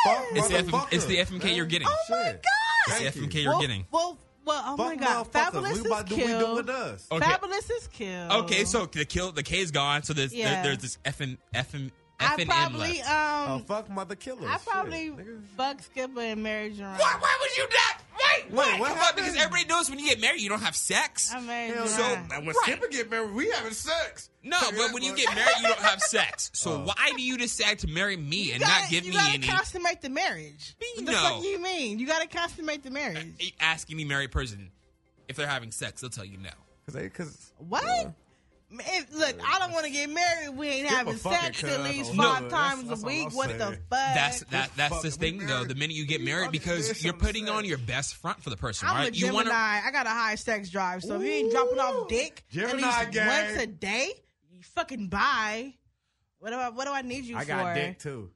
[SPEAKER 2] It's the, FM,
[SPEAKER 4] Motherfucker,
[SPEAKER 2] it's the FMK you're
[SPEAKER 4] man.
[SPEAKER 2] getting.
[SPEAKER 3] oh my
[SPEAKER 4] shit.
[SPEAKER 2] It's
[SPEAKER 3] gosh.
[SPEAKER 2] the
[SPEAKER 4] Thank you.
[SPEAKER 2] FMK you're
[SPEAKER 3] well,
[SPEAKER 2] getting.
[SPEAKER 3] Well, well, oh my
[SPEAKER 4] Fuck
[SPEAKER 3] god.
[SPEAKER 4] motherfuckers.
[SPEAKER 3] Fabulous is
[SPEAKER 4] we about do what we do
[SPEAKER 3] killed.
[SPEAKER 4] with us.
[SPEAKER 2] Okay.
[SPEAKER 3] Fabulous is killed.
[SPEAKER 2] Okay, so the kill the K is gone. So there's
[SPEAKER 3] Oh. Yeah.
[SPEAKER 2] there, there's this FM FM
[SPEAKER 3] I
[SPEAKER 2] FM M
[SPEAKER 3] probably
[SPEAKER 2] left.
[SPEAKER 4] Uh,
[SPEAKER 3] um
[SPEAKER 4] fuck mother killers.
[SPEAKER 3] I probably
[SPEAKER 4] Shit, nigga.
[SPEAKER 3] fuck Skipper and marry Jerome.
[SPEAKER 2] why, why would you not? Wait,
[SPEAKER 4] Wait,
[SPEAKER 2] Come
[SPEAKER 4] what
[SPEAKER 2] on, because
[SPEAKER 4] happened?
[SPEAKER 2] everybody knows when you get married, you don't have sex.
[SPEAKER 3] I married
[SPEAKER 4] Hell
[SPEAKER 3] Jerome.
[SPEAKER 4] So-
[SPEAKER 5] Now, when
[SPEAKER 2] Right.
[SPEAKER 5] Skipper get married, we having sex.
[SPEAKER 2] no,
[SPEAKER 5] Figure
[SPEAKER 2] but
[SPEAKER 5] that
[SPEAKER 2] when you
[SPEAKER 5] much.
[SPEAKER 2] get married, you don't have
[SPEAKER 3] <laughs>
[SPEAKER 2] sex. So
[SPEAKER 4] Oh.
[SPEAKER 2] why do you decide to marry me and
[SPEAKER 3] gotta-
[SPEAKER 2] not give
[SPEAKER 3] you
[SPEAKER 2] me
[SPEAKER 3] gotta
[SPEAKER 2] any?
[SPEAKER 3] consummate the marriage.
[SPEAKER 2] Me
[SPEAKER 3] What the
[SPEAKER 2] no.
[SPEAKER 3] fuck you mean? You gotta consummate the marriage.
[SPEAKER 2] Ask any married person if they're having sex, they'll tell you no.
[SPEAKER 4] <laughs> Cause they, cause
[SPEAKER 3] What? Man, if- look, I don't want to get married. We ain't
[SPEAKER 4] Give a
[SPEAKER 3] having
[SPEAKER 4] fuck it,
[SPEAKER 3] sex
[SPEAKER 4] cuz,
[SPEAKER 3] at least
[SPEAKER 4] on
[SPEAKER 3] five
[SPEAKER 4] Lover.
[SPEAKER 3] times
[SPEAKER 4] That's- that's
[SPEAKER 3] a
[SPEAKER 4] all
[SPEAKER 3] week.
[SPEAKER 4] I'm
[SPEAKER 3] What the fuck?
[SPEAKER 4] saying.
[SPEAKER 2] That's that. That's
[SPEAKER 4] fuck,
[SPEAKER 2] this
[SPEAKER 4] we
[SPEAKER 2] thing though.
[SPEAKER 4] married.
[SPEAKER 2] The minute you get
[SPEAKER 4] You
[SPEAKER 2] married, because
[SPEAKER 4] understand
[SPEAKER 2] you're
[SPEAKER 4] what I'm
[SPEAKER 2] putting on
[SPEAKER 4] saying.
[SPEAKER 2] your best front for the person,
[SPEAKER 3] I'm a
[SPEAKER 2] right? You
[SPEAKER 3] Gemini.
[SPEAKER 2] want to.
[SPEAKER 3] I got a high sex drive, so if you ain't dropping off dick
[SPEAKER 4] Gemini
[SPEAKER 3] at least
[SPEAKER 4] gang.
[SPEAKER 3] once a day, you fucking bye. What do I? What do I need you
[SPEAKER 4] I
[SPEAKER 3] for?
[SPEAKER 4] got dick too.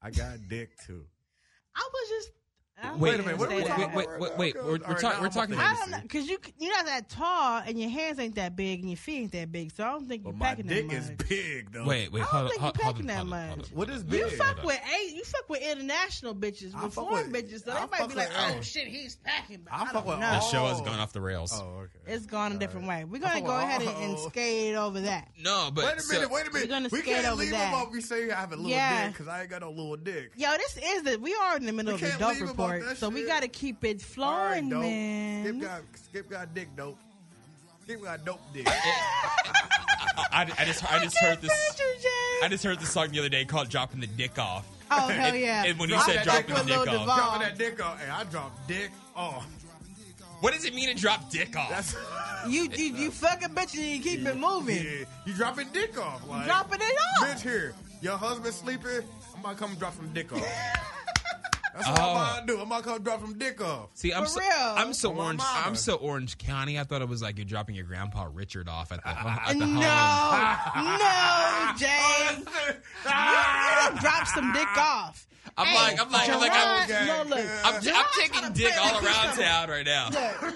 [SPEAKER 4] I got dick too.
[SPEAKER 3] I was just. I don't
[SPEAKER 2] Wait
[SPEAKER 4] a
[SPEAKER 2] a
[SPEAKER 3] even
[SPEAKER 4] minute,
[SPEAKER 2] minute.
[SPEAKER 4] what are we
[SPEAKER 3] say that.
[SPEAKER 4] talking
[SPEAKER 2] wait,
[SPEAKER 4] about?
[SPEAKER 2] wait, wait, wait.
[SPEAKER 4] Okay,
[SPEAKER 2] We're,
[SPEAKER 4] all
[SPEAKER 2] we're,
[SPEAKER 4] right,
[SPEAKER 2] talk,
[SPEAKER 4] now
[SPEAKER 2] we're
[SPEAKER 4] I'm
[SPEAKER 2] talking.
[SPEAKER 4] a
[SPEAKER 3] I don't
[SPEAKER 4] fantasy.
[SPEAKER 3] know, cause you you're not that tall and your hands ain't that big and your feet ain't that big, so I don't think
[SPEAKER 4] But
[SPEAKER 3] you're
[SPEAKER 4] my
[SPEAKER 3] packing
[SPEAKER 4] dick
[SPEAKER 3] that
[SPEAKER 4] is
[SPEAKER 3] much.
[SPEAKER 4] big though.
[SPEAKER 2] Wait, wait.
[SPEAKER 3] I don't
[SPEAKER 2] Hold,
[SPEAKER 3] think
[SPEAKER 2] hold,
[SPEAKER 3] you're
[SPEAKER 2] hold, hold,
[SPEAKER 3] packing that
[SPEAKER 2] hold,
[SPEAKER 3] much.
[SPEAKER 2] hold, hold.
[SPEAKER 4] What is
[SPEAKER 3] You
[SPEAKER 4] big?
[SPEAKER 3] fuck with eight, you fuck with international bitches,
[SPEAKER 4] I
[SPEAKER 3] with
[SPEAKER 4] fuck
[SPEAKER 3] foreign
[SPEAKER 4] with-
[SPEAKER 3] bitches, so
[SPEAKER 4] I
[SPEAKER 3] they might
[SPEAKER 4] fuck
[SPEAKER 3] be like,
[SPEAKER 4] with
[SPEAKER 3] "Oh
[SPEAKER 4] eight.
[SPEAKER 3] shit, he's packing." But
[SPEAKER 4] I
[SPEAKER 3] I
[SPEAKER 4] fuck
[SPEAKER 3] don't
[SPEAKER 4] with
[SPEAKER 3] know.
[SPEAKER 2] The
[SPEAKER 4] all-
[SPEAKER 2] show has gone off the rails.
[SPEAKER 4] Oh, okay.
[SPEAKER 3] It's gone a different way. We're gonna
[SPEAKER 4] I fuck
[SPEAKER 3] go
[SPEAKER 4] with
[SPEAKER 3] ahead and,
[SPEAKER 4] all-
[SPEAKER 3] and skate over that.
[SPEAKER 2] No, but
[SPEAKER 4] Wait a minute,
[SPEAKER 2] so-
[SPEAKER 4] wait a
[SPEAKER 3] We're gonna
[SPEAKER 4] minute. We
[SPEAKER 3] skate
[SPEAKER 4] can't
[SPEAKER 3] over
[SPEAKER 4] leave
[SPEAKER 3] that.
[SPEAKER 4] him up. We say I have a little
[SPEAKER 3] Yeah.
[SPEAKER 4] dick because I ain't got no little dick.
[SPEAKER 3] Yo, this is the we are in the middle
[SPEAKER 4] We
[SPEAKER 3] of the
[SPEAKER 4] can't
[SPEAKER 3] dope
[SPEAKER 4] leave about
[SPEAKER 3] report,
[SPEAKER 4] that
[SPEAKER 3] so we
[SPEAKER 4] shit.
[SPEAKER 3] gotta keep it
[SPEAKER 4] All right,
[SPEAKER 3] flowing,
[SPEAKER 4] dope. Skip
[SPEAKER 3] man.
[SPEAKER 4] got skip got dick dope. Skip got dope dick.
[SPEAKER 2] I, I just
[SPEAKER 3] <laughs>
[SPEAKER 2] I just
[SPEAKER 3] Can't
[SPEAKER 2] heard this.
[SPEAKER 3] find you, Jay.
[SPEAKER 2] I just heard this song the other day called "Dropping the Dick Off."
[SPEAKER 3] Oh hell
[SPEAKER 2] <laughs> And-
[SPEAKER 3] yeah!
[SPEAKER 2] and when you
[SPEAKER 3] I
[SPEAKER 2] said
[SPEAKER 3] fuck
[SPEAKER 2] dropping
[SPEAKER 3] with
[SPEAKER 2] the dick
[SPEAKER 3] Lil
[SPEAKER 2] off.
[SPEAKER 3] Devon.
[SPEAKER 4] Dropping that dick off. Hey, I dropped dick off.
[SPEAKER 2] What does it mean to drop dick off? <laughs>
[SPEAKER 4] That's <laughs>
[SPEAKER 3] You you you fuck a bitch and you keep it moving.
[SPEAKER 4] yeah. You dropping dick off. Like,
[SPEAKER 3] Dropping it off.
[SPEAKER 4] Bitch here. Your husband sleeping. I'm about to come drop some
[SPEAKER 3] <laughs>
[SPEAKER 4] dick off. That's what
[SPEAKER 2] Oh.
[SPEAKER 4] I'm about to do. I'm about to come drop some dick off.
[SPEAKER 2] See, I'm
[SPEAKER 3] For
[SPEAKER 2] so
[SPEAKER 3] real.
[SPEAKER 2] I'm so
[SPEAKER 4] Oh, my
[SPEAKER 2] orange.
[SPEAKER 4] mama.
[SPEAKER 2] I'm so Orange County. I thought it was like you're dropping your grandpa Richard off at the at the <laughs>
[SPEAKER 3] no,
[SPEAKER 2] home.
[SPEAKER 3] no, Jay. You done dropped some dick off.
[SPEAKER 2] I'm like- I'm like- I'm like, I'm-
[SPEAKER 3] Gerard- no, look.
[SPEAKER 2] I'm, I'm
[SPEAKER 3] Gerard tryna
[SPEAKER 2] taking dick
[SPEAKER 3] play
[SPEAKER 2] all
[SPEAKER 3] like he's
[SPEAKER 2] around
[SPEAKER 3] some-
[SPEAKER 2] town right now.
[SPEAKER 3] Look.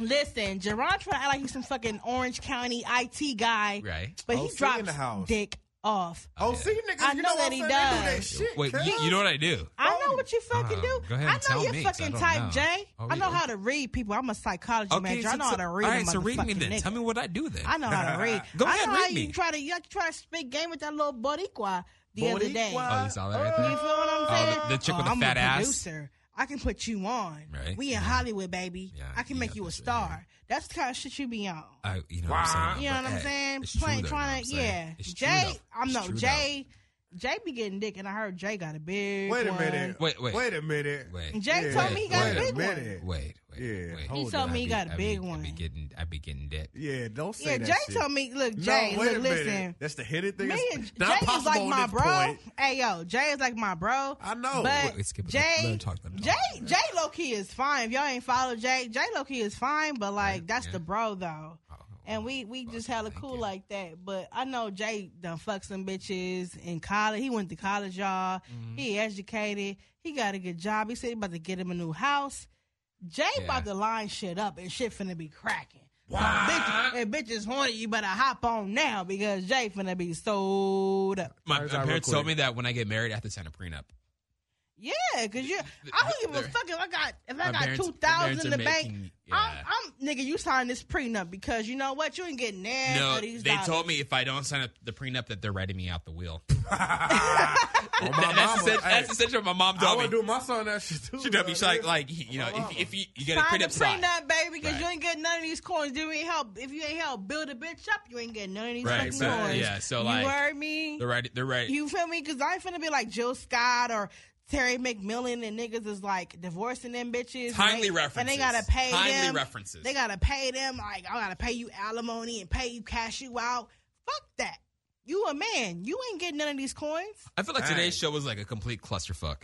[SPEAKER 3] Listen, Jerron trying to act like he's some fucking Orange County IT guy,
[SPEAKER 2] Right.
[SPEAKER 3] but
[SPEAKER 4] Oh,
[SPEAKER 3] he
[SPEAKER 4] see in the
[SPEAKER 3] drops
[SPEAKER 4] house.
[SPEAKER 3] dick off.
[SPEAKER 4] Oh, see, niggas,
[SPEAKER 3] I
[SPEAKER 4] you
[SPEAKER 3] know
[SPEAKER 4] know
[SPEAKER 3] that
[SPEAKER 4] what
[SPEAKER 3] he
[SPEAKER 4] I'm saying? They do that
[SPEAKER 3] does.
[SPEAKER 4] shit.
[SPEAKER 2] Wait, you,
[SPEAKER 4] cuz.
[SPEAKER 2] you know what I do?
[SPEAKER 3] I know what you fucking
[SPEAKER 2] Uh,
[SPEAKER 3] do.
[SPEAKER 2] go ahead and
[SPEAKER 3] I know
[SPEAKER 2] tell
[SPEAKER 3] you're
[SPEAKER 2] me, 'cause I
[SPEAKER 3] fucking
[SPEAKER 2] don't
[SPEAKER 3] type
[SPEAKER 2] know.
[SPEAKER 3] Jay.
[SPEAKER 2] Oh,
[SPEAKER 3] I know
[SPEAKER 2] yeah.
[SPEAKER 3] how to read people. I'm a psychology major. I know how to read.
[SPEAKER 2] all
[SPEAKER 3] a
[SPEAKER 2] right, so read me
[SPEAKER 3] motherfucking
[SPEAKER 2] then.
[SPEAKER 3] nigga.
[SPEAKER 2] Tell me what I do then.
[SPEAKER 3] I know how to read.
[SPEAKER 2] <laughs> Go
[SPEAKER 3] I
[SPEAKER 2] ahead,
[SPEAKER 3] know
[SPEAKER 2] read
[SPEAKER 3] how you
[SPEAKER 2] me.
[SPEAKER 3] try to you try to spit game with that little Boricua the other day.
[SPEAKER 4] Boricua.
[SPEAKER 2] Oh, you saw that right there?
[SPEAKER 3] You feel what
[SPEAKER 2] Oh,
[SPEAKER 3] I'm
[SPEAKER 2] the-
[SPEAKER 3] saying?
[SPEAKER 2] the chick with the
[SPEAKER 3] I'm
[SPEAKER 2] fat
[SPEAKER 3] a
[SPEAKER 2] ass?
[SPEAKER 3] Producer. I can put you on.
[SPEAKER 2] Right,
[SPEAKER 3] We in
[SPEAKER 2] yeah.
[SPEAKER 3] Hollywood, baby.
[SPEAKER 2] Yeah,
[SPEAKER 3] I can
[SPEAKER 2] you
[SPEAKER 3] make
[SPEAKER 2] got
[SPEAKER 3] you a
[SPEAKER 2] this,
[SPEAKER 3] star.
[SPEAKER 2] yeah.
[SPEAKER 3] That's the kind of shit you be on.
[SPEAKER 2] I, Oh, you know what I'm saying?
[SPEAKER 3] You know
[SPEAKER 2] but,
[SPEAKER 3] what I'm
[SPEAKER 2] hey,
[SPEAKER 3] saying?
[SPEAKER 2] it's true,
[SPEAKER 3] Playing,
[SPEAKER 2] though,
[SPEAKER 3] trying to,
[SPEAKER 2] you know what I'm
[SPEAKER 3] yeah.
[SPEAKER 2] saying? It's true,
[SPEAKER 3] Jay,
[SPEAKER 2] though.
[SPEAKER 3] I'm
[SPEAKER 2] It's
[SPEAKER 3] no
[SPEAKER 2] true, though.
[SPEAKER 3] Jay. Jay be getting dick, and I heard Jay got a big
[SPEAKER 4] Wait a
[SPEAKER 3] one.
[SPEAKER 4] minute.
[SPEAKER 2] Wait, wait.
[SPEAKER 4] Wait a minute.
[SPEAKER 2] Wait,
[SPEAKER 3] Jay
[SPEAKER 4] Yeah,
[SPEAKER 3] told me he got
[SPEAKER 2] wait
[SPEAKER 3] a
[SPEAKER 2] a
[SPEAKER 3] big one.
[SPEAKER 4] minute.
[SPEAKER 2] wait, wait.
[SPEAKER 4] Yeah,
[SPEAKER 2] wait.
[SPEAKER 4] hold
[SPEAKER 3] He told
[SPEAKER 4] on.
[SPEAKER 3] me he got
[SPEAKER 2] a
[SPEAKER 3] a big
[SPEAKER 2] I be
[SPEAKER 3] one.
[SPEAKER 2] getting, I be getting dipped.
[SPEAKER 4] Yeah, don't say
[SPEAKER 3] Yeah,
[SPEAKER 4] that
[SPEAKER 3] Jay
[SPEAKER 4] shit.
[SPEAKER 3] told me, look,
[SPEAKER 4] No,
[SPEAKER 3] Jay,
[SPEAKER 4] wait
[SPEAKER 3] look,
[SPEAKER 4] a minute.
[SPEAKER 3] listen.
[SPEAKER 4] That's the hidden thing.
[SPEAKER 3] Me
[SPEAKER 4] It's
[SPEAKER 3] and
[SPEAKER 4] not
[SPEAKER 3] Jay is
[SPEAKER 4] possible
[SPEAKER 3] like
[SPEAKER 4] on
[SPEAKER 3] my
[SPEAKER 4] this
[SPEAKER 3] bro.
[SPEAKER 4] point.
[SPEAKER 3] Hey yo, Jay is like my bro.
[SPEAKER 4] I know.
[SPEAKER 3] But
[SPEAKER 2] Wait, wait, skip it. Let- let
[SPEAKER 3] Jay,
[SPEAKER 2] him talk, let him
[SPEAKER 3] Jay,
[SPEAKER 2] talk.
[SPEAKER 3] Jay, low key is fine. If y'all ain't follow Jay, Jay low key is fine. But like that's the bro
[SPEAKER 2] Oh,
[SPEAKER 3] though, and we we just hella cool like that. But I know Jay done fuck some bitches in college. He went to college, y'all.
[SPEAKER 2] Mm-hmm.
[SPEAKER 3] He educated. He got a good job. He said he about to get him a new house. Jay
[SPEAKER 2] Yeah.
[SPEAKER 3] about to line shit up and shit finna be cracking. Wow. If bitches horny, you better hop on now because Jay finna be sold up.
[SPEAKER 2] My,
[SPEAKER 4] Why is
[SPEAKER 2] my
[SPEAKER 4] that
[SPEAKER 2] parents told
[SPEAKER 4] recording?
[SPEAKER 2] me that when I get married, I have to sign a prenup.
[SPEAKER 3] Yeah, cause you, I don't give a
[SPEAKER 2] They're-
[SPEAKER 3] fuck if I got if I
[SPEAKER 2] My
[SPEAKER 3] got
[SPEAKER 2] parents-
[SPEAKER 3] two thousand
[SPEAKER 2] parents
[SPEAKER 3] in
[SPEAKER 2] are
[SPEAKER 3] the bank.
[SPEAKER 2] making-
[SPEAKER 3] I'm,
[SPEAKER 2] yeah.
[SPEAKER 3] I'm nigga, you signed this prenup because you know what, you ain't getting none
[SPEAKER 2] No,
[SPEAKER 3] of these.
[SPEAKER 2] they
[SPEAKER 3] dollars.
[SPEAKER 2] told me if I don't sign up the prenup that they're writing me out the
[SPEAKER 4] <laughs>
[SPEAKER 2] wheel.
[SPEAKER 4] On
[SPEAKER 2] That-
[SPEAKER 4] my
[SPEAKER 2] that's,
[SPEAKER 4] mama,
[SPEAKER 2] essen-
[SPEAKER 4] hey,
[SPEAKER 2] that's essentially what my mom
[SPEAKER 4] I
[SPEAKER 2] told
[SPEAKER 4] would
[SPEAKER 2] me.
[SPEAKER 4] do my son that shit too.
[SPEAKER 2] She told me, she's like,
[SPEAKER 4] nigga.
[SPEAKER 2] like you know,
[SPEAKER 4] mama.
[SPEAKER 2] if, if you, you get a
[SPEAKER 3] Sign the
[SPEAKER 2] prenup, sign.
[SPEAKER 3] prenup, baby, because
[SPEAKER 2] Right.
[SPEAKER 3] you ain't getting none of these coins. You ain't help if you ain't help build a bitch up. You ain't getting none of these
[SPEAKER 2] Right,
[SPEAKER 3] fucking
[SPEAKER 2] so,
[SPEAKER 3] coins.
[SPEAKER 2] yeah, so,
[SPEAKER 3] you
[SPEAKER 2] like,
[SPEAKER 3] heard me.
[SPEAKER 2] They're writing. They're writing.
[SPEAKER 3] You feel me? Because I ain't finna be like Jill Scott or Terry McMillan and niggas is like divorcing them bitches.
[SPEAKER 2] Timely
[SPEAKER 3] and they, And
[SPEAKER 2] references.
[SPEAKER 3] they gotta pay
[SPEAKER 2] Timely
[SPEAKER 3] them.
[SPEAKER 2] references.
[SPEAKER 3] They gotta pay them. Like I gotta pay you alimony and pay you cash you out. Fuck that. You a man. You ain't getting none of these coins.
[SPEAKER 2] I feel like today's show was like a complete clusterfuck.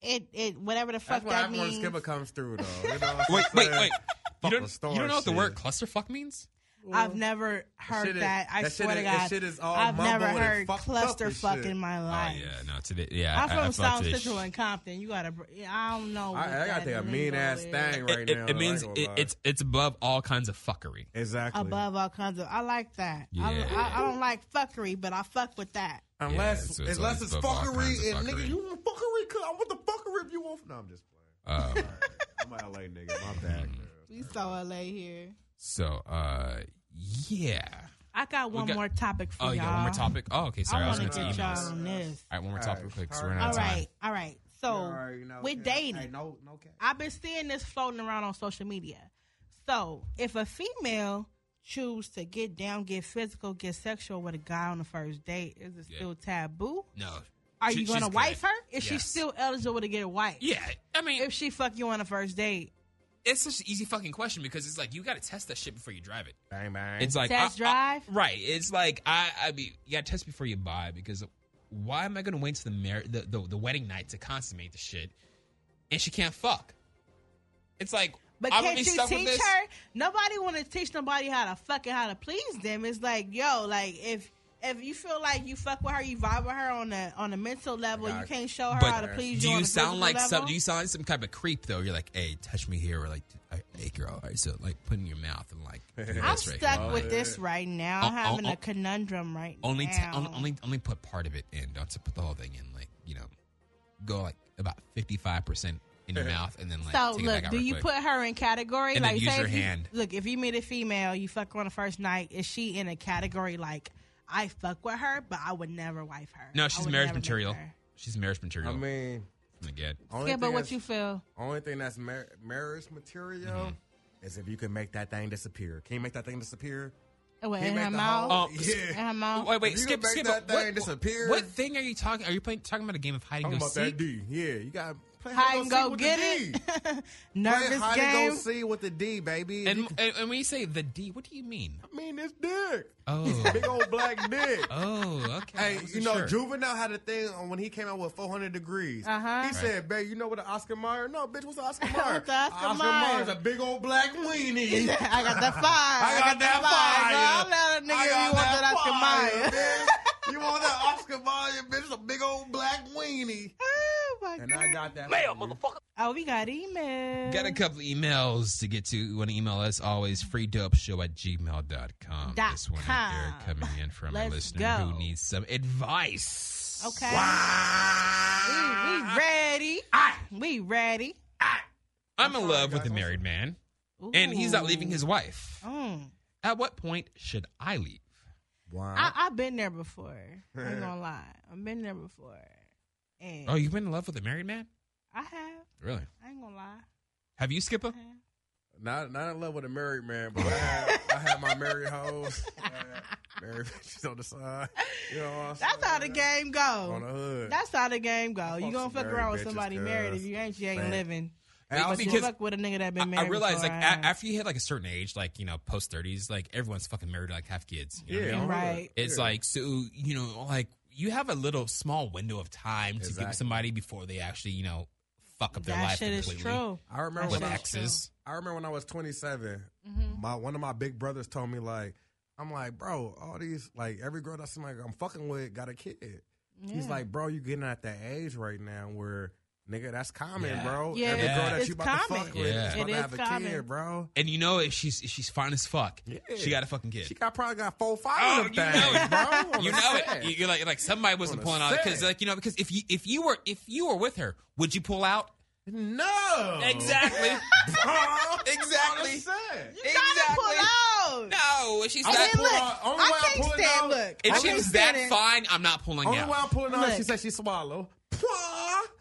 [SPEAKER 3] It it whatever the fuck
[SPEAKER 4] That's why
[SPEAKER 3] that
[SPEAKER 4] I'm when
[SPEAKER 3] means.
[SPEAKER 4] Skipper comes through, though. You know what I'm
[SPEAKER 2] Wait, wait,
[SPEAKER 4] saying?
[SPEAKER 2] wait. You
[SPEAKER 4] Fuck
[SPEAKER 2] don't,
[SPEAKER 4] the
[SPEAKER 2] you
[SPEAKER 4] star
[SPEAKER 2] don't know what the
[SPEAKER 4] shit.
[SPEAKER 2] word clusterfuck means?
[SPEAKER 3] I've never heard
[SPEAKER 4] shit is-
[SPEAKER 3] that. I
[SPEAKER 4] that shit
[SPEAKER 3] swear
[SPEAKER 4] is-
[SPEAKER 3] to
[SPEAKER 4] that
[SPEAKER 3] God,
[SPEAKER 4] shit is all
[SPEAKER 3] I've never
[SPEAKER 4] mumbled and
[SPEAKER 3] heard
[SPEAKER 4] fucked up and
[SPEAKER 3] clusterfuck
[SPEAKER 4] shit.
[SPEAKER 3] in my
[SPEAKER 2] Oh
[SPEAKER 3] life.
[SPEAKER 2] yeah, no, today. Yeah,
[SPEAKER 3] I'm
[SPEAKER 2] I- I
[SPEAKER 3] from
[SPEAKER 2] felt
[SPEAKER 3] South
[SPEAKER 2] today's
[SPEAKER 3] Central and Compton. You gotta, br- I don't know. what
[SPEAKER 4] I, I
[SPEAKER 3] that
[SPEAKER 4] gotta take a
[SPEAKER 3] lingo
[SPEAKER 4] mean ass
[SPEAKER 3] is.
[SPEAKER 4] thing
[SPEAKER 2] It,
[SPEAKER 4] right
[SPEAKER 2] it-
[SPEAKER 4] now.
[SPEAKER 2] it
[SPEAKER 4] though, I
[SPEAKER 2] means
[SPEAKER 4] ain't gonna
[SPEAKER 2] it,
[SPEAKER 4] lie.
[SPEAKER 2] it's it's above all kinds of fuckery.
[SPEAKER 4] exactly
[SPEAKER 3] Above all kinds of, I like that. I, don't-
[SPEAKER 2] Yeah.
[SPEAKER 3] I, I don't like fuckery, but I fuck with that.
[SPEAKER 2] Yeah,
[SPEAKER 4] unless
[SPEAKER 2] so it's
[SPEAKER 4] unless
[SPEAKER 2] all-
[SPEAKER 4] it's
[SPEAKER 2] it's all kinds
[SPEAKER 4] fuckery
[SPEAKER 2] of
[SPEAKER 4] and
[SPEAKER 2] fuckery.
[SPEAKER 4] nigga, you want fuckery? 'Cause I want the fuckery if you want. No, I'm just playing.
[SPEAKER 2] Um, <laughs>
[SPEAKER 4] I'm a LA nigga. My bad. girl.
[SPEAKER 3] We saw LA here.
[SPEAKER 2] so, uh, yeah.
[SPEAKER 3] I got one
[SPEAKER 2] got-
[SPEAKER 3] more topic for
[SPEAKER 2] Oh
[SPEAKER 3] y'all.
[SPEAKER 2] yeah, one more topic. Oh, okay. Sorry,
[SPEAKER 3] I
[SPEAKER 2] I, was
[SPEAKER 3] want
[SPEAKER 2] going
[SPEAKER 3] to
[SPEAKER 2] to
[SPEAKER 3] get
[SPEAKER 2] emails.
[SPEAKER 3] y'all
[SPEAKER 2] All
[SPEAKER 3] on this.
[SPEAKER 2] right, one more
[SPEAKER 4] All
[SPEAKER 2] topic,
[SPEAKER 4] right.
[SPEAKER 2] quick. 'cause
[SPEAKER 4] All
[SPEAKER 2] we're running out
[SPEAKER 3] All
[SPEAKER 2] of time.
[SPEAKER 3] right, all right. So
[SPEAKER 4] You already know,
[SPEAKER 3] Oh, with
[SPEAKER 4] yeah.
[SPEAKER 3] dating,
[SPEAKER 4] Hey, no, no cap.
[SPEAKER 3] I've been seeing this floating around on social media. So if a female choose to get down, get physical, get sexual with a guy on the first date, is it
[SPEAKER 2] Yeah.
[SPEAKER 3] still taboo?
[SPEAKER 2] No.
[SPEAKER 3] Are
[SPEAKER 2] She-
[SPEAKER 3] you gonna
[SPEAKER 2] she's
[SPEAKER 3] wife
[SPEAKER 2] good.
[SPEAKER 3] her? Is she
[SPEAKER 2] Yes.
[SPEAKER 3] still eligible to get a wife?
[SPEAKER 2] Yeah, I mean,
[SPEAKER 3] If she fuck you on the first date,
[SPEAKER 2] it's such an easy fucking question because it's like you got to test that shit before you drive it.
[SPEAKER 4] Bang bang.
[SPEAKER 2] It's like
[SPEAKER 3] Test
[SPEAKER 2] I- I-
[SPEAKER 3] drive?
[SPEAKER 2] right? It's like I, I mean, you got to test before you buy because why am I going to wait to the, mar- the the the wedding night to consummate the shit, and she can't fuck? It's like,
[SPEAKER 3] but
[SPEAKER 2] I'm gonna
[SPEAKER 3] can't
[SPEAKER 2] be
[SPEAKER 3] you
[SPEAKER 2] stuck with
[SPEAKER 3] teach
[SPEAKER 2] this?
[SPEAKER 3] her? Nobody want to teach nobody how to fucking how to please them. It's like yo, like if. If you feel like you fuck with her, you vibe with her on a on a mental level, you can't show her
[SPEAKER 2] But
[SPEAKER 3] how to please
[SPEAKER 2] do
[SPEAKER 3] you.
[SPEAKER 2] you
[SPEAKER 3] on a
[SPEAKER 2] sound
[SPEAKER 3] physical
[SPEAKER 2] like
[SPEAKER 3] level.
[SPEAKER 2] some? Do you sound like some type of creep though? You're like, hey, touch me here, or like, hey, girl, all right, so like, put in your mouth and like,
[SPEAKER 4] <laughs>
[SPEAKER 2] do this
[SPEAKER 3] I'm
[SPEAKER 2] right here.
[SPEAKER 3] stuck with this right now. I'm
[SPEAKER 2] Oh, oh,
[SPEAKER 3] having
[SPEAKER 2] oh.
[SPEAKER 3] a conundrum right
[SPEAKER 2] only, t-
[SPEAKER 3] now.
[SPEAKER 2] only only only put part of it in. Don't put the whole thing in. Like you know, go like about fifty five percent in
[SPEAKER 4] <laughs>
[SPEAKER 2] your mouth, and then like
[SPEAKER 3] so
[SPEAKER 2] take it
[SPEAKER 3] look,
[SPEAKER 2] back out
[SPEAKER 3] do
[SPEAKER 2] real
[SPEAKER 3] you
[SPEAKER 2] quick.
[SPEAKER 3] put her in category?
[SPEAKER 2] And then
[SPEAKER 3] like,
[SPEAKER 2] use
[SPEAKER 3] say
[SPEAKER 2] your
[SPEAKER 3] if you-
[SPEAKER 2] hand.
[SPEAKER 3] look, if you meet a female, you fuck her on the first night. Is she in a category like I fuck with her, but I would never wife her? I
[SPEAKER 2] No, she's
[SPEAKER 3] would
[SPEAKER 2] marriage
[SPEAKER 3] never make
[SPEAKER 2] material.
[SPEAKER 3] her. Oh.
[SPEAKER 2] She's marriage material. Oh
[SPEAKER 4] I mean,
[SPEAKER 2] from the get.
[SPEAKER 4] only
[SPEAKER 3] Yeah, but
[SPEAKER 4] thing
[SPEAKER 3] what
[SPEAKER 4] that's-
[SPEAKER 3] you feel?
[SPEAKER 4] Only thing that's mar- marriage material
[SPEAKER 2] Mm-hmm.
[SPEAKER 4] is if you can make that thing disappear. Can you make that thing disappear?
[SPEAKER 3] What,
[SPEAKER 4] Can
[SPEAKER 3] in
[SPEAKER 4] you make
[SPEAKER 3] her
[SPEAKER 4] the
[SPEAKER 3] mouth?
[SPEAKER 4] whole-
[SPEAKER 2] Um,
[SPEAKER 4] yeah.
[SPEAKER 3] In her mouth?
[SPEAKER 2] Wait, wait,
[SPEAKER 4] If you
[SPEAKER 2] skip,
[SPEAKER 4] can
[SPEAKER 2] skip.
[SPEAKER 4] make that
[SPEAKER 2] what,
[SPEAKER 4] thing disappear-
[SPEAKER 2] what thing are you talking? Are you playing talking about a game of hide and
[SPEAKER 4] Talking
[SPEAKER 2] go
[SPEAKER 4] about that
[SPEAKER 2] seek?
[SPEAKER 4] D. Yeah, you got to play
[SPEAKER 3] Hide and go
[SPEAKER 4] with
[SPEAKER 3] get
[SPEAKER 4] the
[SPEAKER 3] it.
[SPEAKER 4] D. play
[SPEAKER 3] <laughs> Nervous
[SPEAKER 4] hide and
[SPEAKER 3] game.
[SPEAKER 4] go see with the D, baby. If you
[SPEAKER 2] And,
[SPEAKER 4] can-
[SPEAKER 2] and and when you say the D, what do you
[SPEAKER 4] <laughs>
[SPEAKER 2] mean?
[SPEAKER 4] I mean, this dick.
[SPEAKER 2] Oh,
[SPEAKER 4] Big old black
[SPEAKER 2] <laughs>
[SPEAKER 4] dick.
[SPEAKER 2] oh,
[SPEAKER 3] <laughs>
[SPEAKER 2] okay. I
[SPEAKER 4] Hey,
[SPEAKER 2] wasn't
[SPEAKER 4] you know,
[SPEAKER 2] sure.
[SPEAKER 4] Juvenile had a thing on when he came out with 400 degrees.
[SPEAKER 3] Uh-huh.
[SPEAKER 4] He
[SPEAKER 3] Right.
[SPEAKER 4] said, babe, you know what an Oscar Mayer? No, bitch, what's an
[SPEAKER 3] <laughs>
[SPEAKER 4] Oscar Mayer?
[SPEAKER 3] What's a Oscar Mayer?
[SPEAKER 4] Mayer's a big old black
[SPEAKER 3] <laughs>
[SPEAKER 4] weenie.
[SPEAKER 3] <laughs> I got that fire. I
[SPEAKER 4] got that
[SPEAKER 3] I don't know, nigga, if you want that Oscar Mayer.
[SPEAKER 4] bitch. You want that Oscar Mayer, bitch? A big old black weenie.
[SPEAKER 3] <laughs> Oh my
[SPEAKER 4] And
[SPEAKER 3] god.
[SPEAKER 4] I got that. Mail, motherfucker.
[SPEAKER 3] Oh, we got email.
[SPEAKER 2] Got a couple emails to get to. You want to email us? Always freedopeshow at gmail.com.
[SPEAKER 3] Dot
[SPEAKER 2] this one
[SPEAKER 3] com.
[SPEAKER 2] here coming in from a
[SPEAKER 3] Let's
[SPEAKER 2] listener
[SPEAKER 3] go.
[SPEAKER 2] who needs some advice.
[SPEAKER 3] Okay. We, we ready. We ready.
[SPEAKER 2] I'm in love with a married man, and he's not leaving his wife.
[SPEAKER 3] Mm.
[SPEAKER 2] At what point should I leave?
[SPEAKER 4] Wow.
[SPEAKER 3] I, I've been there before. I ain't gonna lie. I've been there before. And
[SPEAKER 2] Oh, you've been in love with a married man?
[SPEAKER 3] I have.
[SPEAKER 2] Really?
[SPEAKER 3] I ain't gonna lie.
[SPEAKER 2] Have you, Skipper?
[SPEAKER 3] I have.
[SPEAKER 4] Not, not in love with a married man, but I had, I had my
[SPEAKER 3] <laughs>
[SPEAKER 4] married hoes. I had Married bitches on the side. You know what I'm saying?
[SPEAKER 3] That's how the game
[SPEAKER 4] On the
[SPEAKER 3] go.
[SPEAKER 4] hood.
[SPEAKER 3] That's how the game go. You
[SPEAKER 4] fuck
[SPEAKER 3] gonna
[SPEAKER 4] some
[SPEAKER 3] fuck
[SPEAKER 4] married
[SPEAKER 3] around with
[SPEAKER 4] bitches,
[SPEAKER 3] somebody
[SPEAKER 4] cuz.
[SPEAKER 3] married if you ain't you ain't
[SPEAKER 4] Man.
[SPEAKER 3] living.
[SPEAKER 2] And
[SPEAKER 3] But you
[SPEAKER 2] because
[SPEAKER 3] fuck with a nigga that been
[SPEAKER 2] I,
[SPEAKER 3] married.
[SPEAKER 2] I realize,
[SPEAKER 3] before,
[SPEAKER 2] like, a-
[SPEAKER 3] I have.
[SPEAKER 2] after you hit like a certain age, like you know, post thirties, like everyone's fucking married, like have kids. You know what I mean?
[SPEAKER 4] Yeah, on the hood.
[SPEAKER 3] Right.
[SPEAKER 2] It's like so you know like you have a little small window of time to get
[SPEAKER 4] Exactly.
[SPEAKER 2] with somebody before they actually you know fuck up their
[SPEAKER 3] that
[SPEAKER 2] life
[SPEAKER 3] shit is
[SPEAKER 2] completely
[SPEAKER 3] true.
[SPEAKER 4] I remember
[SPEAKER 2] with
[SPEAKER 4] when I,
[SPEAKER 3] That's true.
[SPEAKER 2] exes.
[SPEAKER 4] I remember when I was 27,
[SPEAKER 3] Mm-hmm.
[SPEAKER 4] my one of my big brothers told me like, I'm like, bro, all these like every girl that's like I'm fucking with got a kid. He's like, bro, you getting at that age right now where nigga, that's common,
[SPEAKER 2] Yeah.
[SPEAKER 4] bro.
[SPEAKER 3] Yeah,
[SPEAKER 4] every girl that
[SPEAKER 3] it's
[SPEAKER 4] you about to
[SPEAKER 3] common.
[SPEAKER 4] fuck with
[SPEAKER 2] Yeah.
[SPEAKER 4] is about
[SPEAKER 3] It
[SPEAKER 4] to
[SPEAKER 3] is
[SPEAKER 4] have a
[SPEAKER 3] common.
[SPEAKER 4] kid, bro.
[SPEAKER 2] And you know if she's if she's fine as fuck,
[SPEAKER 4] Yeah.
[SPEAKER 2] she got a fucking kid.
[SPEAKER 4] She got probably got four, five
[SPEAKER 2] Oh,
[SPEAKER 4] of
[SPEAKER 2] you
[SPEAKER 4] them
[SPEAKER 2] know
[SPEAKER 4] things,
[SPEAKER 2] it.
[SPEAKER 4] bro. on
[SPEAKER 2] you
[SPEAKER 4] the
[SPEAKER 2] know
[SPEAKER 4] set.
[SPEAKER 2] it. You- You're like, you're like somebody wasn't
[SPEAKER 4] On a
[SPEAKER 2] pulling out because
[SPEAKER 4] set.
[SPEAKER 2] like you know because if you if you were if you were with her, would you pull out?
[SPEAKER 4] No,
[SPEAKER 2] Exactly.
[SPEAKER 4] <laughs> bro.
[SPEAKER 2] Exactly.
[SPEAKER 4] On the set.
[SPEAKER 3] You gotta pull out.
[SPEAKER 2] No, if she's
[SPEAKER 4] I
[SPEAKER 2] that
[SPEAKER 4] pull
[SPEAKER 3] look,
[SPEAKER 4] out- only
[SPEAKER 3] I
[SPEAKER 4] way I'm
[SPEAKER 3] can't
[SPEAKER 4] pulling
[SPEAKER 3] stand-
[SPEAKER 4] out-
[SPEAKER 3] look,
[SPEAKER 2] if
[SPEAKER 3] I
[SPEAKER 2] she
[SPEAKER 3] can't
[SPEAKER 2] was
[SPEAKER 3] stand
[SPEAKER 2] that
[SPEAKER 3] it.
[SPEAKER 2] fine, I'm not pulling
[SPEAKER 4] Only
[SPEAKER 2] out.
[SPEAKER 4] way I'm pulling out, she
[SPEAKER 3] Look.
[SPEAKER 4] said she swallow.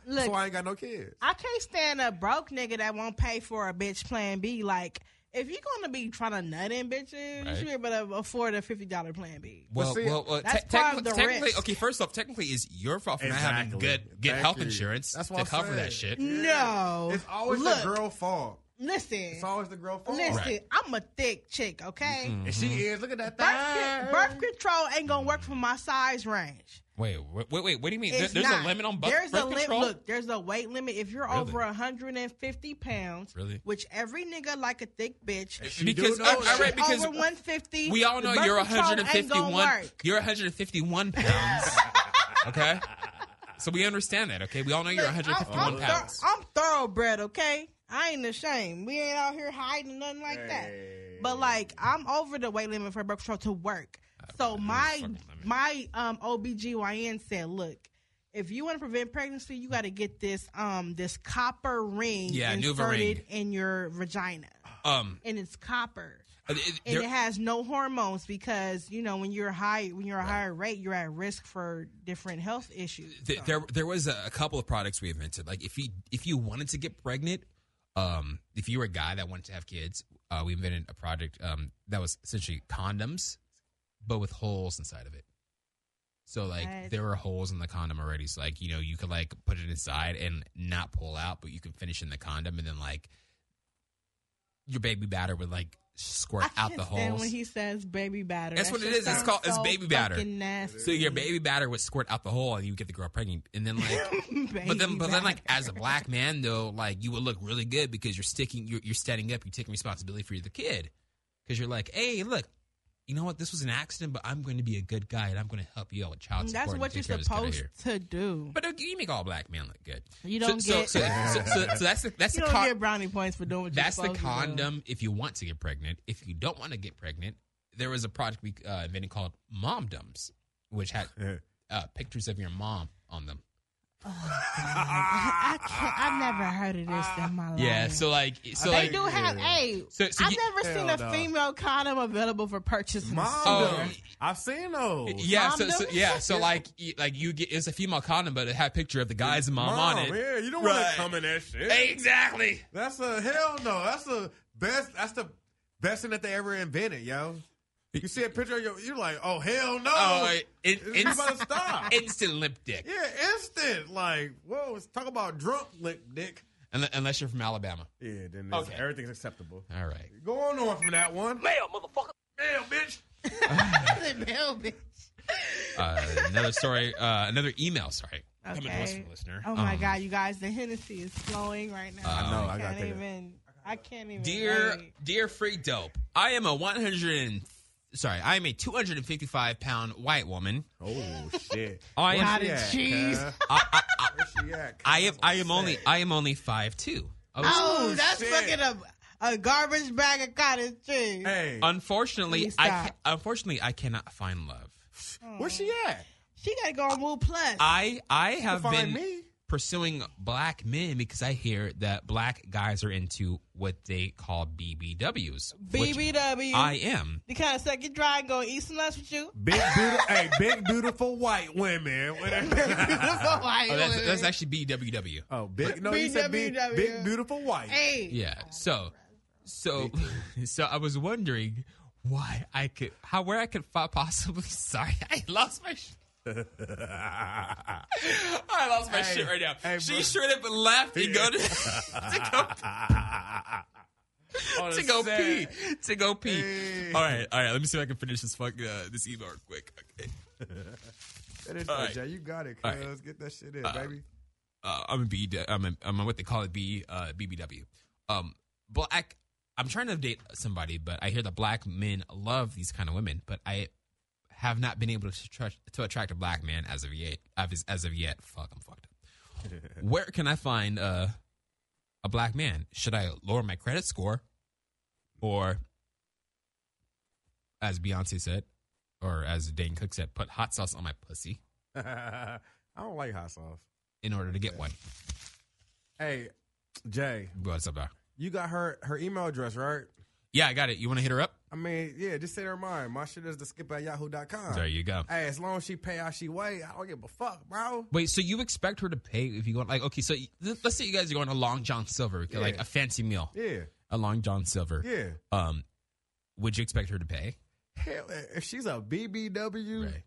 [SPEAKER 3] Look.
[SPEAKER 4] so I ain't got no kids.
[SPEAKER 3] I can't stand a broke nigga that won't pay for a bitch plan B. Like, if you're gonna be trying to nut in bitches,
[SPEAKER 2] Right.
[SPEAKER 3] you should be able to afford a fifty dollar plan B.
[SPEAKER 2] Well,
[SPEAKER 4] see,
[SPEAKER 2] well, well
[SPEAKER 3] that's
[SPEAKER 2] te-
[SPEAKER 3] part of
[SPEAKER 2] technically-
[SPEAKER 3] the
[SPEAKER 2] technically,
[SPEAKER 3] risk.
[SPEAKER 2] okay. First off, technically, it's your fault for not having
[SPEAKER 5] Exactly.
[SPEAKER 2] good good
[SPEAKER 5] Thank
[SPEAKER 2] health
[SPEAKER 5] you.
[SPEAKER 2] insurance
[SPEAKER 4] That's what
[SPEAKER 2] to
[SPEAKER 4] I'm
[SPEAKER 2] cover
[SPEAKER 4] saying.
[SPEAKER 2] that shit.
[SPEAKER 3] No,
[SPEAKER 4] It's always
[SPEAKER 3] Look,
[SPEAKER 4] the girl fault.
[SPEAKER 3] Listen,
[SPEAKER 4] It's always the girl fault.
[SPEAKER 3] listen.
[SPEAKER 2] Right. Mm-hmm.
[SPEAKER 3] I'm a thick chick, okay?
[SPEAKER 4] And she is. Look at that
[SPEAKER 3] Birth,
[SPEAKER 4] thigh.
[SPEAKER 3] con- birth control ain't gonna work for my size range.
[SPEAKER 2] Wait, wait, wait, wait. What do you mean? There-
[SPEAKER 3] It's
[SPEAKER 2] there's
[SPEAKER 3] not.
[SPEAKER 2] a limit on bu-
[SPEAKER 3] There's
[SPEAKER 2] birth
[SPEAKER 3] a lim-
[SPEAKER 2] control.
[SPEAKER 3] Look, there's a weight limit. If you're
[SPEAKER 2] Really?
[SPEAKER 3] over 150 pounds,
[SPEAKER 2] Really?
[SPEAKER 3] which every nigga like a thick bitch.
[SPEAKER 4] She
[SPEAKER 2] because
[SPEAKER 4] do
[SPEAKER 2] I,
[SPEAKER 4] know
[SPEAKER 2] I read
[SPEAKER 4] that.
[SPEAKER 2] because
[SPEAKER 3] over 150.
[SPEAKER 2] we all know
[SPEAKER 3] birth
[SPEAKER 2] you're
[SPEAKER 3] control ain't gonna
[SPEAKER 2] 151.
[SPEAKER 3] work.
[SPEAKER 2] You're 151 pounds.
[SPEAKER 3] <laughs>
[SPEAKER 2] okay, so we understand that. Okay, we all know you're
[SPEAKER 3] Look, I'm-
[SPEAKER 2] 151
[SPEAKER 3] I'm, thor-
[SPEAKER 2] pounds.
[SPEAKER 3] I'm thoroughbred, okay? I ain't ashamed. We ain't out here hiding nothing like that. But like, I'm over the weight limit for birth control to work. So my
[SPEAKER 2] fucking limit.
[SPEAKER 3] my um OBGYN said, look, if you want to prevent pregnancy, you got to get this um this copper ring
[SPEAKER 2] Yeah, NuvaRing.
[SPEAKER 3] inserted in your vagina,
[SPEAKER 2] um,
[SPEAKER 3] and it's copper.
[SPEAKER 2] Uh, it- it-
[SPEAKER 3] And
[SPEAKER 2] there-
[SPEAKER 3] it has no hormones because you know when you're high when you're a higher rate you're at risk for different health issues.
[SPEAKER 2] th- there there was a, a couple of products we invented. Like if you if you wanted to get pregnant, um, if you were a guy that wanted to have kids, uh, we invented a product um, that was essentially condoms, but with holes inside of it. So like
[SPEAKER 3] What?
[SPEAKER 2] there were holes in the condom already. So like you know you could like put it inside and not pull out, but you can finish in the condom and then like your baby batter would like squirt
[SPEAKER 3] I
[SPEAKER 2] out
[SPEAKER 3] can't
[SPEAKER 2] the
[SPEAKER 3] stand
[SPEAKER 2] holes.
[SPEAKER 3] when he says baby batter.
[SPEAKER 2] That's
[SPEAKER 3] That
[SPEAKER 2] what it
[SPEAKER 3] shit
[SPEAKER 2] is. It's
[SPEAKER 3] sounds
[SPEAKER 2] called- it's
[SPEAKER 3] so
[SPEAKER 2] baby batter.
[SPEAKER 3] fucking Nasty.
[SPEAKER 2] so your baby batter would squirt out the hole and you get the girl pregnant. And then like
[SPEAKER 3] baby
[SPEAKER 2] but then, but then, like
[SPEAKER 3] batter.
[SPEAKER 2] as a black man though, like you would look really good because you're sticking, you're, you're standing up, you're taking responsibility for the kid, because you're like, hey, look, you know what? This was an accident, but I'm going to be a good guy and I'm going to help you out with child support.
[SPEAKER 3] Mm, that's
[SPEAKER 2] and
[SPEAKER 3] what you're
[SPEAKER 2] take care of this kid out
[SPEAKER 3] supposed
[SPEAKER 2] here."
[SPEAKER 3] to do.
[SPEAKER 2] But uh, you make all black men look good.
[SPEAKER 3] You
[SPEAKER 2] So-
[SPEAKER 3] don't
[SPEAKER 2] so,
[SPEAKER 3] get-
[SPEAKER 2] So, so, so, so that's the that's
[SPEAKER 3] <laughs> you
[SPEAKER 2] the
[SPEAKER 3] don't
[SPEAKER 2] con-
[SPEAKER 3] get brownie points for doing what you're
[SPEAKER 2] that's the
[SPEAKER 3] supposed to do.
[SPEAKER 2] condom if you want to get pregnant. If you don't want to get pregnant, there was a product we uh, invented called Momdoms, which had <laughs> uh, pictures of your mom on them.
[SPEAKER 3] <laughs>
[SPEAKER 4] Ah,
[SPEAKER 3] I can't. I've never heard of this in my life.
[SPEAKER 2] Yeah, so like, so
[SPEAKER 3] Oh. they
[SPEAKER 2] like,
[SPEAKER 3] do have a.
[SPEAKER 2] So- so
[SPEAKER 3] I've
[SPEAKER 2] you-
[SPEAKER 3] never seen a
[SPEAKER 4] Hell no.
[SPEAKER 3] female condom available for purchase. <laughs> in the
[SPEAKER 4] Mom,
[SPEAKER 3] store.
[SPEAKER 2] Oh.
[SPEAKER 4] I've seen those.
[SPEAKER 2] Yeah, so, so
[SPEAKER 3] Condoms?
[SPEAKER 2] yeah, so like y- like you get it's a female condom, but it had a picture of the guy's mom, on it.
[SPEAKER 4] Yeah, you don't want
[SPEAKER 2] Right.
[SPEAKER 4] to come in that shit.
[SPEAKER 2] Exactly.
[SPEAKER 4] That's a hell no. That's the best. That's the best thing that they ever invented, yo. You see a picture of your, you're like, oh hell no.
[SPEAKER 2] Oh, in,
[SPEAKER 4] It's
[SPEAKER 2] in,
[SPEAKER 4] about to
[SPEAKER 2] <laughs>
[SPEAKER 4] stop.
[SPEAKER 2] instant lip dick.
[SPEAKER 4] yeah, instant. Like, whoa, let's talk about drunk lip dick.
[SPEAKER 2] Unle- Unless you're from Alabama.
[SPEAKER 4] Yeah, then it's-
[SPEAKER 2] Okay.
[SPEAKER 4] everything's acceptable.
[SPEAKER 2] All right.
[SPEAKER 4] Go on on from that one. Mail, motherfucker. Mail, bitch.
[SPEAKER 3] Hell, bitch.
[SPEAKER 2] Uh, another story. Uh, another email. Sorry, coming to us
[SPEAKER 3] Okay.
[SPEAKER 2] from a listener.
[SPEAKER 3] Oh my
[SPEAKER 2] Um,
[SPEAKER 3] god, you guys, the Hennessy is flowing right now.
[SPEAKER 2] I
[SPEAKER 4] know,
[SPEAKER 3] I
[SPEAKER 4] I gotta
[SPEAKER 3] can't
[SPEAKER 4] take it.
[SPEAKER 3] even. I can't even.
[SPEAKER 2] Dear,
[SPEAKER 3] wait.
[SPEAKER 2] dear free dope, I am a 100. And, sorry, I am a 255 pound white woman.
[SPEAKER 4] Oh
[SPEAKER 2] <laughs>
[SPEAKER 4] shit.
[SPEAKER 2] I am.
[SPEAKER 3] Cottage
[SPEAKER 4] Yeah,
[SPEAKER 3] cheese.
[SPEAKER 4] cuh.
[SPEAKER 2] I, I, I,
[SPEAKER 4] Where she at? cuh?
[SPEAKER 2] I am. I am only.
[SPEAKER 4] Sad.
[SPEAKER 2] I am only five two.
[SPEAKER 3] Oh, that's
[SPEAKER 4] shit.
[SPEAKER 3] fucking a, a garbage bag of cottage cheese.
[SPEAKER 4] Hey,
[SPEAKER 2] Unfortunately,
[SPEAKER 3] Please
[SPEAKER 2] I
[SPEAKER 3] stop.
[SPEAKER 2] ca- unfortunately I cannot find love.
[SPEAKER 4] where she at?
[SPEAKER 3] She gotta go on Woo Plus.
[SPEAKER 2] I I have been
[SPEAKER 4] Find me.
[SPEAKER 2] pursuing black men because I hear that black guys are into what they call BBWs. which
[SPEAKER 3] BBW.
[SPEAKER 2] I am.
[SPEAKER 3] the kind of suck you dry and go eat some lunch with you.
[SPEAKER 4] Big beautiful, <laughs> hey, big beautiful white women. <laughs>
[SPEAKER 3] <laughs>
[SPEAKER 2] Oh, that's, that's actually BWW.
[SPEAKER 4] oh, big no, you said big,
[SPEAKER 3] BWW.
[SPEAKER 4] big beautiful white.
[SPEAKER 3] hey,
[SPEAKER 2] Uh, Yeah. So so <laughs> so I was wondering why I could how where I could fi- possibly <laughs> sorry I lost my. Sh- <laughs> I lost my shit right now.
[SPEAKER 4] hey,
[SPEAKER 2] she
[SPEAKER 4] bro.
[SPEAKER 2] straight up left and go to, <laughs> to go
[SPEAKER 4] Ah,
[SPEAKER 2] <laughs> to go pee. To go pee.
[SPEAKER 4] Hey.
[SPEAKER 2] All right, all right. Let me see if I can finish this fuck uh, this email real quick. Okay.
[SPEAKER 4] That is-
[SPEAKER 2] All right.
[SPEAKER 4] Jay, you got it, cuz.
[SPEAKER 2] All right. Uh-uh.
[SPEAKER 4] Get that shit in, baby. <laughs>
[SPEAKER 2] Uh, I'm a B. I'm a, I'm a, what they call it B uh, BBW. Um, black. I'm trying to date somebody, but I hear that black men love these kind of women, but I have not been able to tr- to attract a black man as of yet. As, as of yet, fuck, I'm fucked up. Where can I find uh, a black man? Should I lower my credit score, or as Beyonce said, or as Dane Cook said, put hot sauce on my pussy
[SPEAKER 4] I don't like hot sauce.
[SPEAKER 2] in order to get one?
[SPEAKER 4] Hey, Jay,
[SPEAKER 2] What's up, Doc?
[SPEAKER 4] you got her her email address, right?
[SPEAKER 2] Yeah, I got it. You want to hit her up?
[SPEAKER 4] I mean, yeah, just send her mine. My shit is the skip at yahoo.com.
[SPEAKER 2] There you go.
[SPEAKER 4] Hey, as long as she pay how she weigh, I don't give a fuck, bro.
[SPEAKER 2] Wait, so you expect her to pay if you go like okay, so you- let's say you guys are going to Long John Silver, like a fancy meal.
[SPEAKER 4] Yeah.
[SPEAKER 2] a Long John Silver,
[SPEAKER 4] Yeah.
[SPEAKER 2] um, would you expect her to pay?
[SPEAKER 4] Hell, eh, if she's a BBW,
[SPEAKER 2] Right.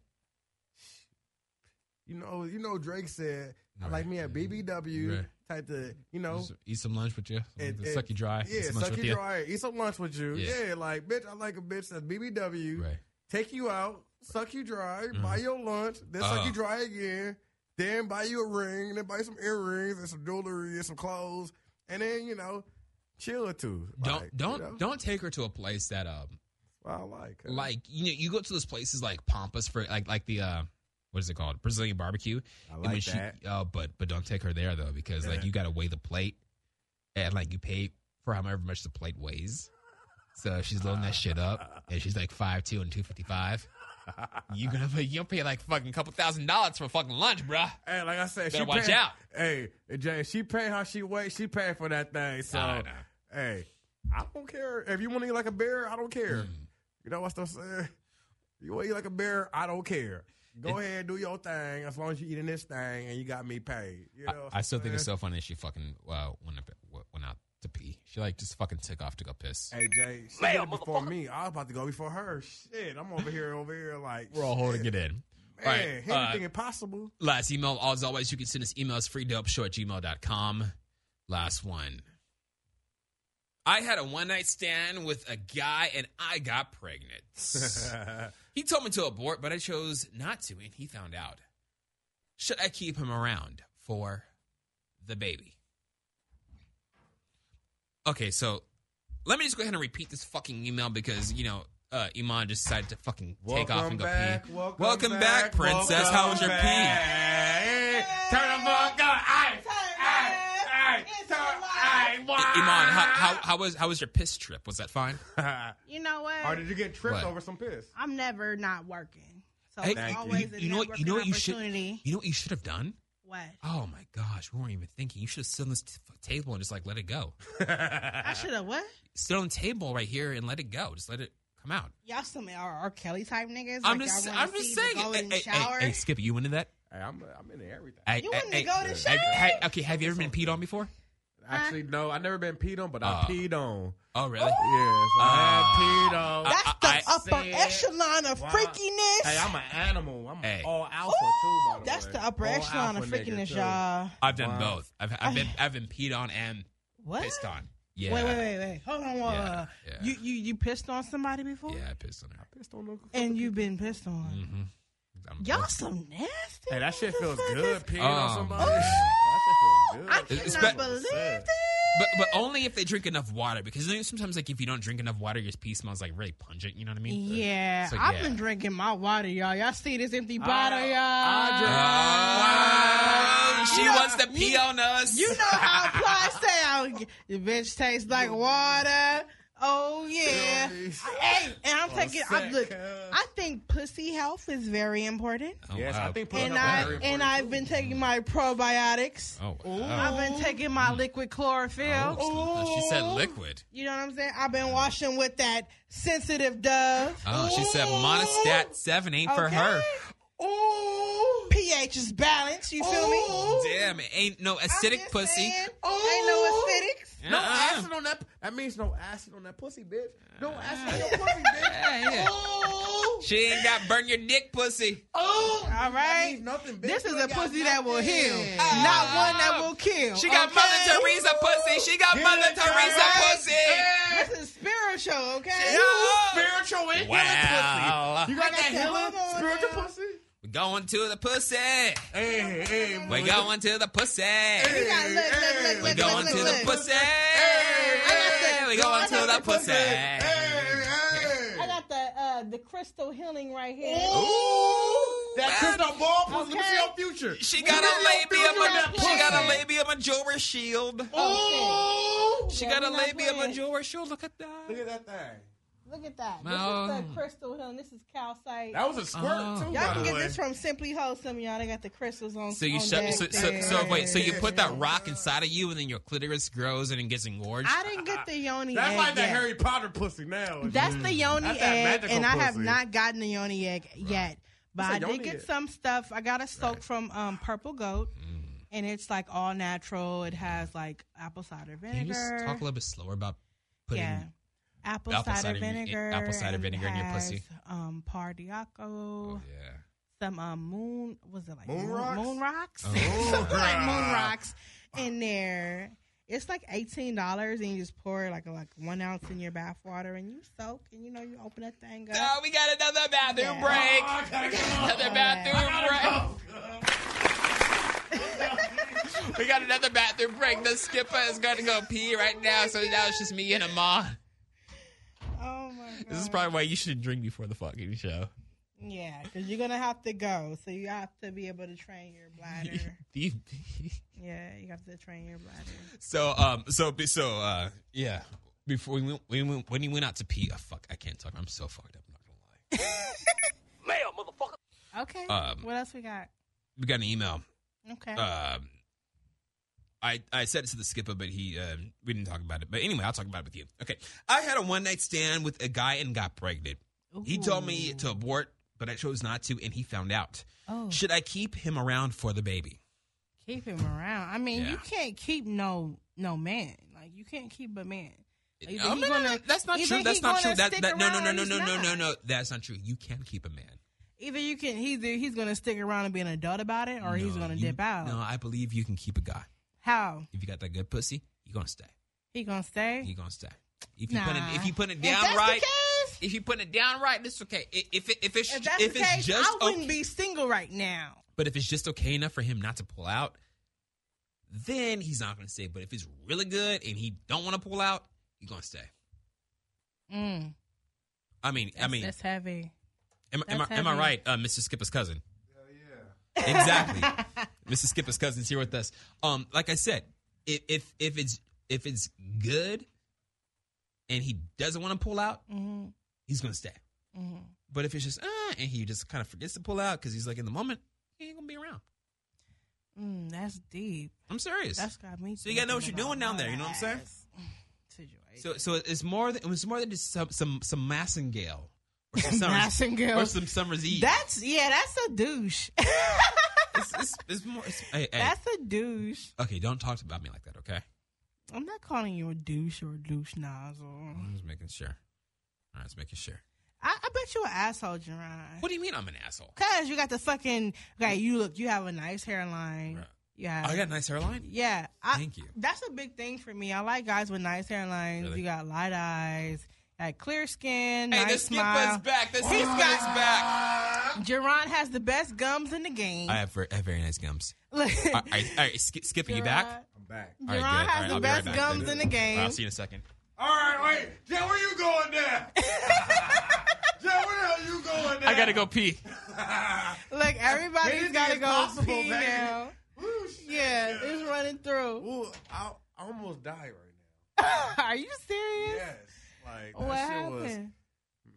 [SPEAKER 4] you know, you know, Drake said,
[SPEAKER 2] Right.
[SPEAKER 4] "I
[SPEAKER 2] Mm-hmm.
[SPEAKER 4] like me at BBW."
[SPEAKER 2] Right.
[SPEAKER 4] Type of, you know,
[SPEAKER 2] Just eat some lunch with you.
[SPEAKER 4] and- and-
[SPEAKER 2] suck you dry.
[SPEAKER 4] Yeah,
[SPEAKER 2] eat some lunch
[SPEAKER 4] suck
[SPEAKER 2] with
[SPEAKER 4] you dry. Eat some lunch with you.
[SPEAKER 2] Yeah.
[SPEAKER 4] Yeah. like bitch, I like a bitch that's BBW.
[SPEAKER 2] Right.
[SPEAKER 4] Take you out, suck you dry,
[SPEAKER 2] Mm-hmm.
[SPEAKER 4] buy your lunch, then
[SPEAKER 2] Oh.
[SPEAKER 4] suck you dry again, then buy you a ring, then buy some earrings and some jewelry and some clothes, and then you know, chill or two.
[SPEAKER 2] Don't
[SPEAKER 4] Like,
[SPEAKER 2] don't
[SPEAKER 4] you know,
[SPEAKER 2] don't take her to a place that um
[SPEAKER 4] what I like. huh?
[SPEAKER 2] like you know you go to those places like pompous for like like the uh what is it called Brazilian barbecue.
[SPEAKER 4] I
[SPEAKER 2] And when
[SPEAKER 4] like
[SPEAKER 2] she-
[SPEAKER 4] that.
[SPEAKER 2] uh, but but don't take her there though because like
[SPEAKER 4] Yeah.
[SPEAKER 2] you got to weigh the plate and like you pay for however much the plate weighs. So she's loading that shit up and she's like five two and two fifty five. You're gonna pay, you'll pay like fucking couple thousand dollars for fucking lunch, bruh.
[SPEAKER 4] Hey, like I said,
[SPEAKER 2] Better
[SPEAKER 4] she
[SPEAKER 2] watch
[SPEAKER 4] pay-
[SPEAKER 2] out.
[SPEAKER 4] Hey, Jay, she paid how she weighed. She paid for that thing. So,
[SPEAKER 2] I know.
[SPEAKER 4] hey, I don't care if you want to eat like a bear. I don't care.
[SPEAKER 2] Hmm.
[SPEAKER 4] You know what I'm saying? You want to eat like a bear? I don't care. Go ahead, do your thing as long as you eating this thing and you got me paid. You know, what
[SPEAKER 2] I, I
[SPEAKER 4] I'm
[SPEAKER 2] still think it's
[SPEAKER 4] saying?
[SPEAKER 2] so funny that she fucking uh, went up, went out to pee. She like just fucking took off to go piss.
[SPEAKER 4] Hey Jay, she did it before me. I was about to go before her. Shit, I'm over here, over here, like
[SPEAKER 2] We're all holding it in. all
[SPEAKER 4] Man,
[SPEAKER 2] right. uh,
[SPEAKER 4] anything impossible.
[SPEAKER 2] Last email, as always, you can send us emails, freedopeshow at gmail.com. Last one. I had a one night stand with a guy and I got pregnant.
[SPEAKER 4] <laughs>
[SPEAKER 2] he told me to abort, but I chose not to, and he found out. Should I keep him around for the baby? Okay, so let me just go ahead and repeat this fucking email because, you know, uh, Iman just decided to fucking take off and go pee.
[SPEAKER 4] Welcome,
[SPEAKER 2] back, princess.
[SPEAKER 4] welcome
[SPEAKER 2] How was your pee?
[SPEAKER 4] back. Turn the fuck up. Aye, aye, aye,
[SPEAKER 3] It's
[SPEAKER 4] turn-
[SPEAKER 3] alive.
[SPEAKER 4] aye, wah.
[SPEAKER 2] I- Iman, how, how, how was how was your piss trip? Was that fine?
[SPEAKER 3] You know what?
[SPEAKER 4] <laughs> Or did you get tripped
[SPEAKER 2] What?
[SPEAKER 4] over some piss?
[SPEAKER 3] I'm never not working. So
[SPEAKER 2] Hey,
[SPEAKER 3] it's
[SPEAKER 4] Thank you.
[SPEAKER 3] always a
[SPEAKER 2] you know what? You know
[SPEAKER 3] networking
[SPEAKER 2] what you should.
[SPEAKER 3] opportunity.
[SPEAKER 2] You know what you should have done.
[SPEAKER 3] What?
[SPEAKER 2] Oh my gosh, we weren't even thinking. You should have stood on this t- table and just like let it go.
[SPEAKER 3] I should have what?
[SPEAKER 2] Stood on the table right here and let it go. Just let it come out.
[SPEAKER 3] Y'all some R. R. Kelly type niggas.
[SPEAKER 2] I'm
[SPEAKER 3] like,
[SPEAKER 2] just
[SPEAKER 3] y'all wanna
[SPEAKER 2] I'm just
[SPEAKER 3] see the
[SPEAKER 2] saying. Hey,
[SPEAKER 3] golden
[SPEAKER 2] hey, hey,
[SPEAKER 3] shower?
[SPEAKER 2] hey, Skip, you into that?
[SPEAKER 4] Hey, I'm, I'm into everything.
[SPEAKER 2] Hey,
[SPEAKER 3] You
[SPEAKER 2] hey,
[SPEAKER 3] want
[SPEAKER 2] hey,
[SPEAKER 3] to go to
[SPEAKER 2] hey,
[SPEAKER 3] shower?
[SPEAKER 2] hey, okay, have you ever been peed on before?
[SPEAKER 4] Actually, no, I never been peed on, but
[SPEAKER 2] Uh-huh. Uh,
[SPEAKER 4] I peed on.
[SPEAKER 2] Oh really?
[SPEAKER 4] Yeah, so I had peed on.
[SPEAKER 3] That's the
[SPEAKER 2] I- I
[SPEAKER 3] upper
[SPEAKER 4] said-
[SPEAKER 3] echelon of
[SPEAKER 4] Wow.
[SPEAKER 3] freakiness.
[SPEAKER 4] hey, I'm an animal. I'm
[SPEAKER 2] Hey.
[SPEAKER 4] all alpha too. By
[SPEAKER 3] Ooh,
[SPEAKER 4] the
[SPEAKER 3] that's
[SPEAKER 4] way.
[SPEAKER 3] the upper
[SPEAKER 4] All
[SPEAKER 3] echelon of
[SPEAKER 4] alpha nigga,
[SPEAKER 3] freakiness,
[SPEAKER 4] too.
[SPEAKER 3] y'all.
[SPEAKER 2] I've done
[SPEAKER 4] Wow.
[SPEAKER 2] both. I've, I've been I've been peed on and
[SPEAKER 3] What?
[SPEAKER 2] pissed on. Yeah.
[SPEAKER 3] Uh, Wait, wait, wait, wait. Hold on. hold
[SPEAKER 2] Yeah,
[SPEAKER 3] on.
[SPEAKER 2] yeah.
[SPEAKER 3] You, you, you pissed on somebody before?
[SPEAKER 2] Yeah, Mm. I pissed on her.
[SPEAKER 4] Pissed on no-
[SPEAKER 3] And you've been pissed on.
[SPEAKER 2] I'm-
[SPEAKER 3] Y'all some nasty.
[SPEAKER 4] Hey, that shit feels
[SPEAKER 3] motherfuckers.
[SPEAKER 4] good. Peeing
[SPEAKER 2] Oh,
[SPEAKER 4] on somebody. <laughs>
[SPEAKER 2] man.
[SPEAKER 4] that shit feels good.
[SPEAKER 3] I
[SPEAKER 2] It's- it's
[SPEAKER 3] cannot
[SPEAKER 2] been-
[SPEAKER 3] believe
[SPEAKER 4] Yeah.
[SPEAKER 3] this.
[SPEAKER 2] But but only if they drink enough water because you know, sometimes like if you don't drink enough water, your pee smells like really pungent. You know what I mean?
[SPEAKER 3] Yeah,
[SPEAKER 2] So,
[SPEAKER 3] I've
[SPEAKER 2] yeah.
[SPEAKER 3] been drinking my water, y'all. Y'all see this empty bottle, y'all.
[SPEAKER 4] I drink-
[SPEAKER 2] Oh, she
[SPEAKER 3] You know-
[SPEAKER 2] wants to pee
[SPEAKER 3] you-
[SPEAKER 2] on us.
[SPEAKER 3] You know how Applied say, oh, the bitch tastes like water. Oh yeah. Hey, and I'm taking. I, look, I think pussy health is very important,
[SPEAKER 2] Oh,
[SPEAKER 4] Yes, I
[SPEAKER 2] wow.
[SPEAKER 4] think putting
[SPEAKER 3] and
[SPEAKER 4] up
[SPEAKER 3] I
[SPEAKER 4] a barrier for
[SPEAKER 3] and
[SPEAKER 4] you.
[SPEAKER 3] I've been taking my probiotics.
[SPEAKER 2] Oh, wow.
[SPEAKER 3] I've been taking my liquid chlorophyll.
[SPEAKER 2] Oh, she said liquid.
[SPEAKER 3] You know what I'm saying? I've been washing with that sensitive Dove.
[SPEAKER 2] Oh, she said monostat seven ain't for her.
[SPEAKER 3] Ooh. pH is balanced. You feel me?
[SPEAKER 2] Damn, it ain't no
[SPEAKER 3] I'm
[SPEAKER 2] acitic
[SPEAKER 3] just
[SPEAKER 2] pussy.
[SPEAKER 3] saying, Ain't no acidics.
[SPEAKER 4] No
[SPEAKER 2] Uh-uh.
[SPEAKER 4] acid on that. That means no acid on that pussy, bitch. No acid on your pussy, bitch.
[SPEAKER 2] Yeah, yeah. She ain't got burn your dick pussy.
[SPEAKER 3] All
[SPEAKER 4] That
[SPEAKER 3] right.
[SPEAKER 4] means nothing, bitch.
[SPEAKER 3] This is
[SPEAKER 4] You
[SPEAKER 3] a
[SPEAKER 4] ain't got
[SPEAKER 3] pussy that will
[SPEAKER 4] nothing.
[SPEAKER 3] heal, not one that will kill.
[SPEAKER 2] Ah. She got
[SPEAKER 3] okay?
[SPEAKER 2] Mother Teresa pussy. She got
[SPEAKER 4] Get
[SPEAKER 2] Mother
[SPEAKER 4] it,
[SPEAKER 2] Teresa
[SPEAKER 4] right?
[SPEAKER 2] pussy.
[SPEAKER 3] This is spiritual, okay?
[SPEAKER 2] Yeah.
[SPEAKER 4] Spiritual and
[SPEAKER 2] Wow.
[SPEAKER 4] healing pussy. You
[SPEAKER 3] Like
[SPEAKER 4] got
[SPEAKER 3] I said,
[SPEAKER 4] that
[SPEAKER 3] hold
[SPEAKER 4] healing
[SPEAKER 3] on
[SPEAKER 4] spiritual
[SPEAKER 3] now.
[SPEAKER 4] pussy?
[SPEAKER 2] We're going to the pussy.
[SPEAKER 4] Hey, hey,
[SPEAKER 2] We're going to the pussy.
[SPEAKER 3] We got look, look, look,
[SPEAKER 2] We're
[SPEAKER 3] look,
[SPEAKER 2] going
[SPEAKER 3] look,
[SPEAKER 2] to
[SPEAKER 3] look,
[SPEAKER 2] the
[SPEAKER 3] look.
[SPEAKER 2] pussy.
[SPEAKER 3] Hey,
[SPEAKER 2] We're going to the pussy.
[SPEAKER 3] I got the uh, the crystal healing right here.
[SPEAKER 4] Ooh, that crystal ball pussy. Let me
[SPEAKER 3] Okay.
[SPEAKER 4] see your future.
[SPEAKER 2] She got a labium. She got a labium majora shield.
[SPEAKER 3] Oh, shit.
[SPEAKER 2] She
[SPEAKER 3] Yeah,
[SPEAKER 2] got a
[SPEAKER 3] we not
[SPEAKER 2] labium
[SPEAKER 3] playing.
[SPEAKER 2] majora shield. Look at that.
[SPEAKER 4] Look at that thing.
[SPEAKER 3] Look at that. This is
[SPEAKER 2] No.
[SPEAKER 3] the crystal healing. This is calcite.
[SPEAKER 4] That was a squirt
[SPEAKER 2] Oh.
[SPEAKER 4] too.
[SPEAKER 3] Y'all
[SPEAKER 4] by
[SPEAKER 3] can
[SPEAKER 4] the
[SPEAKER 3] get
[SPEAKER 4] way.
[SPEAKER 3] this from Simply Wholesome, y'all. They got the crystals on.
[SPEAKER 2] So you
[SPEAKER 3] on
[SPEAKER 2] shut.
[SPEAKER 3] deck
[SPEAKER 2] So, so,
[SPEAKER 3] there.
[SPEAKER 2] so wait. So you put that rock inside of you, and then your clitoris grows and it gets engorged.
[SPEAKER 3] I didn't get the yoni.
[SPEAKER 4] That's
[SPEAKER 3] egg
[SPEAKER 4] like that
[SPEAKER 3] yet.
[SPEAKER 4] Harry Potter pussy now.
[SPEAKER 3] That's
[SPEAKER 2] Mm.
[SPEAKER 3] the yoni
[SPEAKER 4] That's that
[SPEAKER 3] egg,
[SPEAKER 4] magical
[SPEAKER 3] and I have
[SPEAKER 4] pussy.
[SPEAKER 3] not gotten the yoni egg yet. But
[SPEAKER 4] What's a
[SPEAKER 3] I
[SPEAKER 4] yoni
[SPEAKER 3] did get
[SPEAKER 4] egg?
[SPEAKER 3] some stuff. I got a soak from um, Purple Goat,
[SPEAKER 2] Mm.
[SPEAKER 3] and it's like all natural. It has like apple cider
[SPEAKER 2] Can you just
[SPEAKER 3] vinegar.
[SPEAKER 2] talk a little bit slower about putting
[SPEAKER 3] yeah. Apple,
[SPEAKER 2] apple
[SPEAKER 3] cider,
[SPEAKER 2] cider vi-
[SPEAKER 3] vinegar.
[SPEAKER 2] apple cider
[SPEAKER 3] and it
[SPEAKER 2] vinegar in your
[SPEAKER 3] has,
[SPEAKER 2] pussy.
[SPEAKER 3] Um, Pardiaco.
[SPEAKER 2] oh,
[SPEAKER 3] Some um, moon. Was it like
[SPEAKER 4] Moon rocks?
[SPEAKER 3] Moon rocks.
[SPEAKER 2] Oh.
[SPEAKER 3] <laughs> Something like moon rocks in there. It's like eighteen dollars, and you just pour like a, like one ounce in your bath water, and you soak, and you know you open that thing up.
[SPEAKER 2] yeah. Oh, we got another bathroom
[SPEAKER 3] Yeah.
[SPEAKER 4] Oh,
[SPEAKER 2] break. another
[SPEAKER 3] I
[SPEAKER 2] bathroom break. <laughs> we got another bathroom break. The skipper is going to go pee right now, so now it's just me and a ma.
[SPEAKER 3] Oh my god!
[SPEAKER 2] This is probably why you should drink before the fucking show.
[SPEAKER 3] yeah, because you're gonna have to go, so you have to be able to train
[SPEAKER 2] <laughs>
[SPEAKER 3] your bladder. yeah, you have to train your bladder.
[SPEAKER 2] <laughs> so um so so uh yeah before we went, we went, when he went out to pee oh, fuck I can't talk I'm so fucked up I'm not gonna lie
[SPEAKER 3] Okay.
[SPEAKER 2] Um,
[SPEAKER 3] what else we got?
[SPEAKER 2] we got an email
[SPEAKER 3] Okay.
[SPEAKER 2] um I, I said it to the skipper, but he um, we didn't talk about it. But anyway, I'll talk about it with you. Okay, I had a one night stand with a guy and got pregnant. He told me
[SPEAKER 3] Ooh.
[SPEAKER 2] to abort, but I chose not to, and he found out.
[SPEAKER 3] Oh,
[SPEAKER 2] Should I keep him around for the baby?
[SPEAKER 3] keep him around. I mean, you
[SPEAKER 2] Yeah.
[SPEAKER 3] can't keep no no man. Like you can't keep a man. Like, either
[SPEAKER 2] Oh,
[SPEAKER 3] he
[SPEAKER 2] no, no, no,
[SPEAKER 3] gonna-
[SPEAKER 2] that's not
[SPEAKER 3] either
[SPEAKER 2] true.
[SPEAKER 3] he
[SPEAKER 2] That's not
[SPEAKER 3] gonna
[SPEAKER 2] true. That,
[SPEAKER 3] stick
[SPEAKER 2] that no no
[SPEAKER 3] around
[SPEAKER 2] no
[SPEAKER 3] or
[SPEAKER 2] no
[SPEAKER 3] he's
[SPEAKER 2] no no no
[SPEAKER 3] not.
[SPEAKER 2] no. That's not true. You can keep a man.
[SPEAKER 3] Either you can either he's gonna stick around and be an adult about it, or he's
[SPEAKER 2] No,
[SPEAKER 3] gonna
[SPEAKER 2] you-
[SPEAKER 3] dip out.
[SPEAKER 2] No, I believe you can keep a guy.
[SPEAKER 3] How
[SPEAKER 2] If you got that good pussy, you gonna stay.
[SPEAKER 3] he gonna stay?
[SPEAKER 2] You gonna stay. If you put
[SPEAKER 3] Nah.
[SPEAKER 2] it, if you put it
[SPEAKER 3] If
[SPEAKER 2] down
[SPEAKER 3] that's the
[SPEAKER 2] right,
[SPEAKER 3] case-
[SPEAKER 2] if you put it down right, it's okay. I- If it, if it's
[SPEAKER 3] if that's
[SPEAKER 2] if
[SPEAKER 3] the
[SPEAKER 2] it's
[SPEAKER 3] case,
[SPEAKER 2] just
[SPEAKER 3] I wouldn't
[SPEAKER 2] okay,
[SPEAKER 3] be single right now.
[SPEAKER 2] but if it's just okay enough for him not to pull out, then he's not gonna stay. But if it's really good and he don't want to pull out, you gonna stay.
[SPEAKER 3] Mm,
[SPEAKER 2] I mean, I
[SPEAKER 3] that's-
[SPEAKER 2] mean,
[SPEAKER 3] that's heavy.
[SPEAKER 2] am, am,
[SPEAKER 3] that's
[SPEAKER 2] I, am I
[SPEAKER 3] heavy.
[SPEAKER 2] right, uh, Mr. Skipper's cousin? Exactly.
[SPEAKER 3] <laughs>
[SPEAKER 2] Mrs. Skipper's cousin's here with us. Um, like I said, if if, if it's if it's good and he doesn't want to pull out,
[SPEAKER 3] hmm
[SPEAKER 2] he's gonna stay.
[SPEAKER 3] hmm
[SPEAKER 2] But if it's just uh, and he just kind of forgets to pull out because he's like in the moment, he ain't gonna be around.
[SPEAKER 3] Mm, that's deep.
[SPEAKER 2] I'm serious.
[SPEAKER 3] That's got me.
[SPEAKER 2] So you gotta know what
[SPEAKER 3] thinking
[SPEAKER 2] you're doing
[SPEAKER 3] about
[SPEAKER 2] down there, you know what I'm saying?
[SPEAKER 3] my ass <laughs> Situation.
[SPEAKER 2] so so it's more than it's more than just some some some Massingale or
[SPEAKER 3] <laughs>
[SPEAKER 2] some summer's,
[SPEAKER 3] Massingale.
[SPEAKER 2] or some summer's eve.
[SPEAKER 3] That's yeah. That's a douche. <laughs>
[SPEAKER 2] it's, it's, it's more. It's, hey, hey.
[SPEAKER 3] that's a douche.
[SPEAKER 2] okay, don't talk about me like that. Okay,
[SPEAKER 3] I'm not calling you a douche or a douche nozzle.
[SPEAKER 2] I'm just making sure. All right, just making sure.
[SPEAKER 3] I, I bet you an asshole, Jerron.
[SPEAKER 2] What do you mean I'm an asshole?
[SPEAKER 3] Cause you got the fucking okay. You look. You have a nice hairline.
[SPEAKER 2] Right.
[SPEAKER 3] Yeah.
[SPEAKER 2] I got a nice hairline.
[SPEAKER 3] Yeah. I,
[SPEAKER 2] Thank you.
[SPEAKER 3] That's a big thing for me. I like guys with nice hairlines.
[SPEAKER 2] Really?
[SPEAKER 3] You got light eyes. Like clear skin,
[SPEAKER 2] Hey, the
[SPEAKER 3] nice smile.
[SPEAKER 2] skipper's back. The
[SPEAKER 3] He's
[SPEAKER 2] skipper's
[SPEAKER 3] got-
[SPEAKER 2] back.
[SPEAKER 3] Jerron has the best gums in the game.
[SPEAKER 2] I have, ver- I have very nice gums.
[SPEAKER 3] <laughs> Look,
[SPEAKER 2] All right, all right, all right Skip, Skip, are you back?
[SPEAKER 4] I'm back.
[SPEAKER 2] All right,
[SPEAKER 3] Jerron
[SPEAKER 2] good. All
[SPEAKER 3] has
[SPEAKER 2] right,
[SPEAKER 3] the
[SPEAKER 2] I'll be right
[SPEAKER 3] best
[SPEAKER 2] back.
[SPEAKER 3] gums in the
[SPEAKER 2] All
[SPEAKER 3] game.
[SPEAKER 2] right, I'll see you in a second.
[SPEAKER 5] All right, wait. Jen, where you going
[SPEAKER 3] <laughs>
[SPEAKER 5] there? Jen, where the hell you going there?
[SPEAKER 2] I gotta go pee.
[SPEAKER 3] Look, everybody's
[SPEAKER 5] Anything
[SPEAKER 3] got to
[SPEAKER 5] is
[SPEAKER 3] go
[SPEAKER 5] possible,
[SPEAKER 3] pee
[SPEAKER 5] baby.
[SPEAKER 3] now.
[SPEAKER 5] Woo, shit.
[SPEAKER 3] Yeah, it's
[SPEAKER 2] <laughs>
[SPEAKER 3] running through.
[SPEAKER 4] Ooh, I, I almost died right now.
[SPEAKER 3] Are you serious?
[SPEAKER 4] Yes. Like, that
[SPEAKER 3] what
[SPEAKER 4] shit
[SPEAKER 3] happened?
[SPEAKER 4] was. Man,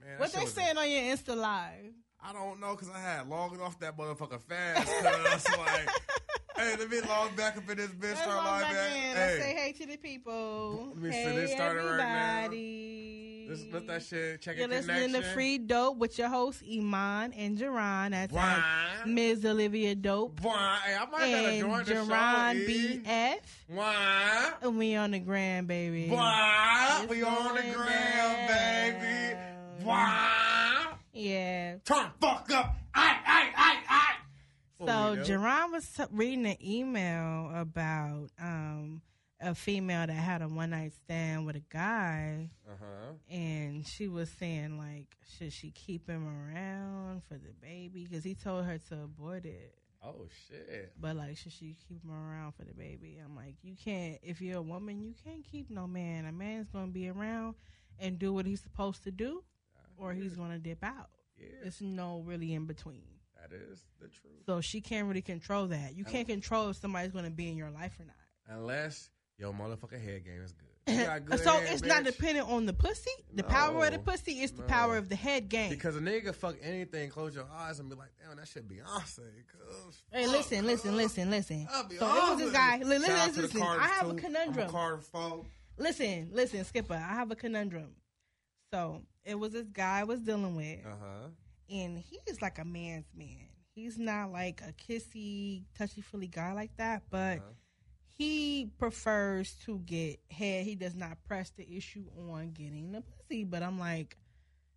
[SPEAKER 4] that
[SPEAKER 3] what
[SPEAKER 4] shit
[SPEAKER 3] they
[SPEAKER 4] was-
[SPEAKER 3] saying on your Insta live?
[SPEAKER 4] I don't know because I had logged off that motherfucker fast.
[SPEAKER 3] <laughs>
[SPEAKER 4] Cause like, hey, let me log back up in this bitch.
[SPEAKER 3] Let's
[SPEAKER 4] Start
[SPEAKER 3] log
[SPEAKER 4] logging
[SPEAKER 3] back
[SPEAKER 4] back.
[SPEAKER 3] in.
[SPEAKER 4] Hey,
[SPEAKER 3] Let's say hey to the people.
[SPEAKER 4] Let me see,
[SPEAKER 3] hey,
[SPEAKER 4] this started right now.
[SPEAKER 3] everybody.
[SPEAKER 4] let's let that shit check
[SPEAKER 3] You're
[SPEAKER 4] your
[SPEAKER 3] listening
[SPEAKER 4] connection.
[SPEAKER 3] to Free Dope with your hosts Iman and Jerron. That's
[SPEAKER 4] Why?
[SPEAKER 3] at Ms. Olivia Dope
[SPEAKER 4] Why? Hey, I might gotta
[SPEAKER 3] and
[SPEAKER 4] join the
[SPEAKER 3] Jerron
[SPEAKER 4] show. E.
[SPEAKER 3] BF.
[SPEAKER 4] Why?
[SPEAKER 3] And we on the gram, baby.
[SPEAKER 4] Why?
[SPEAKER 3] It's
[SPEAKER 4] We on the
[SPEAKER 3] going
[SPEAKER 4] ground, baby.
[SPEAKER 3] down.
[SPEAKER 4] Why?
[SPEAKER 3] Yeah.
[SPEAKER 4] Turn the fuck up. I, I, I,
[SPEAKER 3] So
[SPEAKER 4] I. Oh, yeah.
[SPEAKER 3] Jerron was t- reading an email about um, a female that had a one night stand with a guy,
[SPEAKER 4] Uh huh.
[SPEAKER 3] and she was saying like, should she keep him around for the baby? Because he told her to abort it.
[SPEAKER 4] Oh shit.
[SPEAKER 3] But like, should she keep him around for the baby? I'm like, you can't. If you're a woman, you can't keep no man. A man's gonna be around and do what he's supposed to do, or he's gonna dip out.
[SPEAKER 4] Yeah,
[SPEAKER 3] It's no really in between.
[SPEAKER 4] that is the truth.
[SPEAKER 3] So she can't really control that. You can't control if somebody's gonna be in your life or not.
[SPEAKER 4] Unless your motherfucking head game is good. You
[SPEAKER 3] <laughs>
[SPEAKER 4] got good
[SPEAKER 3] so
[SPEAKER 4] head,
[SPEAKER 3] it's not
[SPEAKER 4] bitch.
[SPEAKER 3] dependent on the pussy. The power of the
[SPEAKER 4] No.
[SPEAKER 3] pussy is the
[SPEAKER 4] No.
[SPEAKER 3] power of the head game.
[SPEAKER 4] Because a nigga fuck anything, close your eyes and be like, damn, that shit Beyonce. cuz.
[SPEAKER 3] hey, listen, listen, listen, listen.
[SPEAKER 4] I'll
[SPEAKER 3] So
[SPEAKER 4] be
[SPEAKER 3] it was this
[SPEAKER 4] honest.
[SPEAKER 3] guy. li- li-
[SPEAKER 4] Shout out
[SPEAKER 3] Listen,
[SPEAKER 4] to the
[SPEAKER 3] listen.
[SPEAKER 4] Carters,
[SPEAKER 3] I have a
[SPEAKER 4] too. I'm
[SPEAKER 3] conundrum.
[SPEAKER 4] a Carter folk.
[SPEAKER 3] Listen, listen, Skipper, I have a conundrum. So it was this guy I was dealing with,
[SPEAKER 4] Uh-huh.
[SPEAKER 3] and he is like a man's man. He's not like a kissy, touchy feely guy like that, but
[SPEAKER 4] Uh-huh.
[SPEAKER 3] he prefers to get head. He does not press the issue on getting the pussy. But I'm like,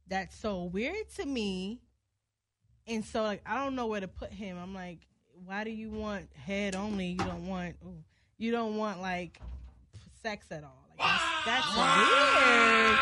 [SPEAKER 3] that's so weird to me. And so like I don't know where to put him. I'm like, why do you want head only? You don't want ooh, you don't want like sex at all. Like that's, that's weird.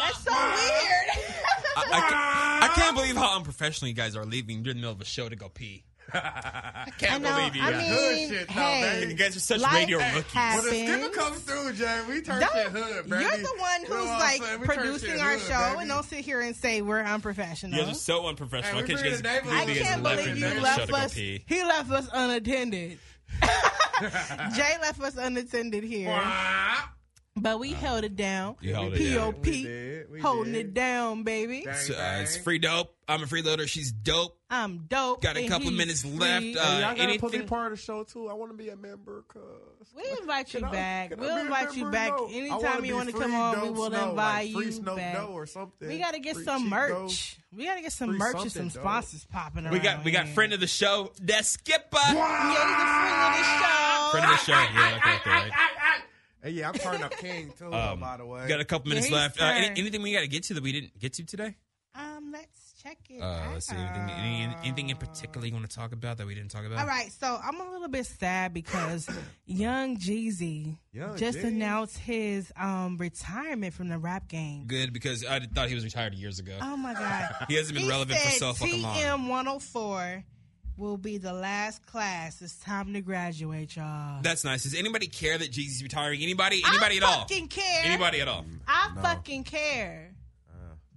[SPEAKER 3] That's so weird.
[SPEAKER 2] I, I ca- I can't believe how unprofessional you guys are leaving during the middle of a show to go pee. I can't
[SPEAKER 3] I know,
[SPEAKER 2] believe you
[SPEAKER 3] I
[SPEAKER 2] guys.
[SPEAKER 3] mean,
[SPEAKER 4] Good shit, no,
[SPEAKER 3] hey,
[SPEAKER 4] man.
[SPEAKER 2] you guys are such
[SPEAKER 3] life
[SPEAKER 2] radio rookies.
[SPEAKER 4] When the skipper
[SPEAKER 3] happens.
[SPEAKER 4] comes through, Jay, we turn
[SPEAKER 3] Don't-
[SPEAKER 4] shit hood, bro.
[SPEAKER 3] You're the one
[SPEAKER 4] You know
[SPEAKER 3] who's
[SPEAKER 4] what I'm
[SPEAKER 3] like
[SPEAKER 4] saying? We turn
[SPEAKER 3] producing
[SPEAKER 4] shit
[SPEAKER 3] our
[SPEAKER 4] hood,
[SPEAKER 3] show,
[SPEAKER 4] baby.
[SPEAKER 3] and don't sit here and say we're
[SPEAKER 2] You
[SPEAKER 3] unprofessional.
[SPEAKER 2] guys are so unprofessional.
[SPEAKER 4] Hey,
[SPEAKER 2] I can't
[SPEAKER 4] we
[SPEAKER 2] you guys
[SPEAKER 4] bring the
[SPEAKER 3] I
[SPEAKER 4] neighborhood.
[SPEAKER 2] you guys
[SPEAKER 3] can't
[SPEAKER 4] left
[SPEAKER 3] believe
[SPEAKER 4] in
[SPEAKER 3] you
[SPEAKER 4] there to
[SPEAKER 3] left
[SPEAKER 2] go
[SPEAKER 3] us.
[SPEAKER 2] pee.
[SPEAKER 3] He left us unattended.
[SPEAKER 4] <laughs>
[SPEAKER 3] Jay left us unattended here, but we held it down.
[SPEAKER 2] You held it down.
[SPEAKER 3] Pop
[SPEAKER 4] We did, we
[SPEAKER 3] holding
[SPEAKER 4] did.
[SPEAKER 3] it down, baby.
[SPEAKER 4] Dang,
[SPEAKER 2] So, uh, it's
[SPEAKER 4] dang.
[SPEAKER 2] free dope. I'm a freeloader. She's dope.
[SPEAKER 3] I'm dope.
[SPEAKER 2] Got a
[SPEAKER 3] and
[SPEAKER 2] couple
[SPEAKER 3] he's
[SPEAKER 2] minutes
[SPEAKER 3] free.
[SPEAKER 2] left. Uh,
[SPEAKER 5] Hey, y'all gotta put me
[SPEAKER 2] anything?
[SPEAKER 5] part of the show too. I want to be a member, cause
[SPEAKER 3] We invite you
[SPEAKER 5] Can I-
[SPEAKER 3] back.
[SPEAKER 5] can I
[SPEAKER 3] We'll
[SPEAKER 5] be a
[SPEAKER 3] invite you
[SPEAKER 5] member?
[SPEAKER 3] back
[SPEAKER 5] No. I wanna
[SPEAKER 3] anytime you
[SPEAKER 5] be
[SPEAKER 3] want to
[SPEAKER 5] free
[SPEAKER 3] come on. We
[SPEAKER 5] Dope
[SPEAKER 3] will
[SPEAKER 5] Snow,
[SPEAKER 3] invite
[SPEAKER 5] like
[SPEAKER 3] you
[SPEAKER 5] free Snow
[SPEAKER 3] back.
[SPEAKER 5] Doe or something.
[SPEAKER 3] We gotta get
[SPEAKER 5] Free
[SPEAKER 3] some
[SPEAKER 5] Cheap Doe.
[SPEAKER 3] merch. We gotta get some
[SPEAKER 5] Free
[SPEAKER 3] merch and some
[SPEAKER 5] something, dog.
[SPEAKER 3] sponsors popping around.
[SPEAKER 2] We got we got
[SPEAKER 3] here.
[SPEAKER 2] friend of the show. That's Skipper.
[SPEAKER 3] Yeah, he's a friend
[SPEAKER 2] Friend
[SPEAKER 3] of
[SPEAKER 2] of
[SPEAKER 3] the show.
[SPEAKER 2] the show. Yeah, like right there, right?
[SPEAKER 4] Hey, yeah, I'm turning up King too,
[SPEAKER 2] Um,
[SPEAKER 4] though, by the way.
[SPEAKER 2] Got a couple minutes
[SPEAKER 3] he's
[SPEAKER 2] left. Uh, any-
[SPEAKER 3] fair.
[SPEAKER 2] anything we got to get to that we didn't get to today?
[SPEAKER 3] Um, let's check it.
[SPEAKER 2] Uh, let's see. Anything,
[SPEAKER 3] out.
[SPEAKER 2] any, anything in particular you want to talk about that we didn't talk about?
[SPEAKER 3] All right, so I'm a little bit sad because Young Jeezy
[SPEAKER 4] Young
[SPEAKER 3] just
[SPEAKER 4] Jeezy.
[SPEAKER 3] announced his um retirement from the rap game.
[SPEAKER 2] Good because I thought he was retired years ago.
[SPEAKER 3] Oh my god.
[SPEAKER 2] He hasn't been relevant for so fucking long.
[SPEAKER 3] TM 104 will be the last class. It's time to graduate, y'all.
[SPEAKER 2] That's nice. Does anybody care that Jeezy's retiring? Anybody? Anybody at
[SPEAKER 3] I
[SPEAKER 2] all?
[SPEAKER 3] fucking care.
[SPEAKER 2] Anybody at all?
[SPEAKER 3] I fucking care.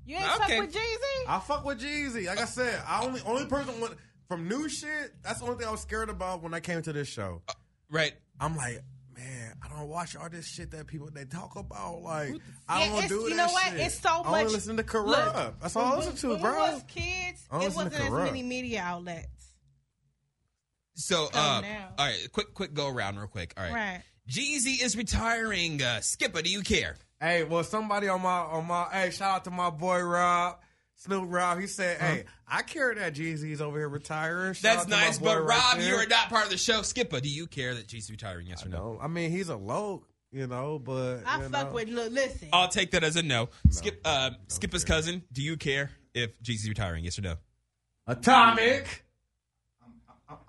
[SPEAKER 3] You ain't
[SPEAKER 2] okay.
[SPEAKER 3] fuck with Jeezy?
[SPEAKER 4] Uh, I fuck with Jeezy. Like I said, I only only person went, from new shit. That's the only thing I was scared about when I came to this show.
[SPEAKER 2] Right.
[SPEAKER 4] I'm like, man, I don't watch all this shit that people they talk about. Like, I
[SPEAKER 3] Yeah,
[SPEAKER 4] don't
[SPEAKER 3] it's-
[SPEAKER 4] do that
[SPEAKER 3] you know what?
[SPEAKER 4] shit.
[SPEAKER 3] It's so
[SPEAKER 4] I
[SPEAKER 3] much-
[SPEAKER 4] only listen to Corrupt.
[SPEAKER 3] Look,
[SPEAKER 4] That's all I
[SPEAKER 3] when
[SPEAKER 4] listen to,
[SPEAKER 3] we- when
[SPEAKER 4] bro.
[SPEAKER 3] We was kids,
[SPEAKER 4] I don't
[SPEAKER 3] it
[SPEAKER 4] listen to
[SPEAKER 3] wasn't as
[SPEAKER 4] Corrupt.
[SPEAKER 3] many media outlets.
[SPEAKER 2] So, uh,
[SPEAKER 3] Come now.
[SPEAKER 2] all right. Quick, quick go around, real quick. All right.
[SPEAKER 3] Oh, Right.
[SPEAKER 2] Jeezy is retiring. Uh, Skipper, do you care?
[SPEAKER 4] Hey, well, somebody on my on my hey, shout out to my boy Rob. Snoop Rob, he said, "Hey, I care that Jeezy's over here retiring." Shout
[SPEAKER 2] That's
[SPEAKER 4] out to my
[SPEAKER 2] nice,
[SPEAKER 4] boy
[SPEAKER 2] but
[SPEAKER 4] right
[SPEAKER 2] Rob,
[SPEAKER 4] there.
[SPEAKER 2] you are not part of the show. Skipper, do you care that Jeezy's retiring? Yes or no?
[SPEAKER 4] No, I mean he's a low, you know, but
[SPEAKER 3] I
[SPEAKER 4] you
[SPEAKER 3] fuck
[SPEAKER 4] know.
[SPEAKER 3] with, look, listen.
[SPEAKER 2] I'll take that as a no. Skip, uh, Skipper's cousin, do you care if Jeezy's retiring? Yes or no?
[SPEAKER 4] Atomic.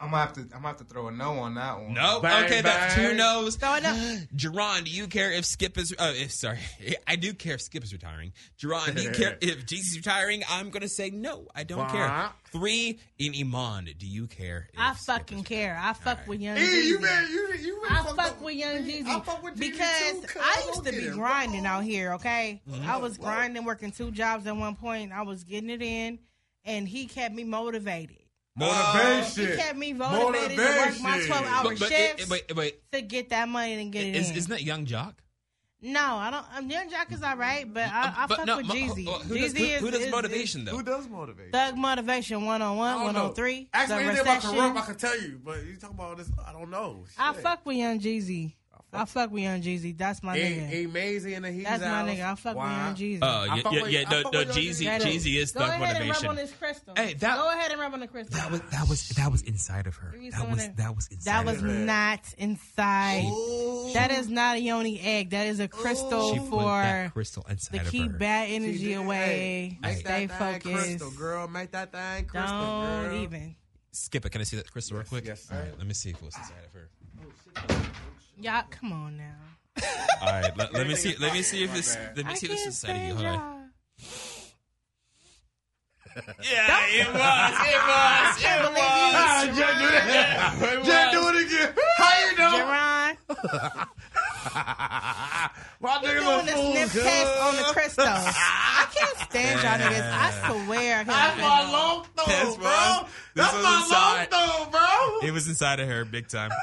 [SPEAKER 5] I'm gonna have to. I'm gonna have to throw a no on that one.
[SPEAKER 2] No.
[SPEAKER 4] Bang,
[SPEAKER 2] okay, that's
[SPEAKER 4] bang.
[SPEAKER 2] two no's.
[SPEAKER 3] Throw it up.
[SPEAKER 2] Jerron, do you care if Skip is? Uh, if, sorry, <laughs> I do care if Skip is retiring. Jerron, do you
[SPEAKER 4] <laughs>
[SPEAKER 2] care if Jeezy's retiring? I'm gonna say no. I don't care.
[SPEAKER 4] Wah.
[SPEAKER 2] Three in Iman, do you care? If
[SPEAKER 3] I
[SPEAKER 2] Skip
[SPEAKER 3] fucking
[SPEAKER 2] is-
[SPEAKER 3] care. I fuck with Young
[SPEAKER 4] Hey,
[SPEAKER 3] Jeezy.
[SPEAKER 4] you man, you you really
[SPEAKER 3] I
[SPEAKER 4] fucked
[SPEAKER 3] fuck
[SPEAKER 4] up.
[SPEAKER 3] with Young Jeezy.
[SPEAKER 4] I fuck with Jeezy
[SPEAKER 3] because
[SPEAKER 4] too, cuz.
[SPEAKER 3] I used to be
[SPEAKER 4] Don't get it Mm-hmm.
[SPEAKER 3] grinding
[SPEAKER 4] wrong.
[SPEAKER 3] out here. Okay, I was
[SPEAKER 4] whoa.
[SPEAKER 3] grinding, working two jobs at one point. I was getting it in, and he kept me motivated.
[SPEAKER 4] Motivation.
[SPEAKER 3] He kept me motivated to work my
[SPEAKER 4] Motivation.
[SPEAKER 3] twelve hour
[SPEAKER 2] But, but, it-
[SPEAKER 3] shifts
[SPEAKER 2] but, but
[SPEAKER 3] to get that money and get it
[SPEAKER 2] is,
[SPEAKER 3] in.
[SPEAKER 2] isn't that Young Jock?
[SPEAKER 3] no, I don't. I'm Young Jock is all right, but I, I
[SPEAKER 2] but
[SPEAKER 3] fuck
[SPEAKER 2] no,
[SPEAKER 3] with
[SPEAKER 2] mo-
[SPEAKER 3] Jeezy.
[SPEAKER 2] who- Who
[SPEAKER 3] Jeezy
[SPEAKER 2] does, who,
[SPEAKER 3] is-
[SPEAKER 2] who does
[SPEAKER 3] is-
[SPEAKER 2] motivation
[SPEAKER 3] is
[SPEAKER 2] though?
[SPEAKER 5] Who does motivate?
[SPEAKER 3] Thug motivation one on
[SPEAKER 4] I
[SPEAKER 3] one,
[SPEAKER 4] don't
[SPEAKER 3] one
[SPEAKER 4] know.
[SPEAKER 3] on three.
[SPEAKER 4] Actually,
[SPEAKER 3] the
[SPEAKER 4] anything about
[SPEAKER 3] recession.
[SPEAKER 4] corrupt, I can tell you, but you talk about all this, I don't know.
[SPEAKER 3] I
[SPEAKER 4] Shit.
[SPEAKER 3] fuck with Young Jeezy. I fuck with Young Jeezy. That's my nigga.
[SPEAKER 4] He, he Maisie and the he's
[SPEAKER 3] That's
[SPEAKER 4] out.
[SPEAKER 3] my nigga. I fuck
[SPEAKER 4] Why?
[SPEAKER 3] with Young Jeezy.
[SPEAKER 2] Uh,
[SPEAKER 4] I
[SPEAKER 2] yeah,
[SPEAKER 4] fuck
[SPEAKER 2] yeah,
[SPEAKER 4] with-
[SPEAKER 2] yeah,
[SPEAKER 4] I
[SPEAKER 2] no,
[SPEAKER 4] fuck
[SPEAKER 2] no,
[SPEAKER 4] with Young
[SPEAKER 2] Jeezy,
[SPEAKER 3] That
[SPEAKER 4] Jeezy.
[SPEAKER 2] Jeezy is
[SPEAKER 3] Go
[SPEAKER 2] thug
[SPEAKER 3] ahead and
[SPEAKER 2] motivation.
[SPEAKER 3] rub on this crystal.
[SPEAKER 2] Hey, that-
[SPEAKER 3] Go ahead and rub on the crystal.
[SPEAKER 2] That was that was that was inside of her.
[SPEAKER 3] Give me
[SPEAKER 2] That
[SPEAKER 3] some of
[SPEAKER 2] was
[SPEAKER 3] that.
[SPEAKER 2] that was inside.
[SPEAKER 3] That was
[SPEAKER 2] of her.
[SPEAKER 3] not inside.
[SPEAKER 4] Ooh.
[SPEAKER 3] That is not a yoni egg. That is a crystal
[SPEAKER 2] She put
[SPEAKER 3] for
[SPEAKER 2] that crystal
[SPEAKER 3] to
[SPEAKER 2] inside of
[SPEAKER 3] keep
[SPEAKER 2] her.
[SPEAKER 3] bad
[SPEAKER 4] She
[SPEAKER 3] energy
[SPEAKER 4] did.
[SPEAKER 3] away.
[SPEAKER 4] Hey, make
[SPEAKER 3] Stay
[SPEAKER 4] that thing
[SPEAKER 3] focused.
[SPEAKER 4] Crystal, girl. Make that thing crystal,
[SPEAKER 3] Don't
[SPEAKER 4] girl.
[SPEAKER 3] even.
[SPEAKER 2] Skip it. Can I see that crystal real quick?
[SPEAKER 4] yes, sir.
[SPEAKER 2] All right, let me see what's inside of her.
[SPEAKER 3] Y'all, come on now.
[SPEAKER 2] All right, let, let me see. Let me see if this. Let me
[SPEAKER 3] I
[SPEAKER 2] see this
[SPEAKER 3] can't
[SPEAKER 2] inside of you.
[SPEAKER 3] stand
[SPEAKER 2] Hold on.
[SPEAKER 3] y'all.
[SPEAKER 2] Yeah, it <laughs> was. It was. It was.
[SPEAKER 4] Ah, Jen, do that. Jen, do it again. How you know?
[SPEAKER 3] <laughs> Jerron,
[SPEAKER 4] My
[SPEAKER 3] you
[SPEAKER 4] niggas
[SPEAKER 3] doing
[SPEAKER 4] a
[SPEAKER 3] the
[SPEAKER 4] fool,
[SPEAKER 3] sniff
[SPEAKER 4] cuz.
[SPEAKER 3] test on the crystal. <laughs> I can't stand y'all niggas. I swear.
[SPEAKER 4] That's my long throw,
[SPEAKER 2] This
[SPEAKER 4] bro.
[SPEAKER 2] was- this
[SPEAKER 4] That's
[SPEAKER 2] was
[SPEAKER 4] my
[SPEAKER 2] inside.
[SPEAKER 4] long throw, bro.
[SPEAKER 2] It was inside of her, big time. <laughs>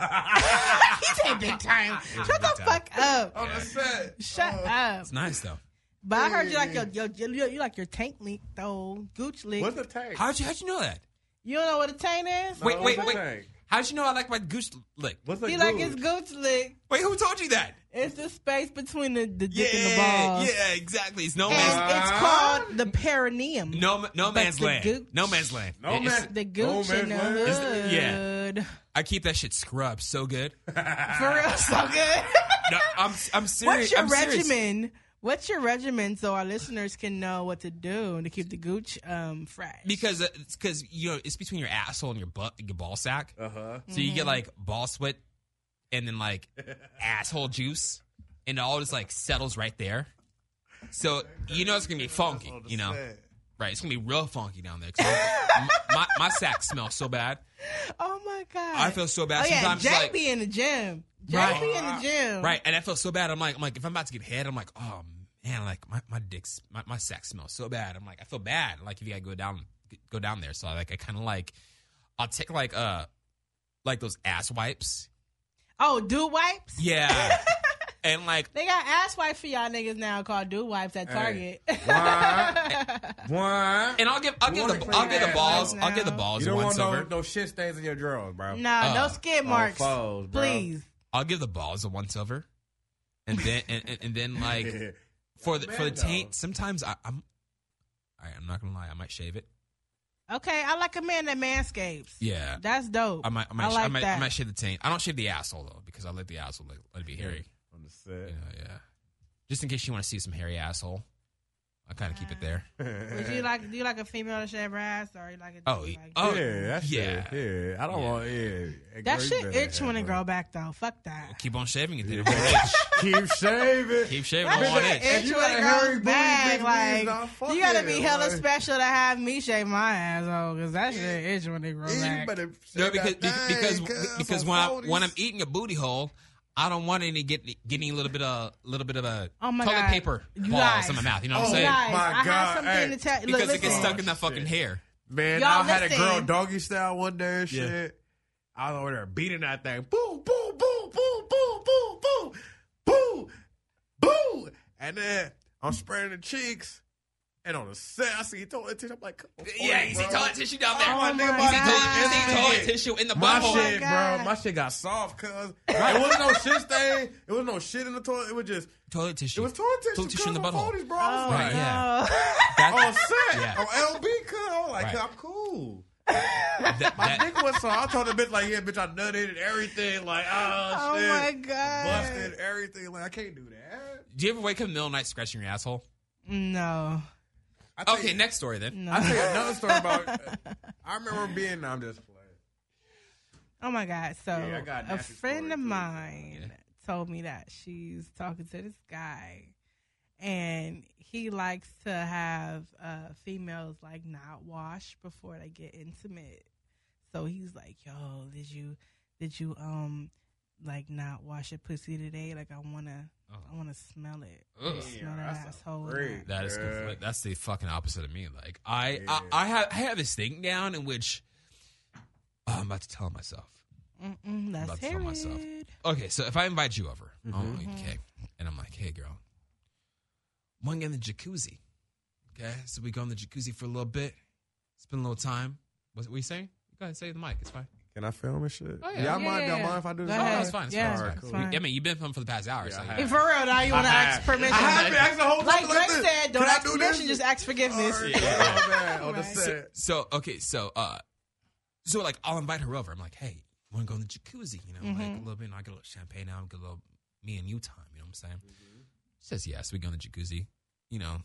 [SPEAKER 3] He said big time. Shut the
[SPEAKER 2] big time.
[SPEAKER 3] fuck up.
[SPEAKER 4] On the set.
[SPEAKER 3] Shut up.
[SPEAKER 2] It's nice though.
[SPEAKER 3] But I heard you like
[SPEAKER 2] Mm.
[SPEAKER 3] your, your, your, your you like your tank leak though, gooch leak.
[SPEAKER 4] What's the tag?
[SPEAKER 2] How'd you How'd you know that?
[SPEAKER 3] you don't know what a tank is?
[SPEAKER 2] Wait, wait,
[SPEAKER 4] what's the
[SPEAKER 2] wait.
[SPEAKER 4] tank?
[SPEAKER 2] How'd you know I like my goose lick?
[SPEAKER 4] What's the
[SPEAKER 3] he like
[SPEAKER 4] glue?
[SPEAKER 3] his gooch lick.
[SPEAKER 2] Wait, who told you that?
[SPEAKER 3] It's the space between the, the dick and the
[SPEAKER 2] Yeah,
[SPEAKER 3] balls.
[SPEAKER 2] yeah, exactly. It's no man's
[SPEAKER 3] And it's called the perineum.
[SPEAKER 2] no no man's
[SPEAKER 3] the
[SPEAKER 2] land.
[SPEAKER 3] gooch-
[SPEAKER 2] No man's land.
[SPEAKER 4] No
[SPEAKER 2] It's-
[SPEAKER 4] man.
[SPEAKER 3] The gooch
[SPEAKER 4] Oh, man,
[SPEAKER 3] in the
[SPEAKER 4] what?
[SPEAKER 3] hood.
[SPEAKER 2] It's the- yeah.
[SPEAKER 3] good.
[SPEAKER 2] I keep that shit scrubbed so good.
[SPEAKER 3] For real, so good.
[SPEAKER 2] <laughs> No, I'm I'm serious.
[SPEAKER 3] What's your
[SPEAKER 2] I'm serious.
[SPEAKER 3] regimen? What's your regimen so our listeners can know what to do to keep the gooch um, fresh?
[SPEAKER 2] Because because you know it's between your asshole and your butt your ball sack.
[SPEAKER 4] Uh huh.
[SPEAKER 2] So
[SPEAKER 3] Mm-hmm.
[SPEAKER 2] you get like ball sweat, and then like asshole juice, and it all just like settles right there. So you know it's gonna be funky. You know,
[SPEAKER 3] <laughs>
[SPEAKER 2] right? It's gonna be real funky down there. 'Cause my, <laughs> my my sack smells so bad.
[SPEAKER 3] oh my god,
[SPEAKER 2] I feel so
[SPEAKER 3] Oh
[SPEAKER 2] bad
[SPEAKER 3] yeah,
[SPEAKER 2] sometimes.
[SPEAKER 3] Jay
[SPEAKER 2] like,
[SPEAKER 3] be in the gym. Jay
[SPEAKER 2] Right.
[SPEAKER 3] be in the gym.
[SPEAKER 2] Right, and I feel so bad. I'm like, I'm like, if I'm about to get head, I'm like, oh man, like my my dick's my, my sack smells so bad. I'm like, I feel bad. Like if you gotta go down, go down there. So I like, I kind of like, I'll take like uh, like those ass wipes.
[SPEAKER 3] Oh, dude wipes.
[SPEAKER 2] Yeah, and like
[SPEAKER 3] They got ass wipes for y'all niggas now called dude wipes at
[SPEAKER 4] Hey.
[SPEAKER 3] Target.
[SPEAKER 4] What?
[SPEAKER 2] And I'll give I'll
[SPEAKER 4] You
[SPEAKER 2] give
[SPEAKER 4] wanna
[SPEAKER 2] the
[SPEAKER 4] clean
[SPEAKER 2] I'll give
[SPEAKER 4] your
[SPEAKER 2] the
[SPEAKER 4] ass
[SPEAKER 2] balls
[SPEAKER 3] up
[SPEAKER 2] I'll give the
[SPEAKER 3] now.
[SPEAKER 2] balls
[SPEAKER 4] You
[SPEAKER 2] a
[SPEAKER 4] don't
[SPEAKER 2] once
[SPEAKER 4] want no,
[SPEAKER 2] over.
[SPEAKER 4] no shit stains in your drawers,
[SPEAKER 3] <laughs>
[SPEAKER 4] bro. <laughs>
[SPEAKER 3] nah,
[SPEAKER 2] Oh.
[SPEAKER 3] no skid
[SPEAKER 4] Oh,
[SPEAKER 3] marks,
[SPEAKER 4] foes, bro.
[SPEAKER 3] please.
[SPEAKER 2] I'll give the balls a once over, and then and, and, and then like
[SPEAKER 4] <laughs>
[SPEAKER 2] for the for the
[SPEAKER 4] Man, though.
[SPEAKER 2] taint. Sometimes I, I'm all right. I'm not gonna lie. I might shave it.
[SPEAKER 3] Okay, I like a man that manscapes.
[SPEAKER 2] Yeah,
[SPEAKER 3] That's dope.
[SPEAKER 2] I might I might I,
[SPEAKER 3] like
[SPEAKER 2] might,
[SPEAKER 3] that.
[SPEAKER 2] I might shave the taint. I don't shave the asshole though because I let the asshole like, let it be hairy.
[SPEAKER 4] I'm just saying.
[SPEAKER 2] You know, yeah. Just in case you want to see some hairy asshole, I kind of keep it there.
[SPEAKER 4] <laughs>
[SPEAKER 3] Would you like do you like a female to shave her ass or you like a
[SPEAKER 2] Oh,
[SPEAKER 3] dude
[SPEAKER 2] y-
[SPEAKER 3] like-
[SPEAKER 2] oh
[SPEAKER 4] yeah, that
[SPEAKER 2] yeah.
[SPEAKER 4] shit. Yeah, I don't
[SPEAKER 2] Yeah.
[SPEAKER 4] want. Yeah,
[SPEAKER 3] that
[SPEAKER 4] Girl, you
[SPEAKER 3] shit
[SPEAKER 4] better
[SPEAKER 3] itch
[SPEAKER 4] have
[SPEAKER 3] when it
[SPEAKER 4] one.
[SPEAKER 3] grow back though. Fuck that.
[SPEAKER 2] Keep on shaving it. Then it <laughs>
[SPEAKER 4] Yeah.
[SPEAKER 2] won't itch.
[SPEAKER 4] <laughs> Keep shaving.
[SPEAKER 2] Keep shaving
[SPEAKER 3] That
[SPEAKER 2] it. won't
[SPEAKER 3] shit
[SPEAKER 2] itch.
[SPEAKER 4] If
[SPEAKER 3] itch
[SPEAKER 4] you
[SPEAKER 3] when
[SPEAKER 4] got
[SPEAKER 3] it
[SPEAKER 4] a hairy
[SPEAKER 3] grows
[SPEAKER 4] booty,
[SPEAKER 3] back.
[SPEAKER 4] big boobs, nah,
[SPEAKER 3] Like
[SPEAKER 4] fuck
[SPEAKER 3] you gotta
[SPEAKER 4] it,
[SPEAKER 3] be hella
[SPEAKER 4] like-
[SPEAKER 3] special to have me shave my asshole because that shit itch when it grows
[SPEAKER 4] Yeah, you
[SPEAKER 3] back.
[SPEAKER 4] better
[SPEAKER 2] No,
[SPEAKER 4] shave
[SPEAKER 2] because
[SPEAKER 4] that thing,
[SPEAKER 2] because
[SPEAKER 4] cuz,
[SPEAKER 2] because,
[SPEAKER 4] I'm
[SPEAKER 2] when I,
[SPEAKER 4] on
[SPEAKER 2] when I'm
[SPEAKER 4] 40s.
[SPEAKER 2] eating a booty hole, I don't want any get getting a little bit of little bit of a
[SPEAKER 3] Oh my
[SPEAKER 2] toilet
[SPEAKER 3] God.
[SPEAKER 2] paper
[SPEAKER 3] You
[SPEAKER 2] balls
[SPEAKER 3] lies.
[SPEAKER 2] in my mouth. You know what
[SPEAKER 4] Oh,
[SPEAKER 2] I'm
[SPEAKER 3] Guys,
[SPEAKER 2] saying?
[SPEAKER 4] lies. My
[SPEAKER 3] I have
[SPEAKER 4] God, Oh,
[SPEAKER 3] something
[SPEAKER 4] hey.
[SPEAKER 3] to tell. Look,
[SPEAKER 2] Because it gets
[SPEAKER 3] listen.
[SPEAKER 2] stuck in that fucking hair.
[SPEAKER 4] Man,
[SPEAKER 3] Y'all
[SPEAKER 4] I had a girl
[SPEAKER 3] listen.
[SPEAKER 4] doggy style one day and
[SPEAKER 2] Yeah.
[SPEAKER 4] shit. I was over there beating that thing. Boo, boo, boo, boo, boo, boo, boo, boo, boo. And then I'm spraying the cheeks. And on the set, I see toilet tissue. I'm like, come on,
[SPEAKER 2] Yeah, you see
[SPEAKER 4] bro.
[SPEAKER 2] toilet tissue down there.
[SPEAKER 3] Oh
[SPEAKER 4] my
[SPEAKER 2] You see
[SPEAKER 4] God.
[SPEAKER 2] toilet- you see toilet
[SPEAKER 4] Shit.
[SPEAKER 2] tissue in the
[SPEAKER 4] My
[SPEAKER 2] butthole.
[SPEAKER 4] shit,
[SPEAKER 3] God.
[SPEAKER 4] bro. My shit got soft, cuz. It wasn't no shit stain. It was no shit in the toilet. It was just,
[SPEAKER 2] Toilet
[SPEAKER 4] it
[SPEAKER 2] tissue.
[SPEAKER 4] was toilet tissue.
[SPEAKER 2] Toilet tissue in
[SPEAKER 4] cuz,
[SPEAKER 2] the
[SPEAKER 4] I'm
[SPEAKER 2] butthole.
[SPEAKER 4] 40s, bro. I was
[SPEAKER 3] Oh,
[SPEAKER 4] like,
[SPEAKER 2] Right,
[SPEAKER 3] no.
[SPEAKER 2] That,
[SPEAKER 4] on set
[SPEAKER 2] Yeah.
[SPEAKER 4] on
[SPEAKER 3] Oh,
[SPEAKER 4] LB cuz I was like,
[SPEAKER 2] Right.
[SPEAKER 4] I'm cool.
[SPEAKER 2] that-
[SPEAKER 4] My
[SPEAKER 2] that-
[SPEAKER 4] dick was so I told the bitch like, yeah, bitch, I nutted and everything, like, oh,
[SPEAKER 3] Oh
[SPEAKER 4] shit.
[SPEAKER 3] my god.
[SPEAKER 4] Busted everything, like I can't do that.
[SPEAKER 2] do you ever wake up in the middle of the night scratching your asshole?
[SPEAKER 3] No. <laughs>
[SPEAKER 4] I tell
[SPEAKER 2] Okay,
[SPEAKER 4] you,
[SPEAKER 2] next story then.
[SPEAKER 4] I tell you another story
[SPEAKER 3] <laughs>
[SPEAKER 4] about. I remember being. I'm just playing.
[SPEAKER 3] Oh my God. So
[SPEAKER 4] Yeah, I got a
[SPEAKER 3] a
[SPEAKER 4] nasty
[SPEAKER 3] friend
[SPEAKER 4] story,
[SPEAKER 3] of
[SPEAKER 4] too, so,
[SPEAKER 3] mine told me that she's talking to this guy and he likes to have uh, females like not wash before they get intimate. So he's like, Yo, did you did you um like not wash your pussy today? Like I wanna
[SPEAKER 2] Oh.
[SPEAKER 3] I wanna smell it.
[SPEAKER 2] Ugh.
[SPEAKER 3] Smell that
[SPEAKER 4] that's a
[SPEAKER 3] asshole.
[SPEAKER 4] freak.
[SPEAKER 2] That is
[SPEAKER 4] Yeah.
[SPEAKER 2] complete- that's the fucking opposite of me. Like I,
[SPEAKER 4] Yeah.
[SPEAKER 2] I, I have I have this thing down in which oh, I'm about to tell myself.
[SPEAKER 3] Mm-mm, that's
[SPEAKER 2] about to tell myself.
[SPEAKER 3] Herod.
[SPEAKER 2] Okay, so if I invite you over,
[SPEAKER 4] Mm-hmm.
[SPEAKER 2] oh, okay, and I'm like, hey girl, want to get in the jacuzzi? Okay, so we go in the jacuzzi for a little bit, spend a little time. What were you saying? Go ahead, and say the mic. It's fine.
[SPEAKER 4] Can I film and shit?
[SPEAKER 2] Oh, yeah.
[SPEAKER 4] Y'all
[SPEAKER 2] Yeah,
[SPEAKER 4] mind?
[SPEAKER 3] yeah,
[SPEAKER 4] Y'all
[SPEAKER 3] yeah.
[SPEAKER 4] mind if I do
[SPEAKER 3] Go
[SPEAKER 4] this?
[SPEAKER 2] Oh,
[SPEAKER 3] ahead.
[SPEAKER 2] no, it's fine. It's
[SPEAKER 3] Yeah,
[SPEAKER 2] fine.
[SPEAKER 4] Alright,
[SPEAKER 2] It's
[SPEAKER 4] cool.
[SPEAKER 2] fine. I mean, you've been filming for the past hour.
[SPEAKER 4] Yeah,
[SPEAKER 2] so
[SPEAKER 4] I
[SPEAKER 2] yeah.
[SPEAKER 4] have.
[SPEAKER 3] Hey, for real, now you want to
[SPEAKER 4] I
[SPEAKER 3] ask
[SPEAKER 4] have-
[SPEAKER 3] permission.
[SPEAKER 4] I have to ask the whole
[SPEAKER 3] Like
[SPEAKER 4] time, like
[SPEAKER 3] Drake
[SPEAKER 4] this.
[SPEAKER 3] said, don't
[SPEAKER 4] Can I
[SPEAKER 3] ask
[SPEAKER 4] do
[SPEAKER 3] permission,
[SPEAKER 4] this?
[SPEAKER 3] just ask
[SPEAKER 2] Oh,
[SPEAKER 3] forgiveness.
[SPEAKER 4] Alright, yeah, man, on the
[SPEAKER 3] Right.
[SPEAKER 4] set.
[SPEAKER 2] So okay, so uh, so like I'll invite her over. I'm like, hey, want to go in the jacuzzi? You know, like a little bit. And I get a little champagne now. I get a little me and you time. You know what I'm saying? She says yes. We go in the jacuzzi. You know,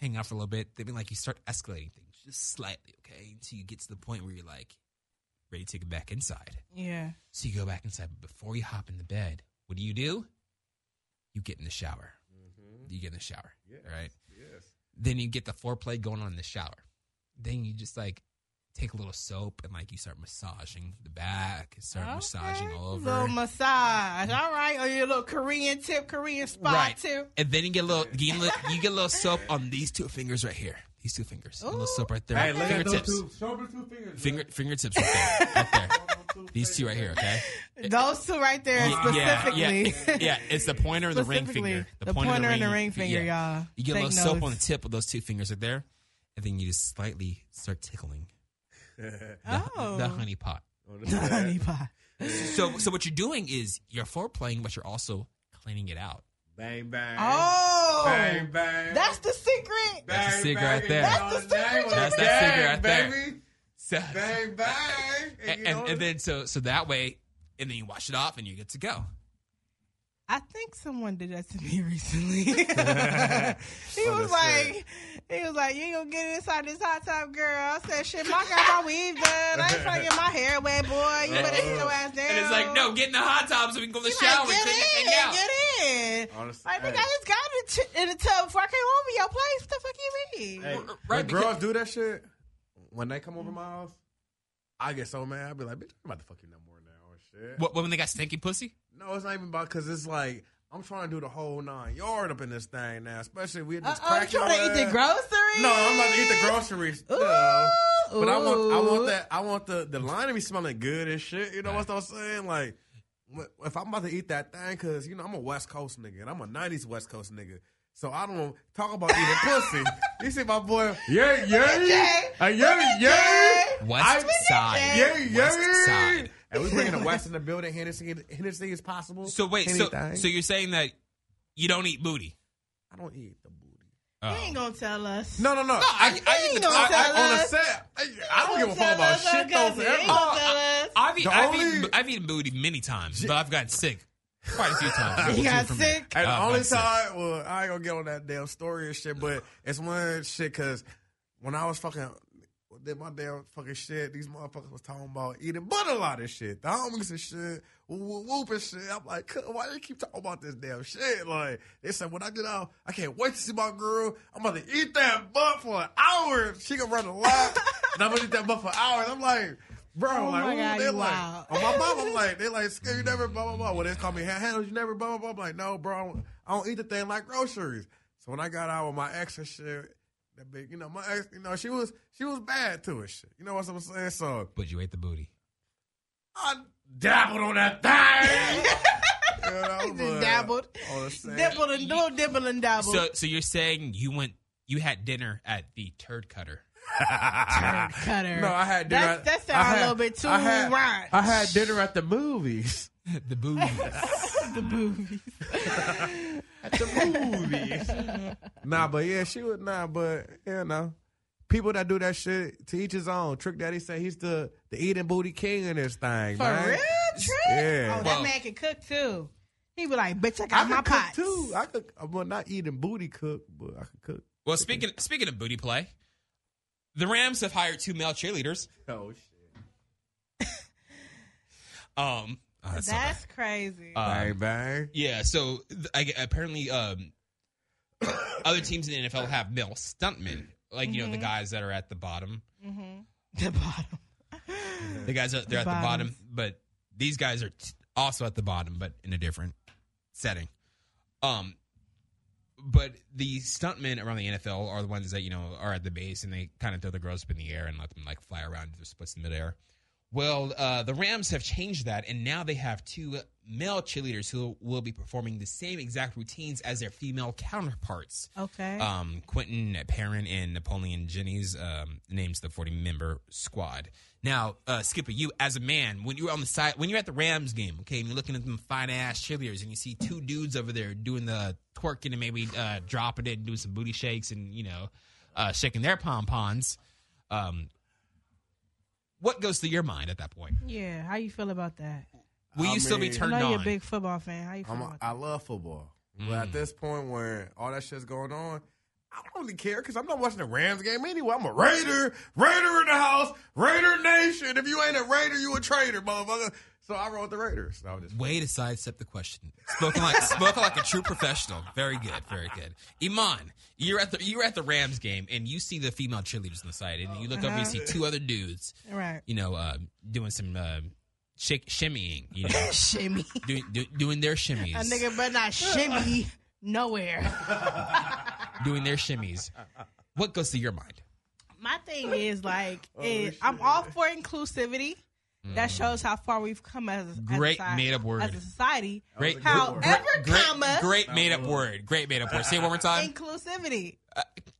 [SPEAKER 2] hang out for a little bit. Then like you start escalating things just slightly, okay, until you get to the point where you're like ready to get back inside.
[SPEAKER 3] Yeah.
[SPEAKER 2] So you go back inside, but before you hop in the bed, what do you do? You get in the shower. You get in the shower, all right?
[SPEAKER 4] Mm-hmm. Yes.
[SPEAKER 2] then you get the foreplay going on in the shower. Then you just like take a little soap and like you start massaging the back, and start massaging
[SPEAKER 3] Okay.
[SPEAKER 2] all over.
[SPEAKER 3] Little massage. All right. Or your little Korean tip, Korean spot
[SPEAKER 2] right.
[SPEAKER 3] tip.
[SPEAKER 2] And then you get a little you, get a little- you get a little soap on these two fingers right here. These two fingers. a little
[SPEAKER 3] Ooh.
[SPEAKER 2] soap right there.
[SPEAKER 4] Hey, look at those
[SPEAKER 2] fingertips.
[SPEAKER 4] two. Show me two fingers.
[SPEAKER 2] Finger fingertips right there. Right there.
[SPEAKER 4] <laughs>
[SPEAKER 2] These two right here, okay?
[SPEAKER 3] Those two right
[SPEAKER 2] Yeah,
[SPEAKER 3] there
[SPEAKER 2] yeah,
[SPEAKER 3] specifically.
[SPEAKER 2] yeah, yeah. It's the pointer and the ring
[SPEAKER 3] Specifically,
[SPEAKER 2] finger.
[SPEAKER 3] the pointer and the ring finger, y'all.
[SPEAKER 2] You get a
[SPEAKER 3] Take
[SPEAKER 2] little soap
[SPEAKER 3] notes.
[SPEAKER 2] on the tip of those two fingers right there, and then you just slightly start tickling the,
[SPEAKER 3] Oh.
[SPEAKER 2] the honey pot.
[SPEAKER 4] On the set.
[SPEAKER 3] Honey pie.
[SPEAKER 2] So, so what you're doing is you're foreplaying, but you're also cleaning it out.
[SPEAKER 4] Bang bang.
[SPEAKER 3] Oh.
[SPEAKER 4] Bang bang.
[SPEAKER 3] That's the secret.
[SPEAKER 4] bang,
[SPEAKER 2] That's the secret
[SPEAKER 4] bang,
[SPEAKER 2] right there.
[SPEAKER 4] and
[SPEAKER 3] That's the
[SPEAKER 4] your
[SPEAKER 3] secret
[SPEAKER 4] name
[SPEAKER 3] right
[SPEAKER 4] on
[SPEAKER 2] That's that secret
[SPEAKER 4] gang,
[SPEAKER 2] right there.
[SPEAKER 4] baby.
[SPEAKER 2] So,
[SPEAKER 4] Bang bang.
[SPEAKER 2] and, and, and
[SPEAKER 4] <laughs>
[SPEAKER 2] then so so that way, and then you wash it off and you get to go.
[SPEAKER 3] I think someone did that to me recently. <laughs> he
[SPEAKER 4] Oh,
[SPEAKER 3] was like, he was like, you ain't gonna get inside this hot top, girl. I said, shit, my got my weave done. I ain't trying to get my hair wet, boy.
[SPEAKER 2] <laughs>
[SPEAKER 3] You better get your ass down.
[SPEAKER 2] And it's like, no, get in the hot tub so we can go to the
[SPEAKER 3] She
[SPEAKER 2] shower
[SPEAKER 3] like, get
[SPEAKER 2] and take
[SPEAKER 3] in,
[SPEAKER 2] that thing out.
[SPEAKER 3] get in.
[SPEAKER 4] Honestly,
[SPEAKER 3] I think
[SPEAKER 4] hey.
[SPEAKER 3] I just got in the, t- in the tub before I came home to your place. What the fuck you mean?
[SPEAKER 4] Hey,
[SPEAKER 2] Right,
[SPEAKER 4] when
[SPEAKER 2] because-
[SPEAKER 4] girls do that shit, when they come over my house, I get so mad. I be like, bitch, I'm about to fuck you no more now and shit.
[SPEAKER 2] What, what when they got stinky pussy?
[SPEAKER 4] No, it's not even about because it's like I'm trying to do the whole nine yard up in this thing now. Especially we just
[SPEAKER 3] Uh-oh, you
[SPEAKER 4] cracking.
[SPEAKER 3] trying to eat the groceries?
[SPEAKER 4] No, I'm about to eat the groceries. No. But I want, I want
[SPEAKER 3] Ooh.
[SPEAKER 4] that. I want the the line to be smelling good and shit. You know what I'm saying? Like, wh- if I'm about to eat that thing, because you know I'm a West Coast nigga and I'm a '90s West Coast nigga, so I don't talk about <laughs> eating pussy. You see my boy? Yeah, yeah,
[SPEAKER 3] Jay.
[SPEAKER 4] Uh, yeah, yeah.
[SPEAKER 2] West
[SPEAKER 3] Jay.
[SPEAKER 2] side.
[SPEAKER 4] Yeah, yeah.
[SPEAKER 2] West side.
[SPEAKER 4] And we bringing the West in the building. Hennessy, Hennessy is possible.
[SPEAKER 2] So wait, so,
[SPEAKER 4] Anything.
[SPEAKER 2] so you're saying that you don't eat booty?
[SPEAKER 4] I don't eat the booty.
[SPEAKER 2] Oh.
[SPEAKER 3] You ain't gonna tell us.
[SPEAKER 4] No, no, no. I,
[SPEAKER 2] I- I eat the-
[SPEAKER 3] gonna
[SPEAKER 4] I-
[SPEAKER 3] tell
[SPEAKER 4] on a
[SPEAKER 3] us.
[SPEAKER 4] set, I, I don't give a fuck
[SPEAKER 3] Tell
[SPEAKER 4] about
[SPEAKER 3] us,
[SPEAKER 4] shit
[SPEAKER 3] okay,
[SPEAKER 4] though.
[SPEAKER 3] so
[SPEAKER 4] For
[SPEAKER 3] you ain't
[SPEAKER 4] every-
[SPEAKER 3] gonna tell
[SPEAKER 4] <laughs>
[SPEAKER 3] us.
[SPEAKER 2] I've, eat,
[SPEAKER 4] The
[SPEAKER 2] I've,
[SPEAKER 4] only-
[SPEAKER 2] eaten, I've eaten booty many times, but I've gotten sick quite
[SPEAKER 4] <laughs>
[SPEAKER 2] a few times.
[SPEAKER 3] He got sick.
[SPEAKER 4] And the
[SPEAKER 2] Oh,
[SPEAKER 4] only
[SPEAKER 2] that's it.
[SPEAKER 4] time, well, I ain't gonna get on that damn story and shit, but it's one shit because when I was fucking did my damn fucking shit, these motherfuckers was talking about eating butt a lot of shit, the homies and shit, whoop, whoop, whoop and shit. I'm like, "Cuz, why they keep talking about this damn shit? Like they said, when I get out, I can't wait to see my girl. I'm about to eat that butt for an hour. She can run a lot, and I'm gonna eat that butt for hours. I'm like. Bro,
[SPEAKER 3] Oh
[SPEAKER 4] like,
[SPEAKER 3] my
[SPEAKER 4] ooh,
[SPEAKER 3] God,
[SPEAKER 4] they
[SPEAKER 3] you
[SPEAKER 4] like,
[SPEAKER 3] wild.
[SPEAKER 4] on my mom, I'm like, they like, scared you never, blah, blah, blah. Well, they call me handles, you never, blah, blah, blah. I'm like, no, bro, I don't, I don't eat the thing like groceries. So when I got out with my ex and shit, that big, you know, my ex, you know, she was, she was bad to it, shit. You know what I'm saying? So
[SPEAKER 2] But you ate the booty.
[SPEAKER 4] I dabbled on that thing.
[SPEAKER 3] <laughs>
[SPEAKER 4] you know,
[SPEAKER 3] He just
[SPEAKER 4] but-
[SPEAKER 3] dabbled.
[SPEAKER 4] Oh, that's sad.
[SPEAKER 3] Dibble and double, dibble and double.
[SPEAKER 2] So so you're saying you went you had dinner at the turd cutter. <laughs>
[SPEAKER 3] Turd cutter.
[SPEAKER 4] No, I had dinner.
[SPEAKER 3] That, that
[SPEAKER 4] I
[SPEAKER 3] sounds
[SPEAKER 4] had-
[SPEAKER 3] a little bit too
[SPEAKER 4] I had,
[SPEAKER 3] right.
[SPEAKER 4] I had dinner at
[SPEAKER 3] <laughs>
[SPEAKER 4] the movies.
[SPEAKER 2] the booty.
[SPEAKER 3] the movies.
[SPEAKER 4] movies. <laughs> nah, but yeah, she would nah, but you know. People that do that shit to each his own. Trick Daddy said he's the the eating booty king in this thing,
[SPEAKER 3] For
[SPEAKER 4] man.
[SPEAKER 3] real, Trick?
[SPEAKER 4] Yeah.
[SPEAKER 3] Oh,
[SPEAKER 2] Well-
[SPEAKER 3] that man can cook too. He be like, bitch, I
[SPEAKER 4] I
[SPEAKER 3] got
[SPEAKER 4] could
[SPEAKER 3] my
[SPEAKER 4] cook
[SPEAKER 3] pot.
[SPEAKER 4] too. I could well not eating booty cook, but I could cook.
[SPEAKER 2] well, speaking speaking of booty play, the Rams have hired two male cheerleaders.
[SPEAKER 4] Oh shit.
[SPEAKER 2] <laughs> Um, oh, that's so
[SPEAKER 3] That's crazy.
[SPEAKER 2] bad. Um,
[SPEAKER 4] Bang bang.
[SPEAKER 2] Yeah, so th- I, gue- apparently, um, other teams in the NFL have male stuntmen, like you know the guys that are at the bottom,
[SPEAKER 3] the bottom.
[SPEAKER 2] the guys that they're at the
[SPEAKER 3] Bottoms.
[SPEAKER 2] bottom, but these guys are t- also at the bottom, but in a different setting. Um, but the stuntmen around the NFL are the ones that you know are at the base, and they kind of throw the girls up in the air and let them like fly around their splits in midair. Well, uh, the Rams have changed that, and now they have two male cheerleaders who will be performing the same exact routines as their female counterparts.
[SPEAKER 3] Okay.
[SPEAKER 4] uh,
[SPEAKER 2] Um, Quentin Perrin and Napoleon Jennings um, names the 40 member squad. Now, uh, Skipper, you as a man, when you were on the side, when you're at the Rams game, okay, and you're looking at them fine ass cheerleaders, and you see two dudes over there doing the twerking and maybe uh, dropping it and doing some booty shakes and you know, uh, shaking their pom poms. Um, what goes through your mind at that point?
[SPEAKER 3] yeah. How you feel about that?
[SPEAKER 2] Will
[SPEAKER 4] I
[SPEAKER 2] you still be
[SPEAKER 4] mean-
[SPEAKER 3] I
[SPEAKER 2] turned
[SPEAKER 3] know you're
[SPEAKER 2] on?
[SPEAKER 3] a big football fan. How you feel
[SPEAKER 4] I'm a,
[SPEAKER 3] about that?
[SPEAKER 4] I love football, but
[SPEAKER 2] Mm.
[SPEAKER 4] at this point where all that shit's going on, I don't really care because I'm not watching the Rams game anyway. I'm a Raider, Raider in the house, Raider Nation. If you ain't a Raider, you a traitor, motherfucker. So I roll with the Raiders. So I was just
[SPEAKER 2] Way to sidestep the question. Spoken like <laughs> spoken like a true professional. Very good, very good. Iman, you're at the you're at the Rams game and you see the female cheerleaders on the side, and you look up and you see
[SPEAKER 3] Uh-huh.
[SPEAKER 2] two other dudes,
[SPEAKER 3] Right.
[SPEAKER 2] you know, uh, doing some uh, shake shimmying, you know, <laughs>
[SPEAKER 3] <laughs> Shimmy.
[SPEAKER 2] doing do, doing their shimmies,
[SPEAKER 3] A nigga better
[SPEAKER 4] <laughs>
[SPEAKER 3] not shimmy nowhere.
[SPEAKER 2] doing their shimmies. What goes through your mind?
[SPEAKER 3] My thing is like,
[SPEAKER 4] Oh,
[SPEAKER 3] it, I'm all for inclusivity. That
[SPEAKER 4] Mm.
[SPEAKER 3] shows how far we've come as a,
[SPEAKER 2] Great
[SPEAKER 3] as a, soci-
[SPEAKER 2] made-up word.
[SPEAKER 3] as a society.
[SPEAKER 2] Great,
[SPEAKER 3] However,
[SPEAKER 2] great,
[SPEAKER 3] comma,
[SPEAKER 2] great made up word. Great made up word. Say it one more time.
[SPEAKER 3] inclusivity.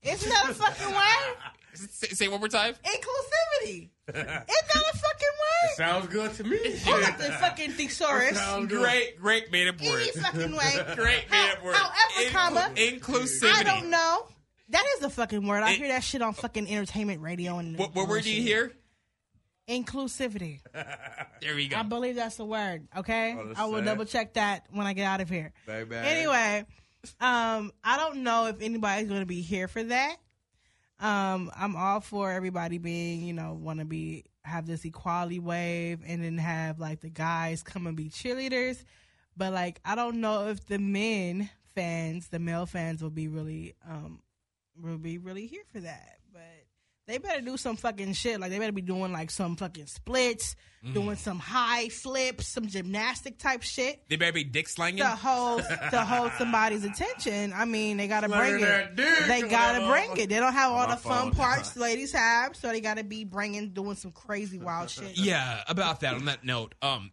[SPEAKER 3] Isn't that a fucking word?
[SPEAKER 2] Say, say it one more time.
[SPEAKER 3] Inclusivity. Isn't that a fucking word?
[SPEAKER 4] <laughs> sounds good to me.
[SPEAKER 3] I got the fucking thesaurus.
[SPEAKER 2] Great, great made up word.
[SPEAKER 3] Any fucking way.
[SPEAKER 2] Great
[SPEAKER 3] How-
[SPEAKER 2] made up word.
[SPEAKER 3] however, comma,
[SPEAKER 2] inclusivity.
[SPEAKER 3] I don't know. That is a fucking word. I
[SPEAKER 2] It-
[SPEAKER 3] hear that shit on fucking entertainment radio and
[SPEAKER 2] What, what word do you hear?
[SPEAKER 3] inclusivity.
[SPEAKER 2] There we go.
[SPEAKER 3] I believe that's the word. Okay,
[SPEAKER 5] Oh, that's
[SPEAKER 3] I will
[SPEAKER 5] sad.
[SPEAKER 3] double check that when I get out of here.
[SPEAKER 5] Baby.
[SPEAKER 3] Anyway, um, I don't know if anybody's going to be here for that. Um, I'm all for everybody being, you know, want to be have this equality wave, and then have like the guys come and be cheerleaders. But like, I don't know if the men fans, the male fans, will be really, um, will be really here for that. But they better do some fucking shit. Like they better be doing like some fucking splits, doing some high flips, some gymnastic type shit
[SPEAKER 2] they better be dick slanging.
[SPEAKER 3] to hold
[SPEAKER 2] <laughs>
[SPEAKER 3] to hold somebody's attention. I mean, they gotta
[SPEAKER 5] Slurring
[SPEAKER 3] bring
[SPEAKER 5] that
[SPEAKER 3] it.
[SPEAKER 5] dick
[SPEAKER 3] They
[SPEAKER 5] or
[SPEAKER 3] gotta
[SPEAKER 5] whatever.
[SPEAKER 3] bring it. They don't have all
[SPEAKER 5] My
[SPEAKER 3] the fun
[SPEAKER 5] phone.
[SPEAKER 3] parts ladies have, so they gotta be bringing doing some crazy wild
[SPEAKER 2] <laughs>
[SPEAKER 3] shit.
[SPEAKER 2] yeah, about that. On that note, um,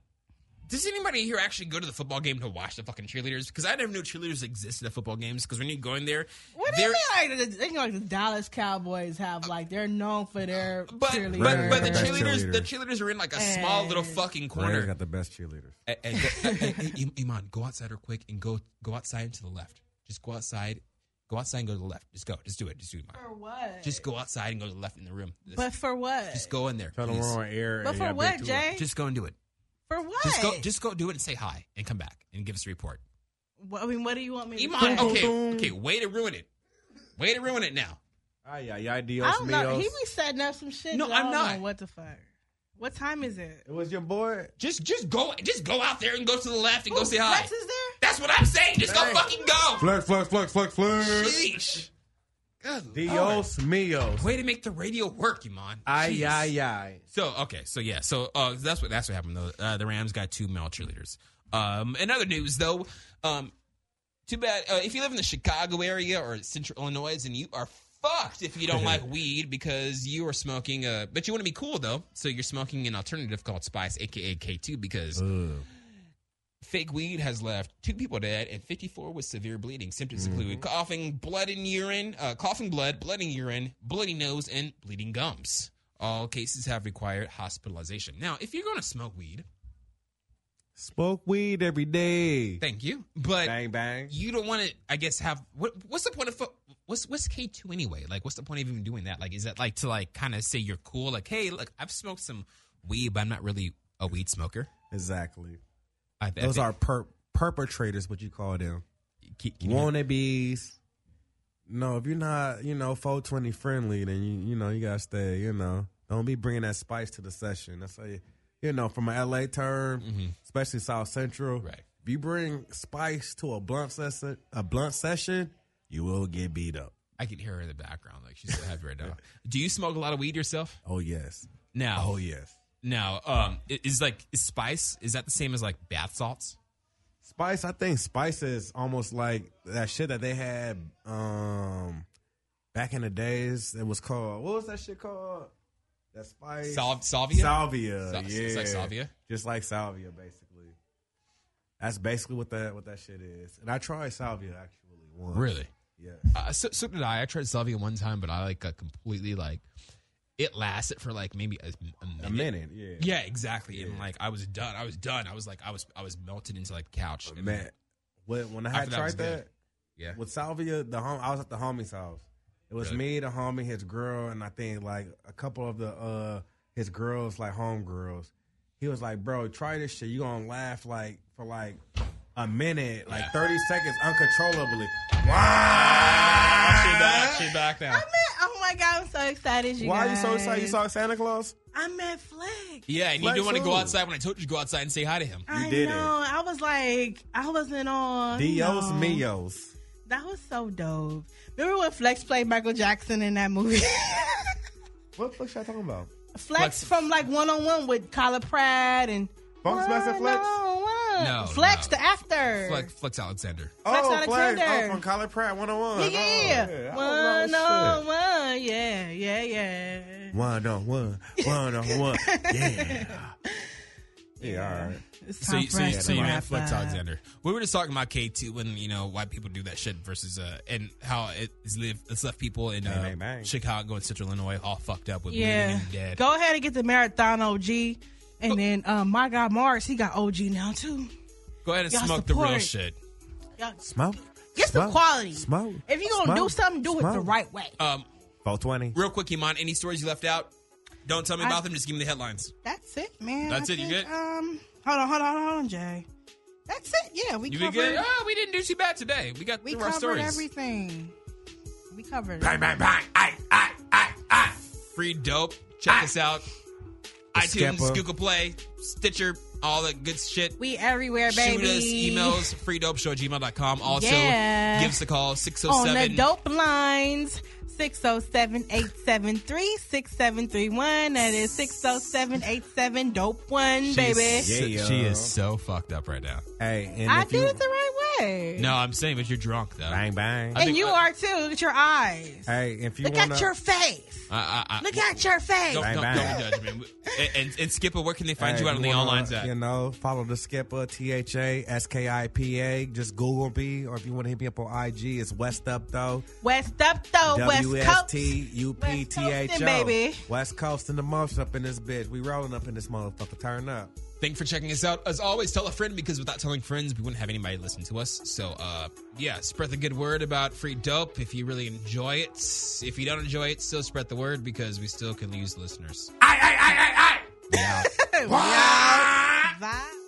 [SPEAKER 2] does anybody here actually go to the football game to watch the fucking cheerleaders? Because I never knew cheerleaders existed at football games. Because when you go in there,
[SPEAKER 3] What do
[SPEAKER 2] they're-
[SPEAKER 3] you mean? Like the, they, like the Dallas Cowboys have like they're known for their
[SPEAKER 2] But,
[SPEAKER 3] cheerleaders.
[SPEAKER 2] but but the
[SPEAKER 4] Best
[SPEAKER 2] cheerleaders the
[SPEAKER 4] cheerleaders.
[SPEAKER 2] cheerleaders are in like
[SPEAKER 3] Eh.
[SPEAKER 2] a small little
[SPEAKER 3] Hey.
[SPEAKER 2] fucking
[SPEAKER 4] Ray's
[SPEAKER 2] corner. Eh,
[SPEAKER 4] got the best cheerleaders.
[SPEAKER 2] Hey, hey, go- hey, hey, Im- Iman, go outside real quick and go go outside and to the left. Just go outside, go outside and go to the left. Just go, just do it, just do it, Iman.
[SPEAKER 3] for what?
[SPEAKER 2] Just go outside and go to the left in the room. Just,
[SPEAKER 3] but for what?
[SPEAKER 2] just go in there.
[SPEAKER 4] Tell them
[SPEAKER 2] please.
[SPEAKER 4] we're on air.
[SPEAKER 3] but
[SPEAKER 4] and
[SPEAKER 3] for
[SPEAKER 4] y'all
[SPEAKER 3] what,
[SPEAKER 4] been through
[SPEAKER 3] Jay?
[SPEAKER 2] Just go and do it.
[SPEAKER 3] for what?
[SPEAKER 2] Just go, just go do it and say hi and come back and give us a report.
[SPEAKER 3] What- I mean, what do you want me? to
[SPEAKER 2] Iman,
[SPEAKER 3] say?
[SPEAKER 2] okay, okay, way to ruin it. Way to ruin it now.
[SPEAKER 4] it. Ay, ay, ay, Dios
[SPEAKER 3] I don't know.
[SPEAKER 4] míos.
[SPEAKER 3] He be setting up some shit.
[SPEAKER 2] No,
[SPEAKER 3] that I
[SPEAKER 2] I'm
[SPEAKER 3] don't
[SPEAKER 2] not.
[SPEAKER 3] Know what the fuck? What time is it?
[SPEAKER 4] It was your boy.
[SPEAKER 2] Just just go just go out there and go to the left and go
[SPEAKER 3] Ooh,
[SPEAKER 2] say hi.
[SPEAKER 3] Lex is there?
[SPEAKER 2] That's what I'm saying. Just go
[SPEAKER 4] Hey.
[SPEAKER 2] fucking go.
[SPEAKER 4] Flex, flex, flex, flex, flex.
[SPEAKER 2] Sheesh. Good
[SPEAKER 3] Oh.
[SPEAKER 2] Lord.
[SPEAKER 4] Dios míos.
[SPEAKER 2] Way to make the radio work, Iman.
[SPEAKER 4] Ay,
[SPEAKER 2] Jeez.
[SPEAKER 4] ay, ay.
[SPEAKER 2] So okay, so yeah, so uh, that's what that's what happened though. Uh, the Rams got two male cheerleaders. Um, in other news though, um, too bad uh, if you live in the Chicago area or Central Illinois, and you are fucked if you don't like weed because you are smoking. Uh, but you want to be cool though, so you're smoking an alternative called Spice, aka K2, because fake weed has left two people dead and 54 with severe bleeding. Symptoms
[SPEAKER 4] Mm-hmm.
[SPEAKER 2] include coughing, blood and urine, uh, coughing blood, blood and urine, bloody nose, and bleeding gums. All cases have required hospitalization. Now, if you're going to smoke weed,
[SPEAKER 4] Smoke weed every day.
[SPEAKER 2] thank you, but
[SPEAKER 4] Bang, bang.
[SPEAKER 2] you don't want to, I guess, have what, what's the point of fo- what's what's K two anyway? Like, what's the point of even doing that? Like, is that like to like kind of say you're cool? Like, hey, look, I've smoked some weed, but I'm not really a weed smoker.
[SPEAKER 4] Exactly.
[SPEAKER 2] I, I
[SPEAKER 4] Those
[SPEAKER 2] think-
[SPEAKER 4] are per- perpetrators, what you call them.
[SPEAKER 2] can- can you-
[SPEAKER 4] Wannabes. No, if you're not, you know, 420 friendly, then you, you know, you gotta stay. You know, don't be bringing that spice to the session. That's how you, you know, from an LA term, especially South Central.
[SPEAKER 2] Mm-hmm. Right.
[SPEAKER 4] If you bring spice to a blunt session, a blunt session, you will get beat up.
[SPEAKER 2] I can hear her in the background. Like she's so happy right
[SPEAKER 4] <laughs>
[SPEAKER 2] now. Do you smoke a lot of weed yourself?
[SPEAKER 4] Oh yes.
[SPEAKER 2] No.
[SPEAKER 4] Oh yes.
[SPEAKER 2] No. Um. i- Is like is spice? Is that the same as like bath salts?
[SPEAKER 4] Spice, I think spice is almost like that shit that they had um back in the days. It was called what was that shit called? That spice
[SPEAKER 2] Sal- salvia.
[SPEAKER 4] Salvia,
[SPEAKER 2] Sal-
[SPEAKER 4] yeah,
[SPEAKER 2] it's like salvia?
[SPEAKER 4] just like salvia, basically. That's basically what that what that shit is. And I tried salvia actually once.
[SPEAKER 2] really?
[SPEAKER 4] Yes.
[SPEAKER 2] Uh, so, so did I. I tried salvia one time, but I like got completely like it lasted for like maybe a, a minute.
[SPEAKER 4] A minute, yeah.
[SPEAKER 2] Yeah, exactly. And like I was done. I was done. I was like I was I was melted into like couch. And,
[SPEAKER 4] Man, when, when I had
[SPEAKER 2] After that was
[SPEAKER 4] tried
[SPEAKER 2] good.
[SPEAKER 4] that
[SPEAKER 2] Yeah. <laughs>
[SPEAKER 4] with salvia, the hom- I was at the homie's house. It was
[SPEAKER 2] Really?
[SPEAKER 4] me, the homie, his girl, and I think like a couple of the uh his girls, like homegirls. He was like, "Bro, try this shit. You gonna laugh like for like a minute, like thirty seconds, uncontrollably."
[SPEAKER 2] She back. She back now.
[SPEAKER 3] I met, oh my god, I'm so excited, you
[SPEAKER 4] Why are you
[SPEAKER 3] guys.
[SPEAKER 4] so excited? You saw Santa Claus?
[SPEAKER 3] I'm at Flick.
[SPEAKER 2] Yeah, and you
[SPEAKER 4] Like
[SPEAKER 2] didn't want to go
[SPEAKER 4] who?
[SPEAKER 2] outside when I told you to go outside and say hi to him.
[SPEAKER 3] I
[SPEAKER 4] did it.
[SPEAKER 3] know. I was like, I wasn't on. you
[SPEAKER 4] Dios
[SPEAKER 3] know.
[SPEAKER 4] mios.
[SPEAKER 3] That was so dope. Remember when Flex played Michael Jackson in that movie? <laughs>
[SPEAKER 4] What fuck y'all talking about?
[SPEAKER 2] Flex.
[SPEAKER 3] Flex from like one on one with Kyla Pratt and
[SPEAKER 4] Funk Oh, Master Flex?
[SPEAKER 3] One-on-One.
[SPEAKER 2] No,
[SPEAKER 3] Flex
[SPEAKER 2] no.
[SPEAKER 3] the after.
[SPEAKER 2] Flex, Flex Alexander.
[SPEAKER 4] oh, Flex.
[SPEAKER 3] Alexander.
[SPEAKER 4] Oh, from Colin Pratt, one on one. Oh,
[SPEAKER 3] Yeah, yeah, yeah. One on one. Yeah, yeah, yeah.
[SPEAKER 4] One
[SPEAKER 3] <laughs>
[SPEAKER 4] on one, one on one. Yeah. Yeah, all right.
[SPEAKER 3] It's
[SPEAKER 2] So,
[SPEAKER 3] time
[SPEAKER 2] you-
[SPEAKER 3] for
[SPEAKER 2] so, you-
[SPEAKER 3] us
[SPEAKER 2] so
[SPEAKER 3] to
[SPEAKER 2] you meant
[SPEAKER 3] wrap
[SPEAKER 2] Flex
[SPEAKER 3] up.
[SPEAKER 2] Alexander. We were just talking about K two and you know why people do that shit versus uh and how it is lived it's left people in uh,
[SPEAKER 4] Bang, bang, bang.
[SPEAKER 2] Chicago and Central Illinois all fucked up with bleeding
[SPEAKER 3] Yeah.
[SPEAKER 2] and dead.
[SPEAKER 3] Go ahead and get the marathon OG.
[SPEAKER 2] Oh.
[SPEAKER 3] And then um, my guy Mars, he got OG now too.
[SPEAKER 2] Go ahead and
[SPEAKER 3] Y'all
[SPEAKER 2] smoke the
[SPEAKER 3] support
[SPEAKER 2] real
[SPEAKER 3] it.
[SPEAKER 2] shit.
[SPEAKER 3] Y'all
[SPEAKER 4] Smoke.
[SPEAKER 3] Get some
[SPEAKER 4] Smoke.
[SPEAKER 3] quality.
[SPEAKER 4] Smoke.
[SPEAKER 3] If you're gonna do
[SPEAKER 4] Smoke.
[SPEAKER 3] something, do it the
[SPEAKER 4] Smoke.
[SPEAKER 3] right way.
[SPEAKER 2] Um,
[SPEAKER 4] 420.
[SPEAKER 2] real quick, Iman, any stories you left out? Don't tell me
[SPEAKER 3] I-
[SPEAKER 2] about them. Just give me the headlines.
[SPEAKER 3] That's it, man.
[SPEAKER 2] That's
[SPEAKER 3] I
[SPEAKER 2] it, you
[SPEAKER 3] think,
[SPEAKER 2] good?
[SPEAKER 3] Um, hold on, hold on, hold on, Jay. That's it. Yeah, we
[SPEAKER 2] You be
[SPEAKER 3] covered.
[SPEAKER 2] good? Oh, we didn't do too bad today. We got
[SPEAKER 3] We
[SPEAKER 2] through our
[SPEAKER 3] covered
[SPEAKER 2] stories.
[SPEAKER 3] everything. We covered.
[SPEAKER 5] Bang, bang, bang. Aye, aye, aye, aye.
[SPEAKER 2] Free dope. Check us out. iTunes,
[SPEAKER 4] Skepa.
[SPEAKER 2] Google Play, Stitcher, all that good shit.
[SPEAKER 3] We everywhere, baby.
[SPEAKER 2] Shoot us emails, freedopeshow gmail.com. Also,
[SPEAKER 3] Yeah.
[SPEAKER 2] give us a call,
[SPEAKER 3] on
[SPEAKER 2] 607.
[SPEAKER 3] the dope lines 607-873-6731 that is 607-87 dope one baby
[SPEAKER 2] She is,
[SPEAKER 4] Yeah,
[SPEAKER 2] she
[SPEAKER 4] yo.
[SPEAKER 2] is so fucked up right now.
[SPEAKER 4] Hey, and
[SPEAKER 3] i
[SPEAKER 4] if
[SPEAKER 3] did
[SPEAKER 4] you-
[SPEAKER 3] it the right way
[SPEAKER 2] No, I'm saying, but you're drunk, though.
[SPEAKER 4] Bang bang.
[SPEAKER 2] I
[SPEAKER 3] and
[SPEAKER 2] think-
[SPEAKER 3] you are too look at your eyes
[SPEAKER 4] Hey, if you
[SPEAKER 3] look
[SPEAKER 4] wanna Uh,
[SPEAKER 3] at your face
[SPEAKER 2] I, I, I,
[SPEAKER 3] look at your face
[SPEAKER 2] don't,
[SPEAKER 4] Bang,
[SPEAKER 2] don't,
[SPEAKER 4] bang.
[SPEAKER 2] don't judge me. And, and, and Skipper, where can they find
[SPEAKER 4] Hey,
[SPEAKER 2] you out
[SPEAKER 4] if
[SPEAKER 2] on the
[SPEAKER 4] wanna,
[SPEAKER 2] online side?
[SPEAKER 4] You know, follow the skipper, T H A S K I P A. Just Google me, or if you want to hit me up on IG, it's West Up Though.
[SPEAKER 3] west up though
[SPEAKER 4] W
[SPEAKER 3] Oh,
[SPEAKER 4] E
[SPEAKER 3] west
[SPEAKER 4] S
[SPEAKER 3] coast
[SPEAKER 4] T U P T
[SPEAKER 3] West
[SPEAKER 4] H
[SPEAKER 3] Coastin',
[SPEAKER 4] O.
[SPEAKER 3] baby.
[SPEAKER 4] West Coast in the month up in this bitch. We rolling up in this motherfucker. Turn up.
[SPEAKER 2] Thank you for checking us out. As always, tell a friend because without telling friends, we wouldn't have anybody listen to us. So, uh, yeah, spread the good word about free dope if you really enjoy it. If you don't enjoy it, still spread the word because we still can use listeners.
[SPEAKER 5] Aye, aye, aye, aye, aye.
[SPEAKER 3] Wow. Vibe.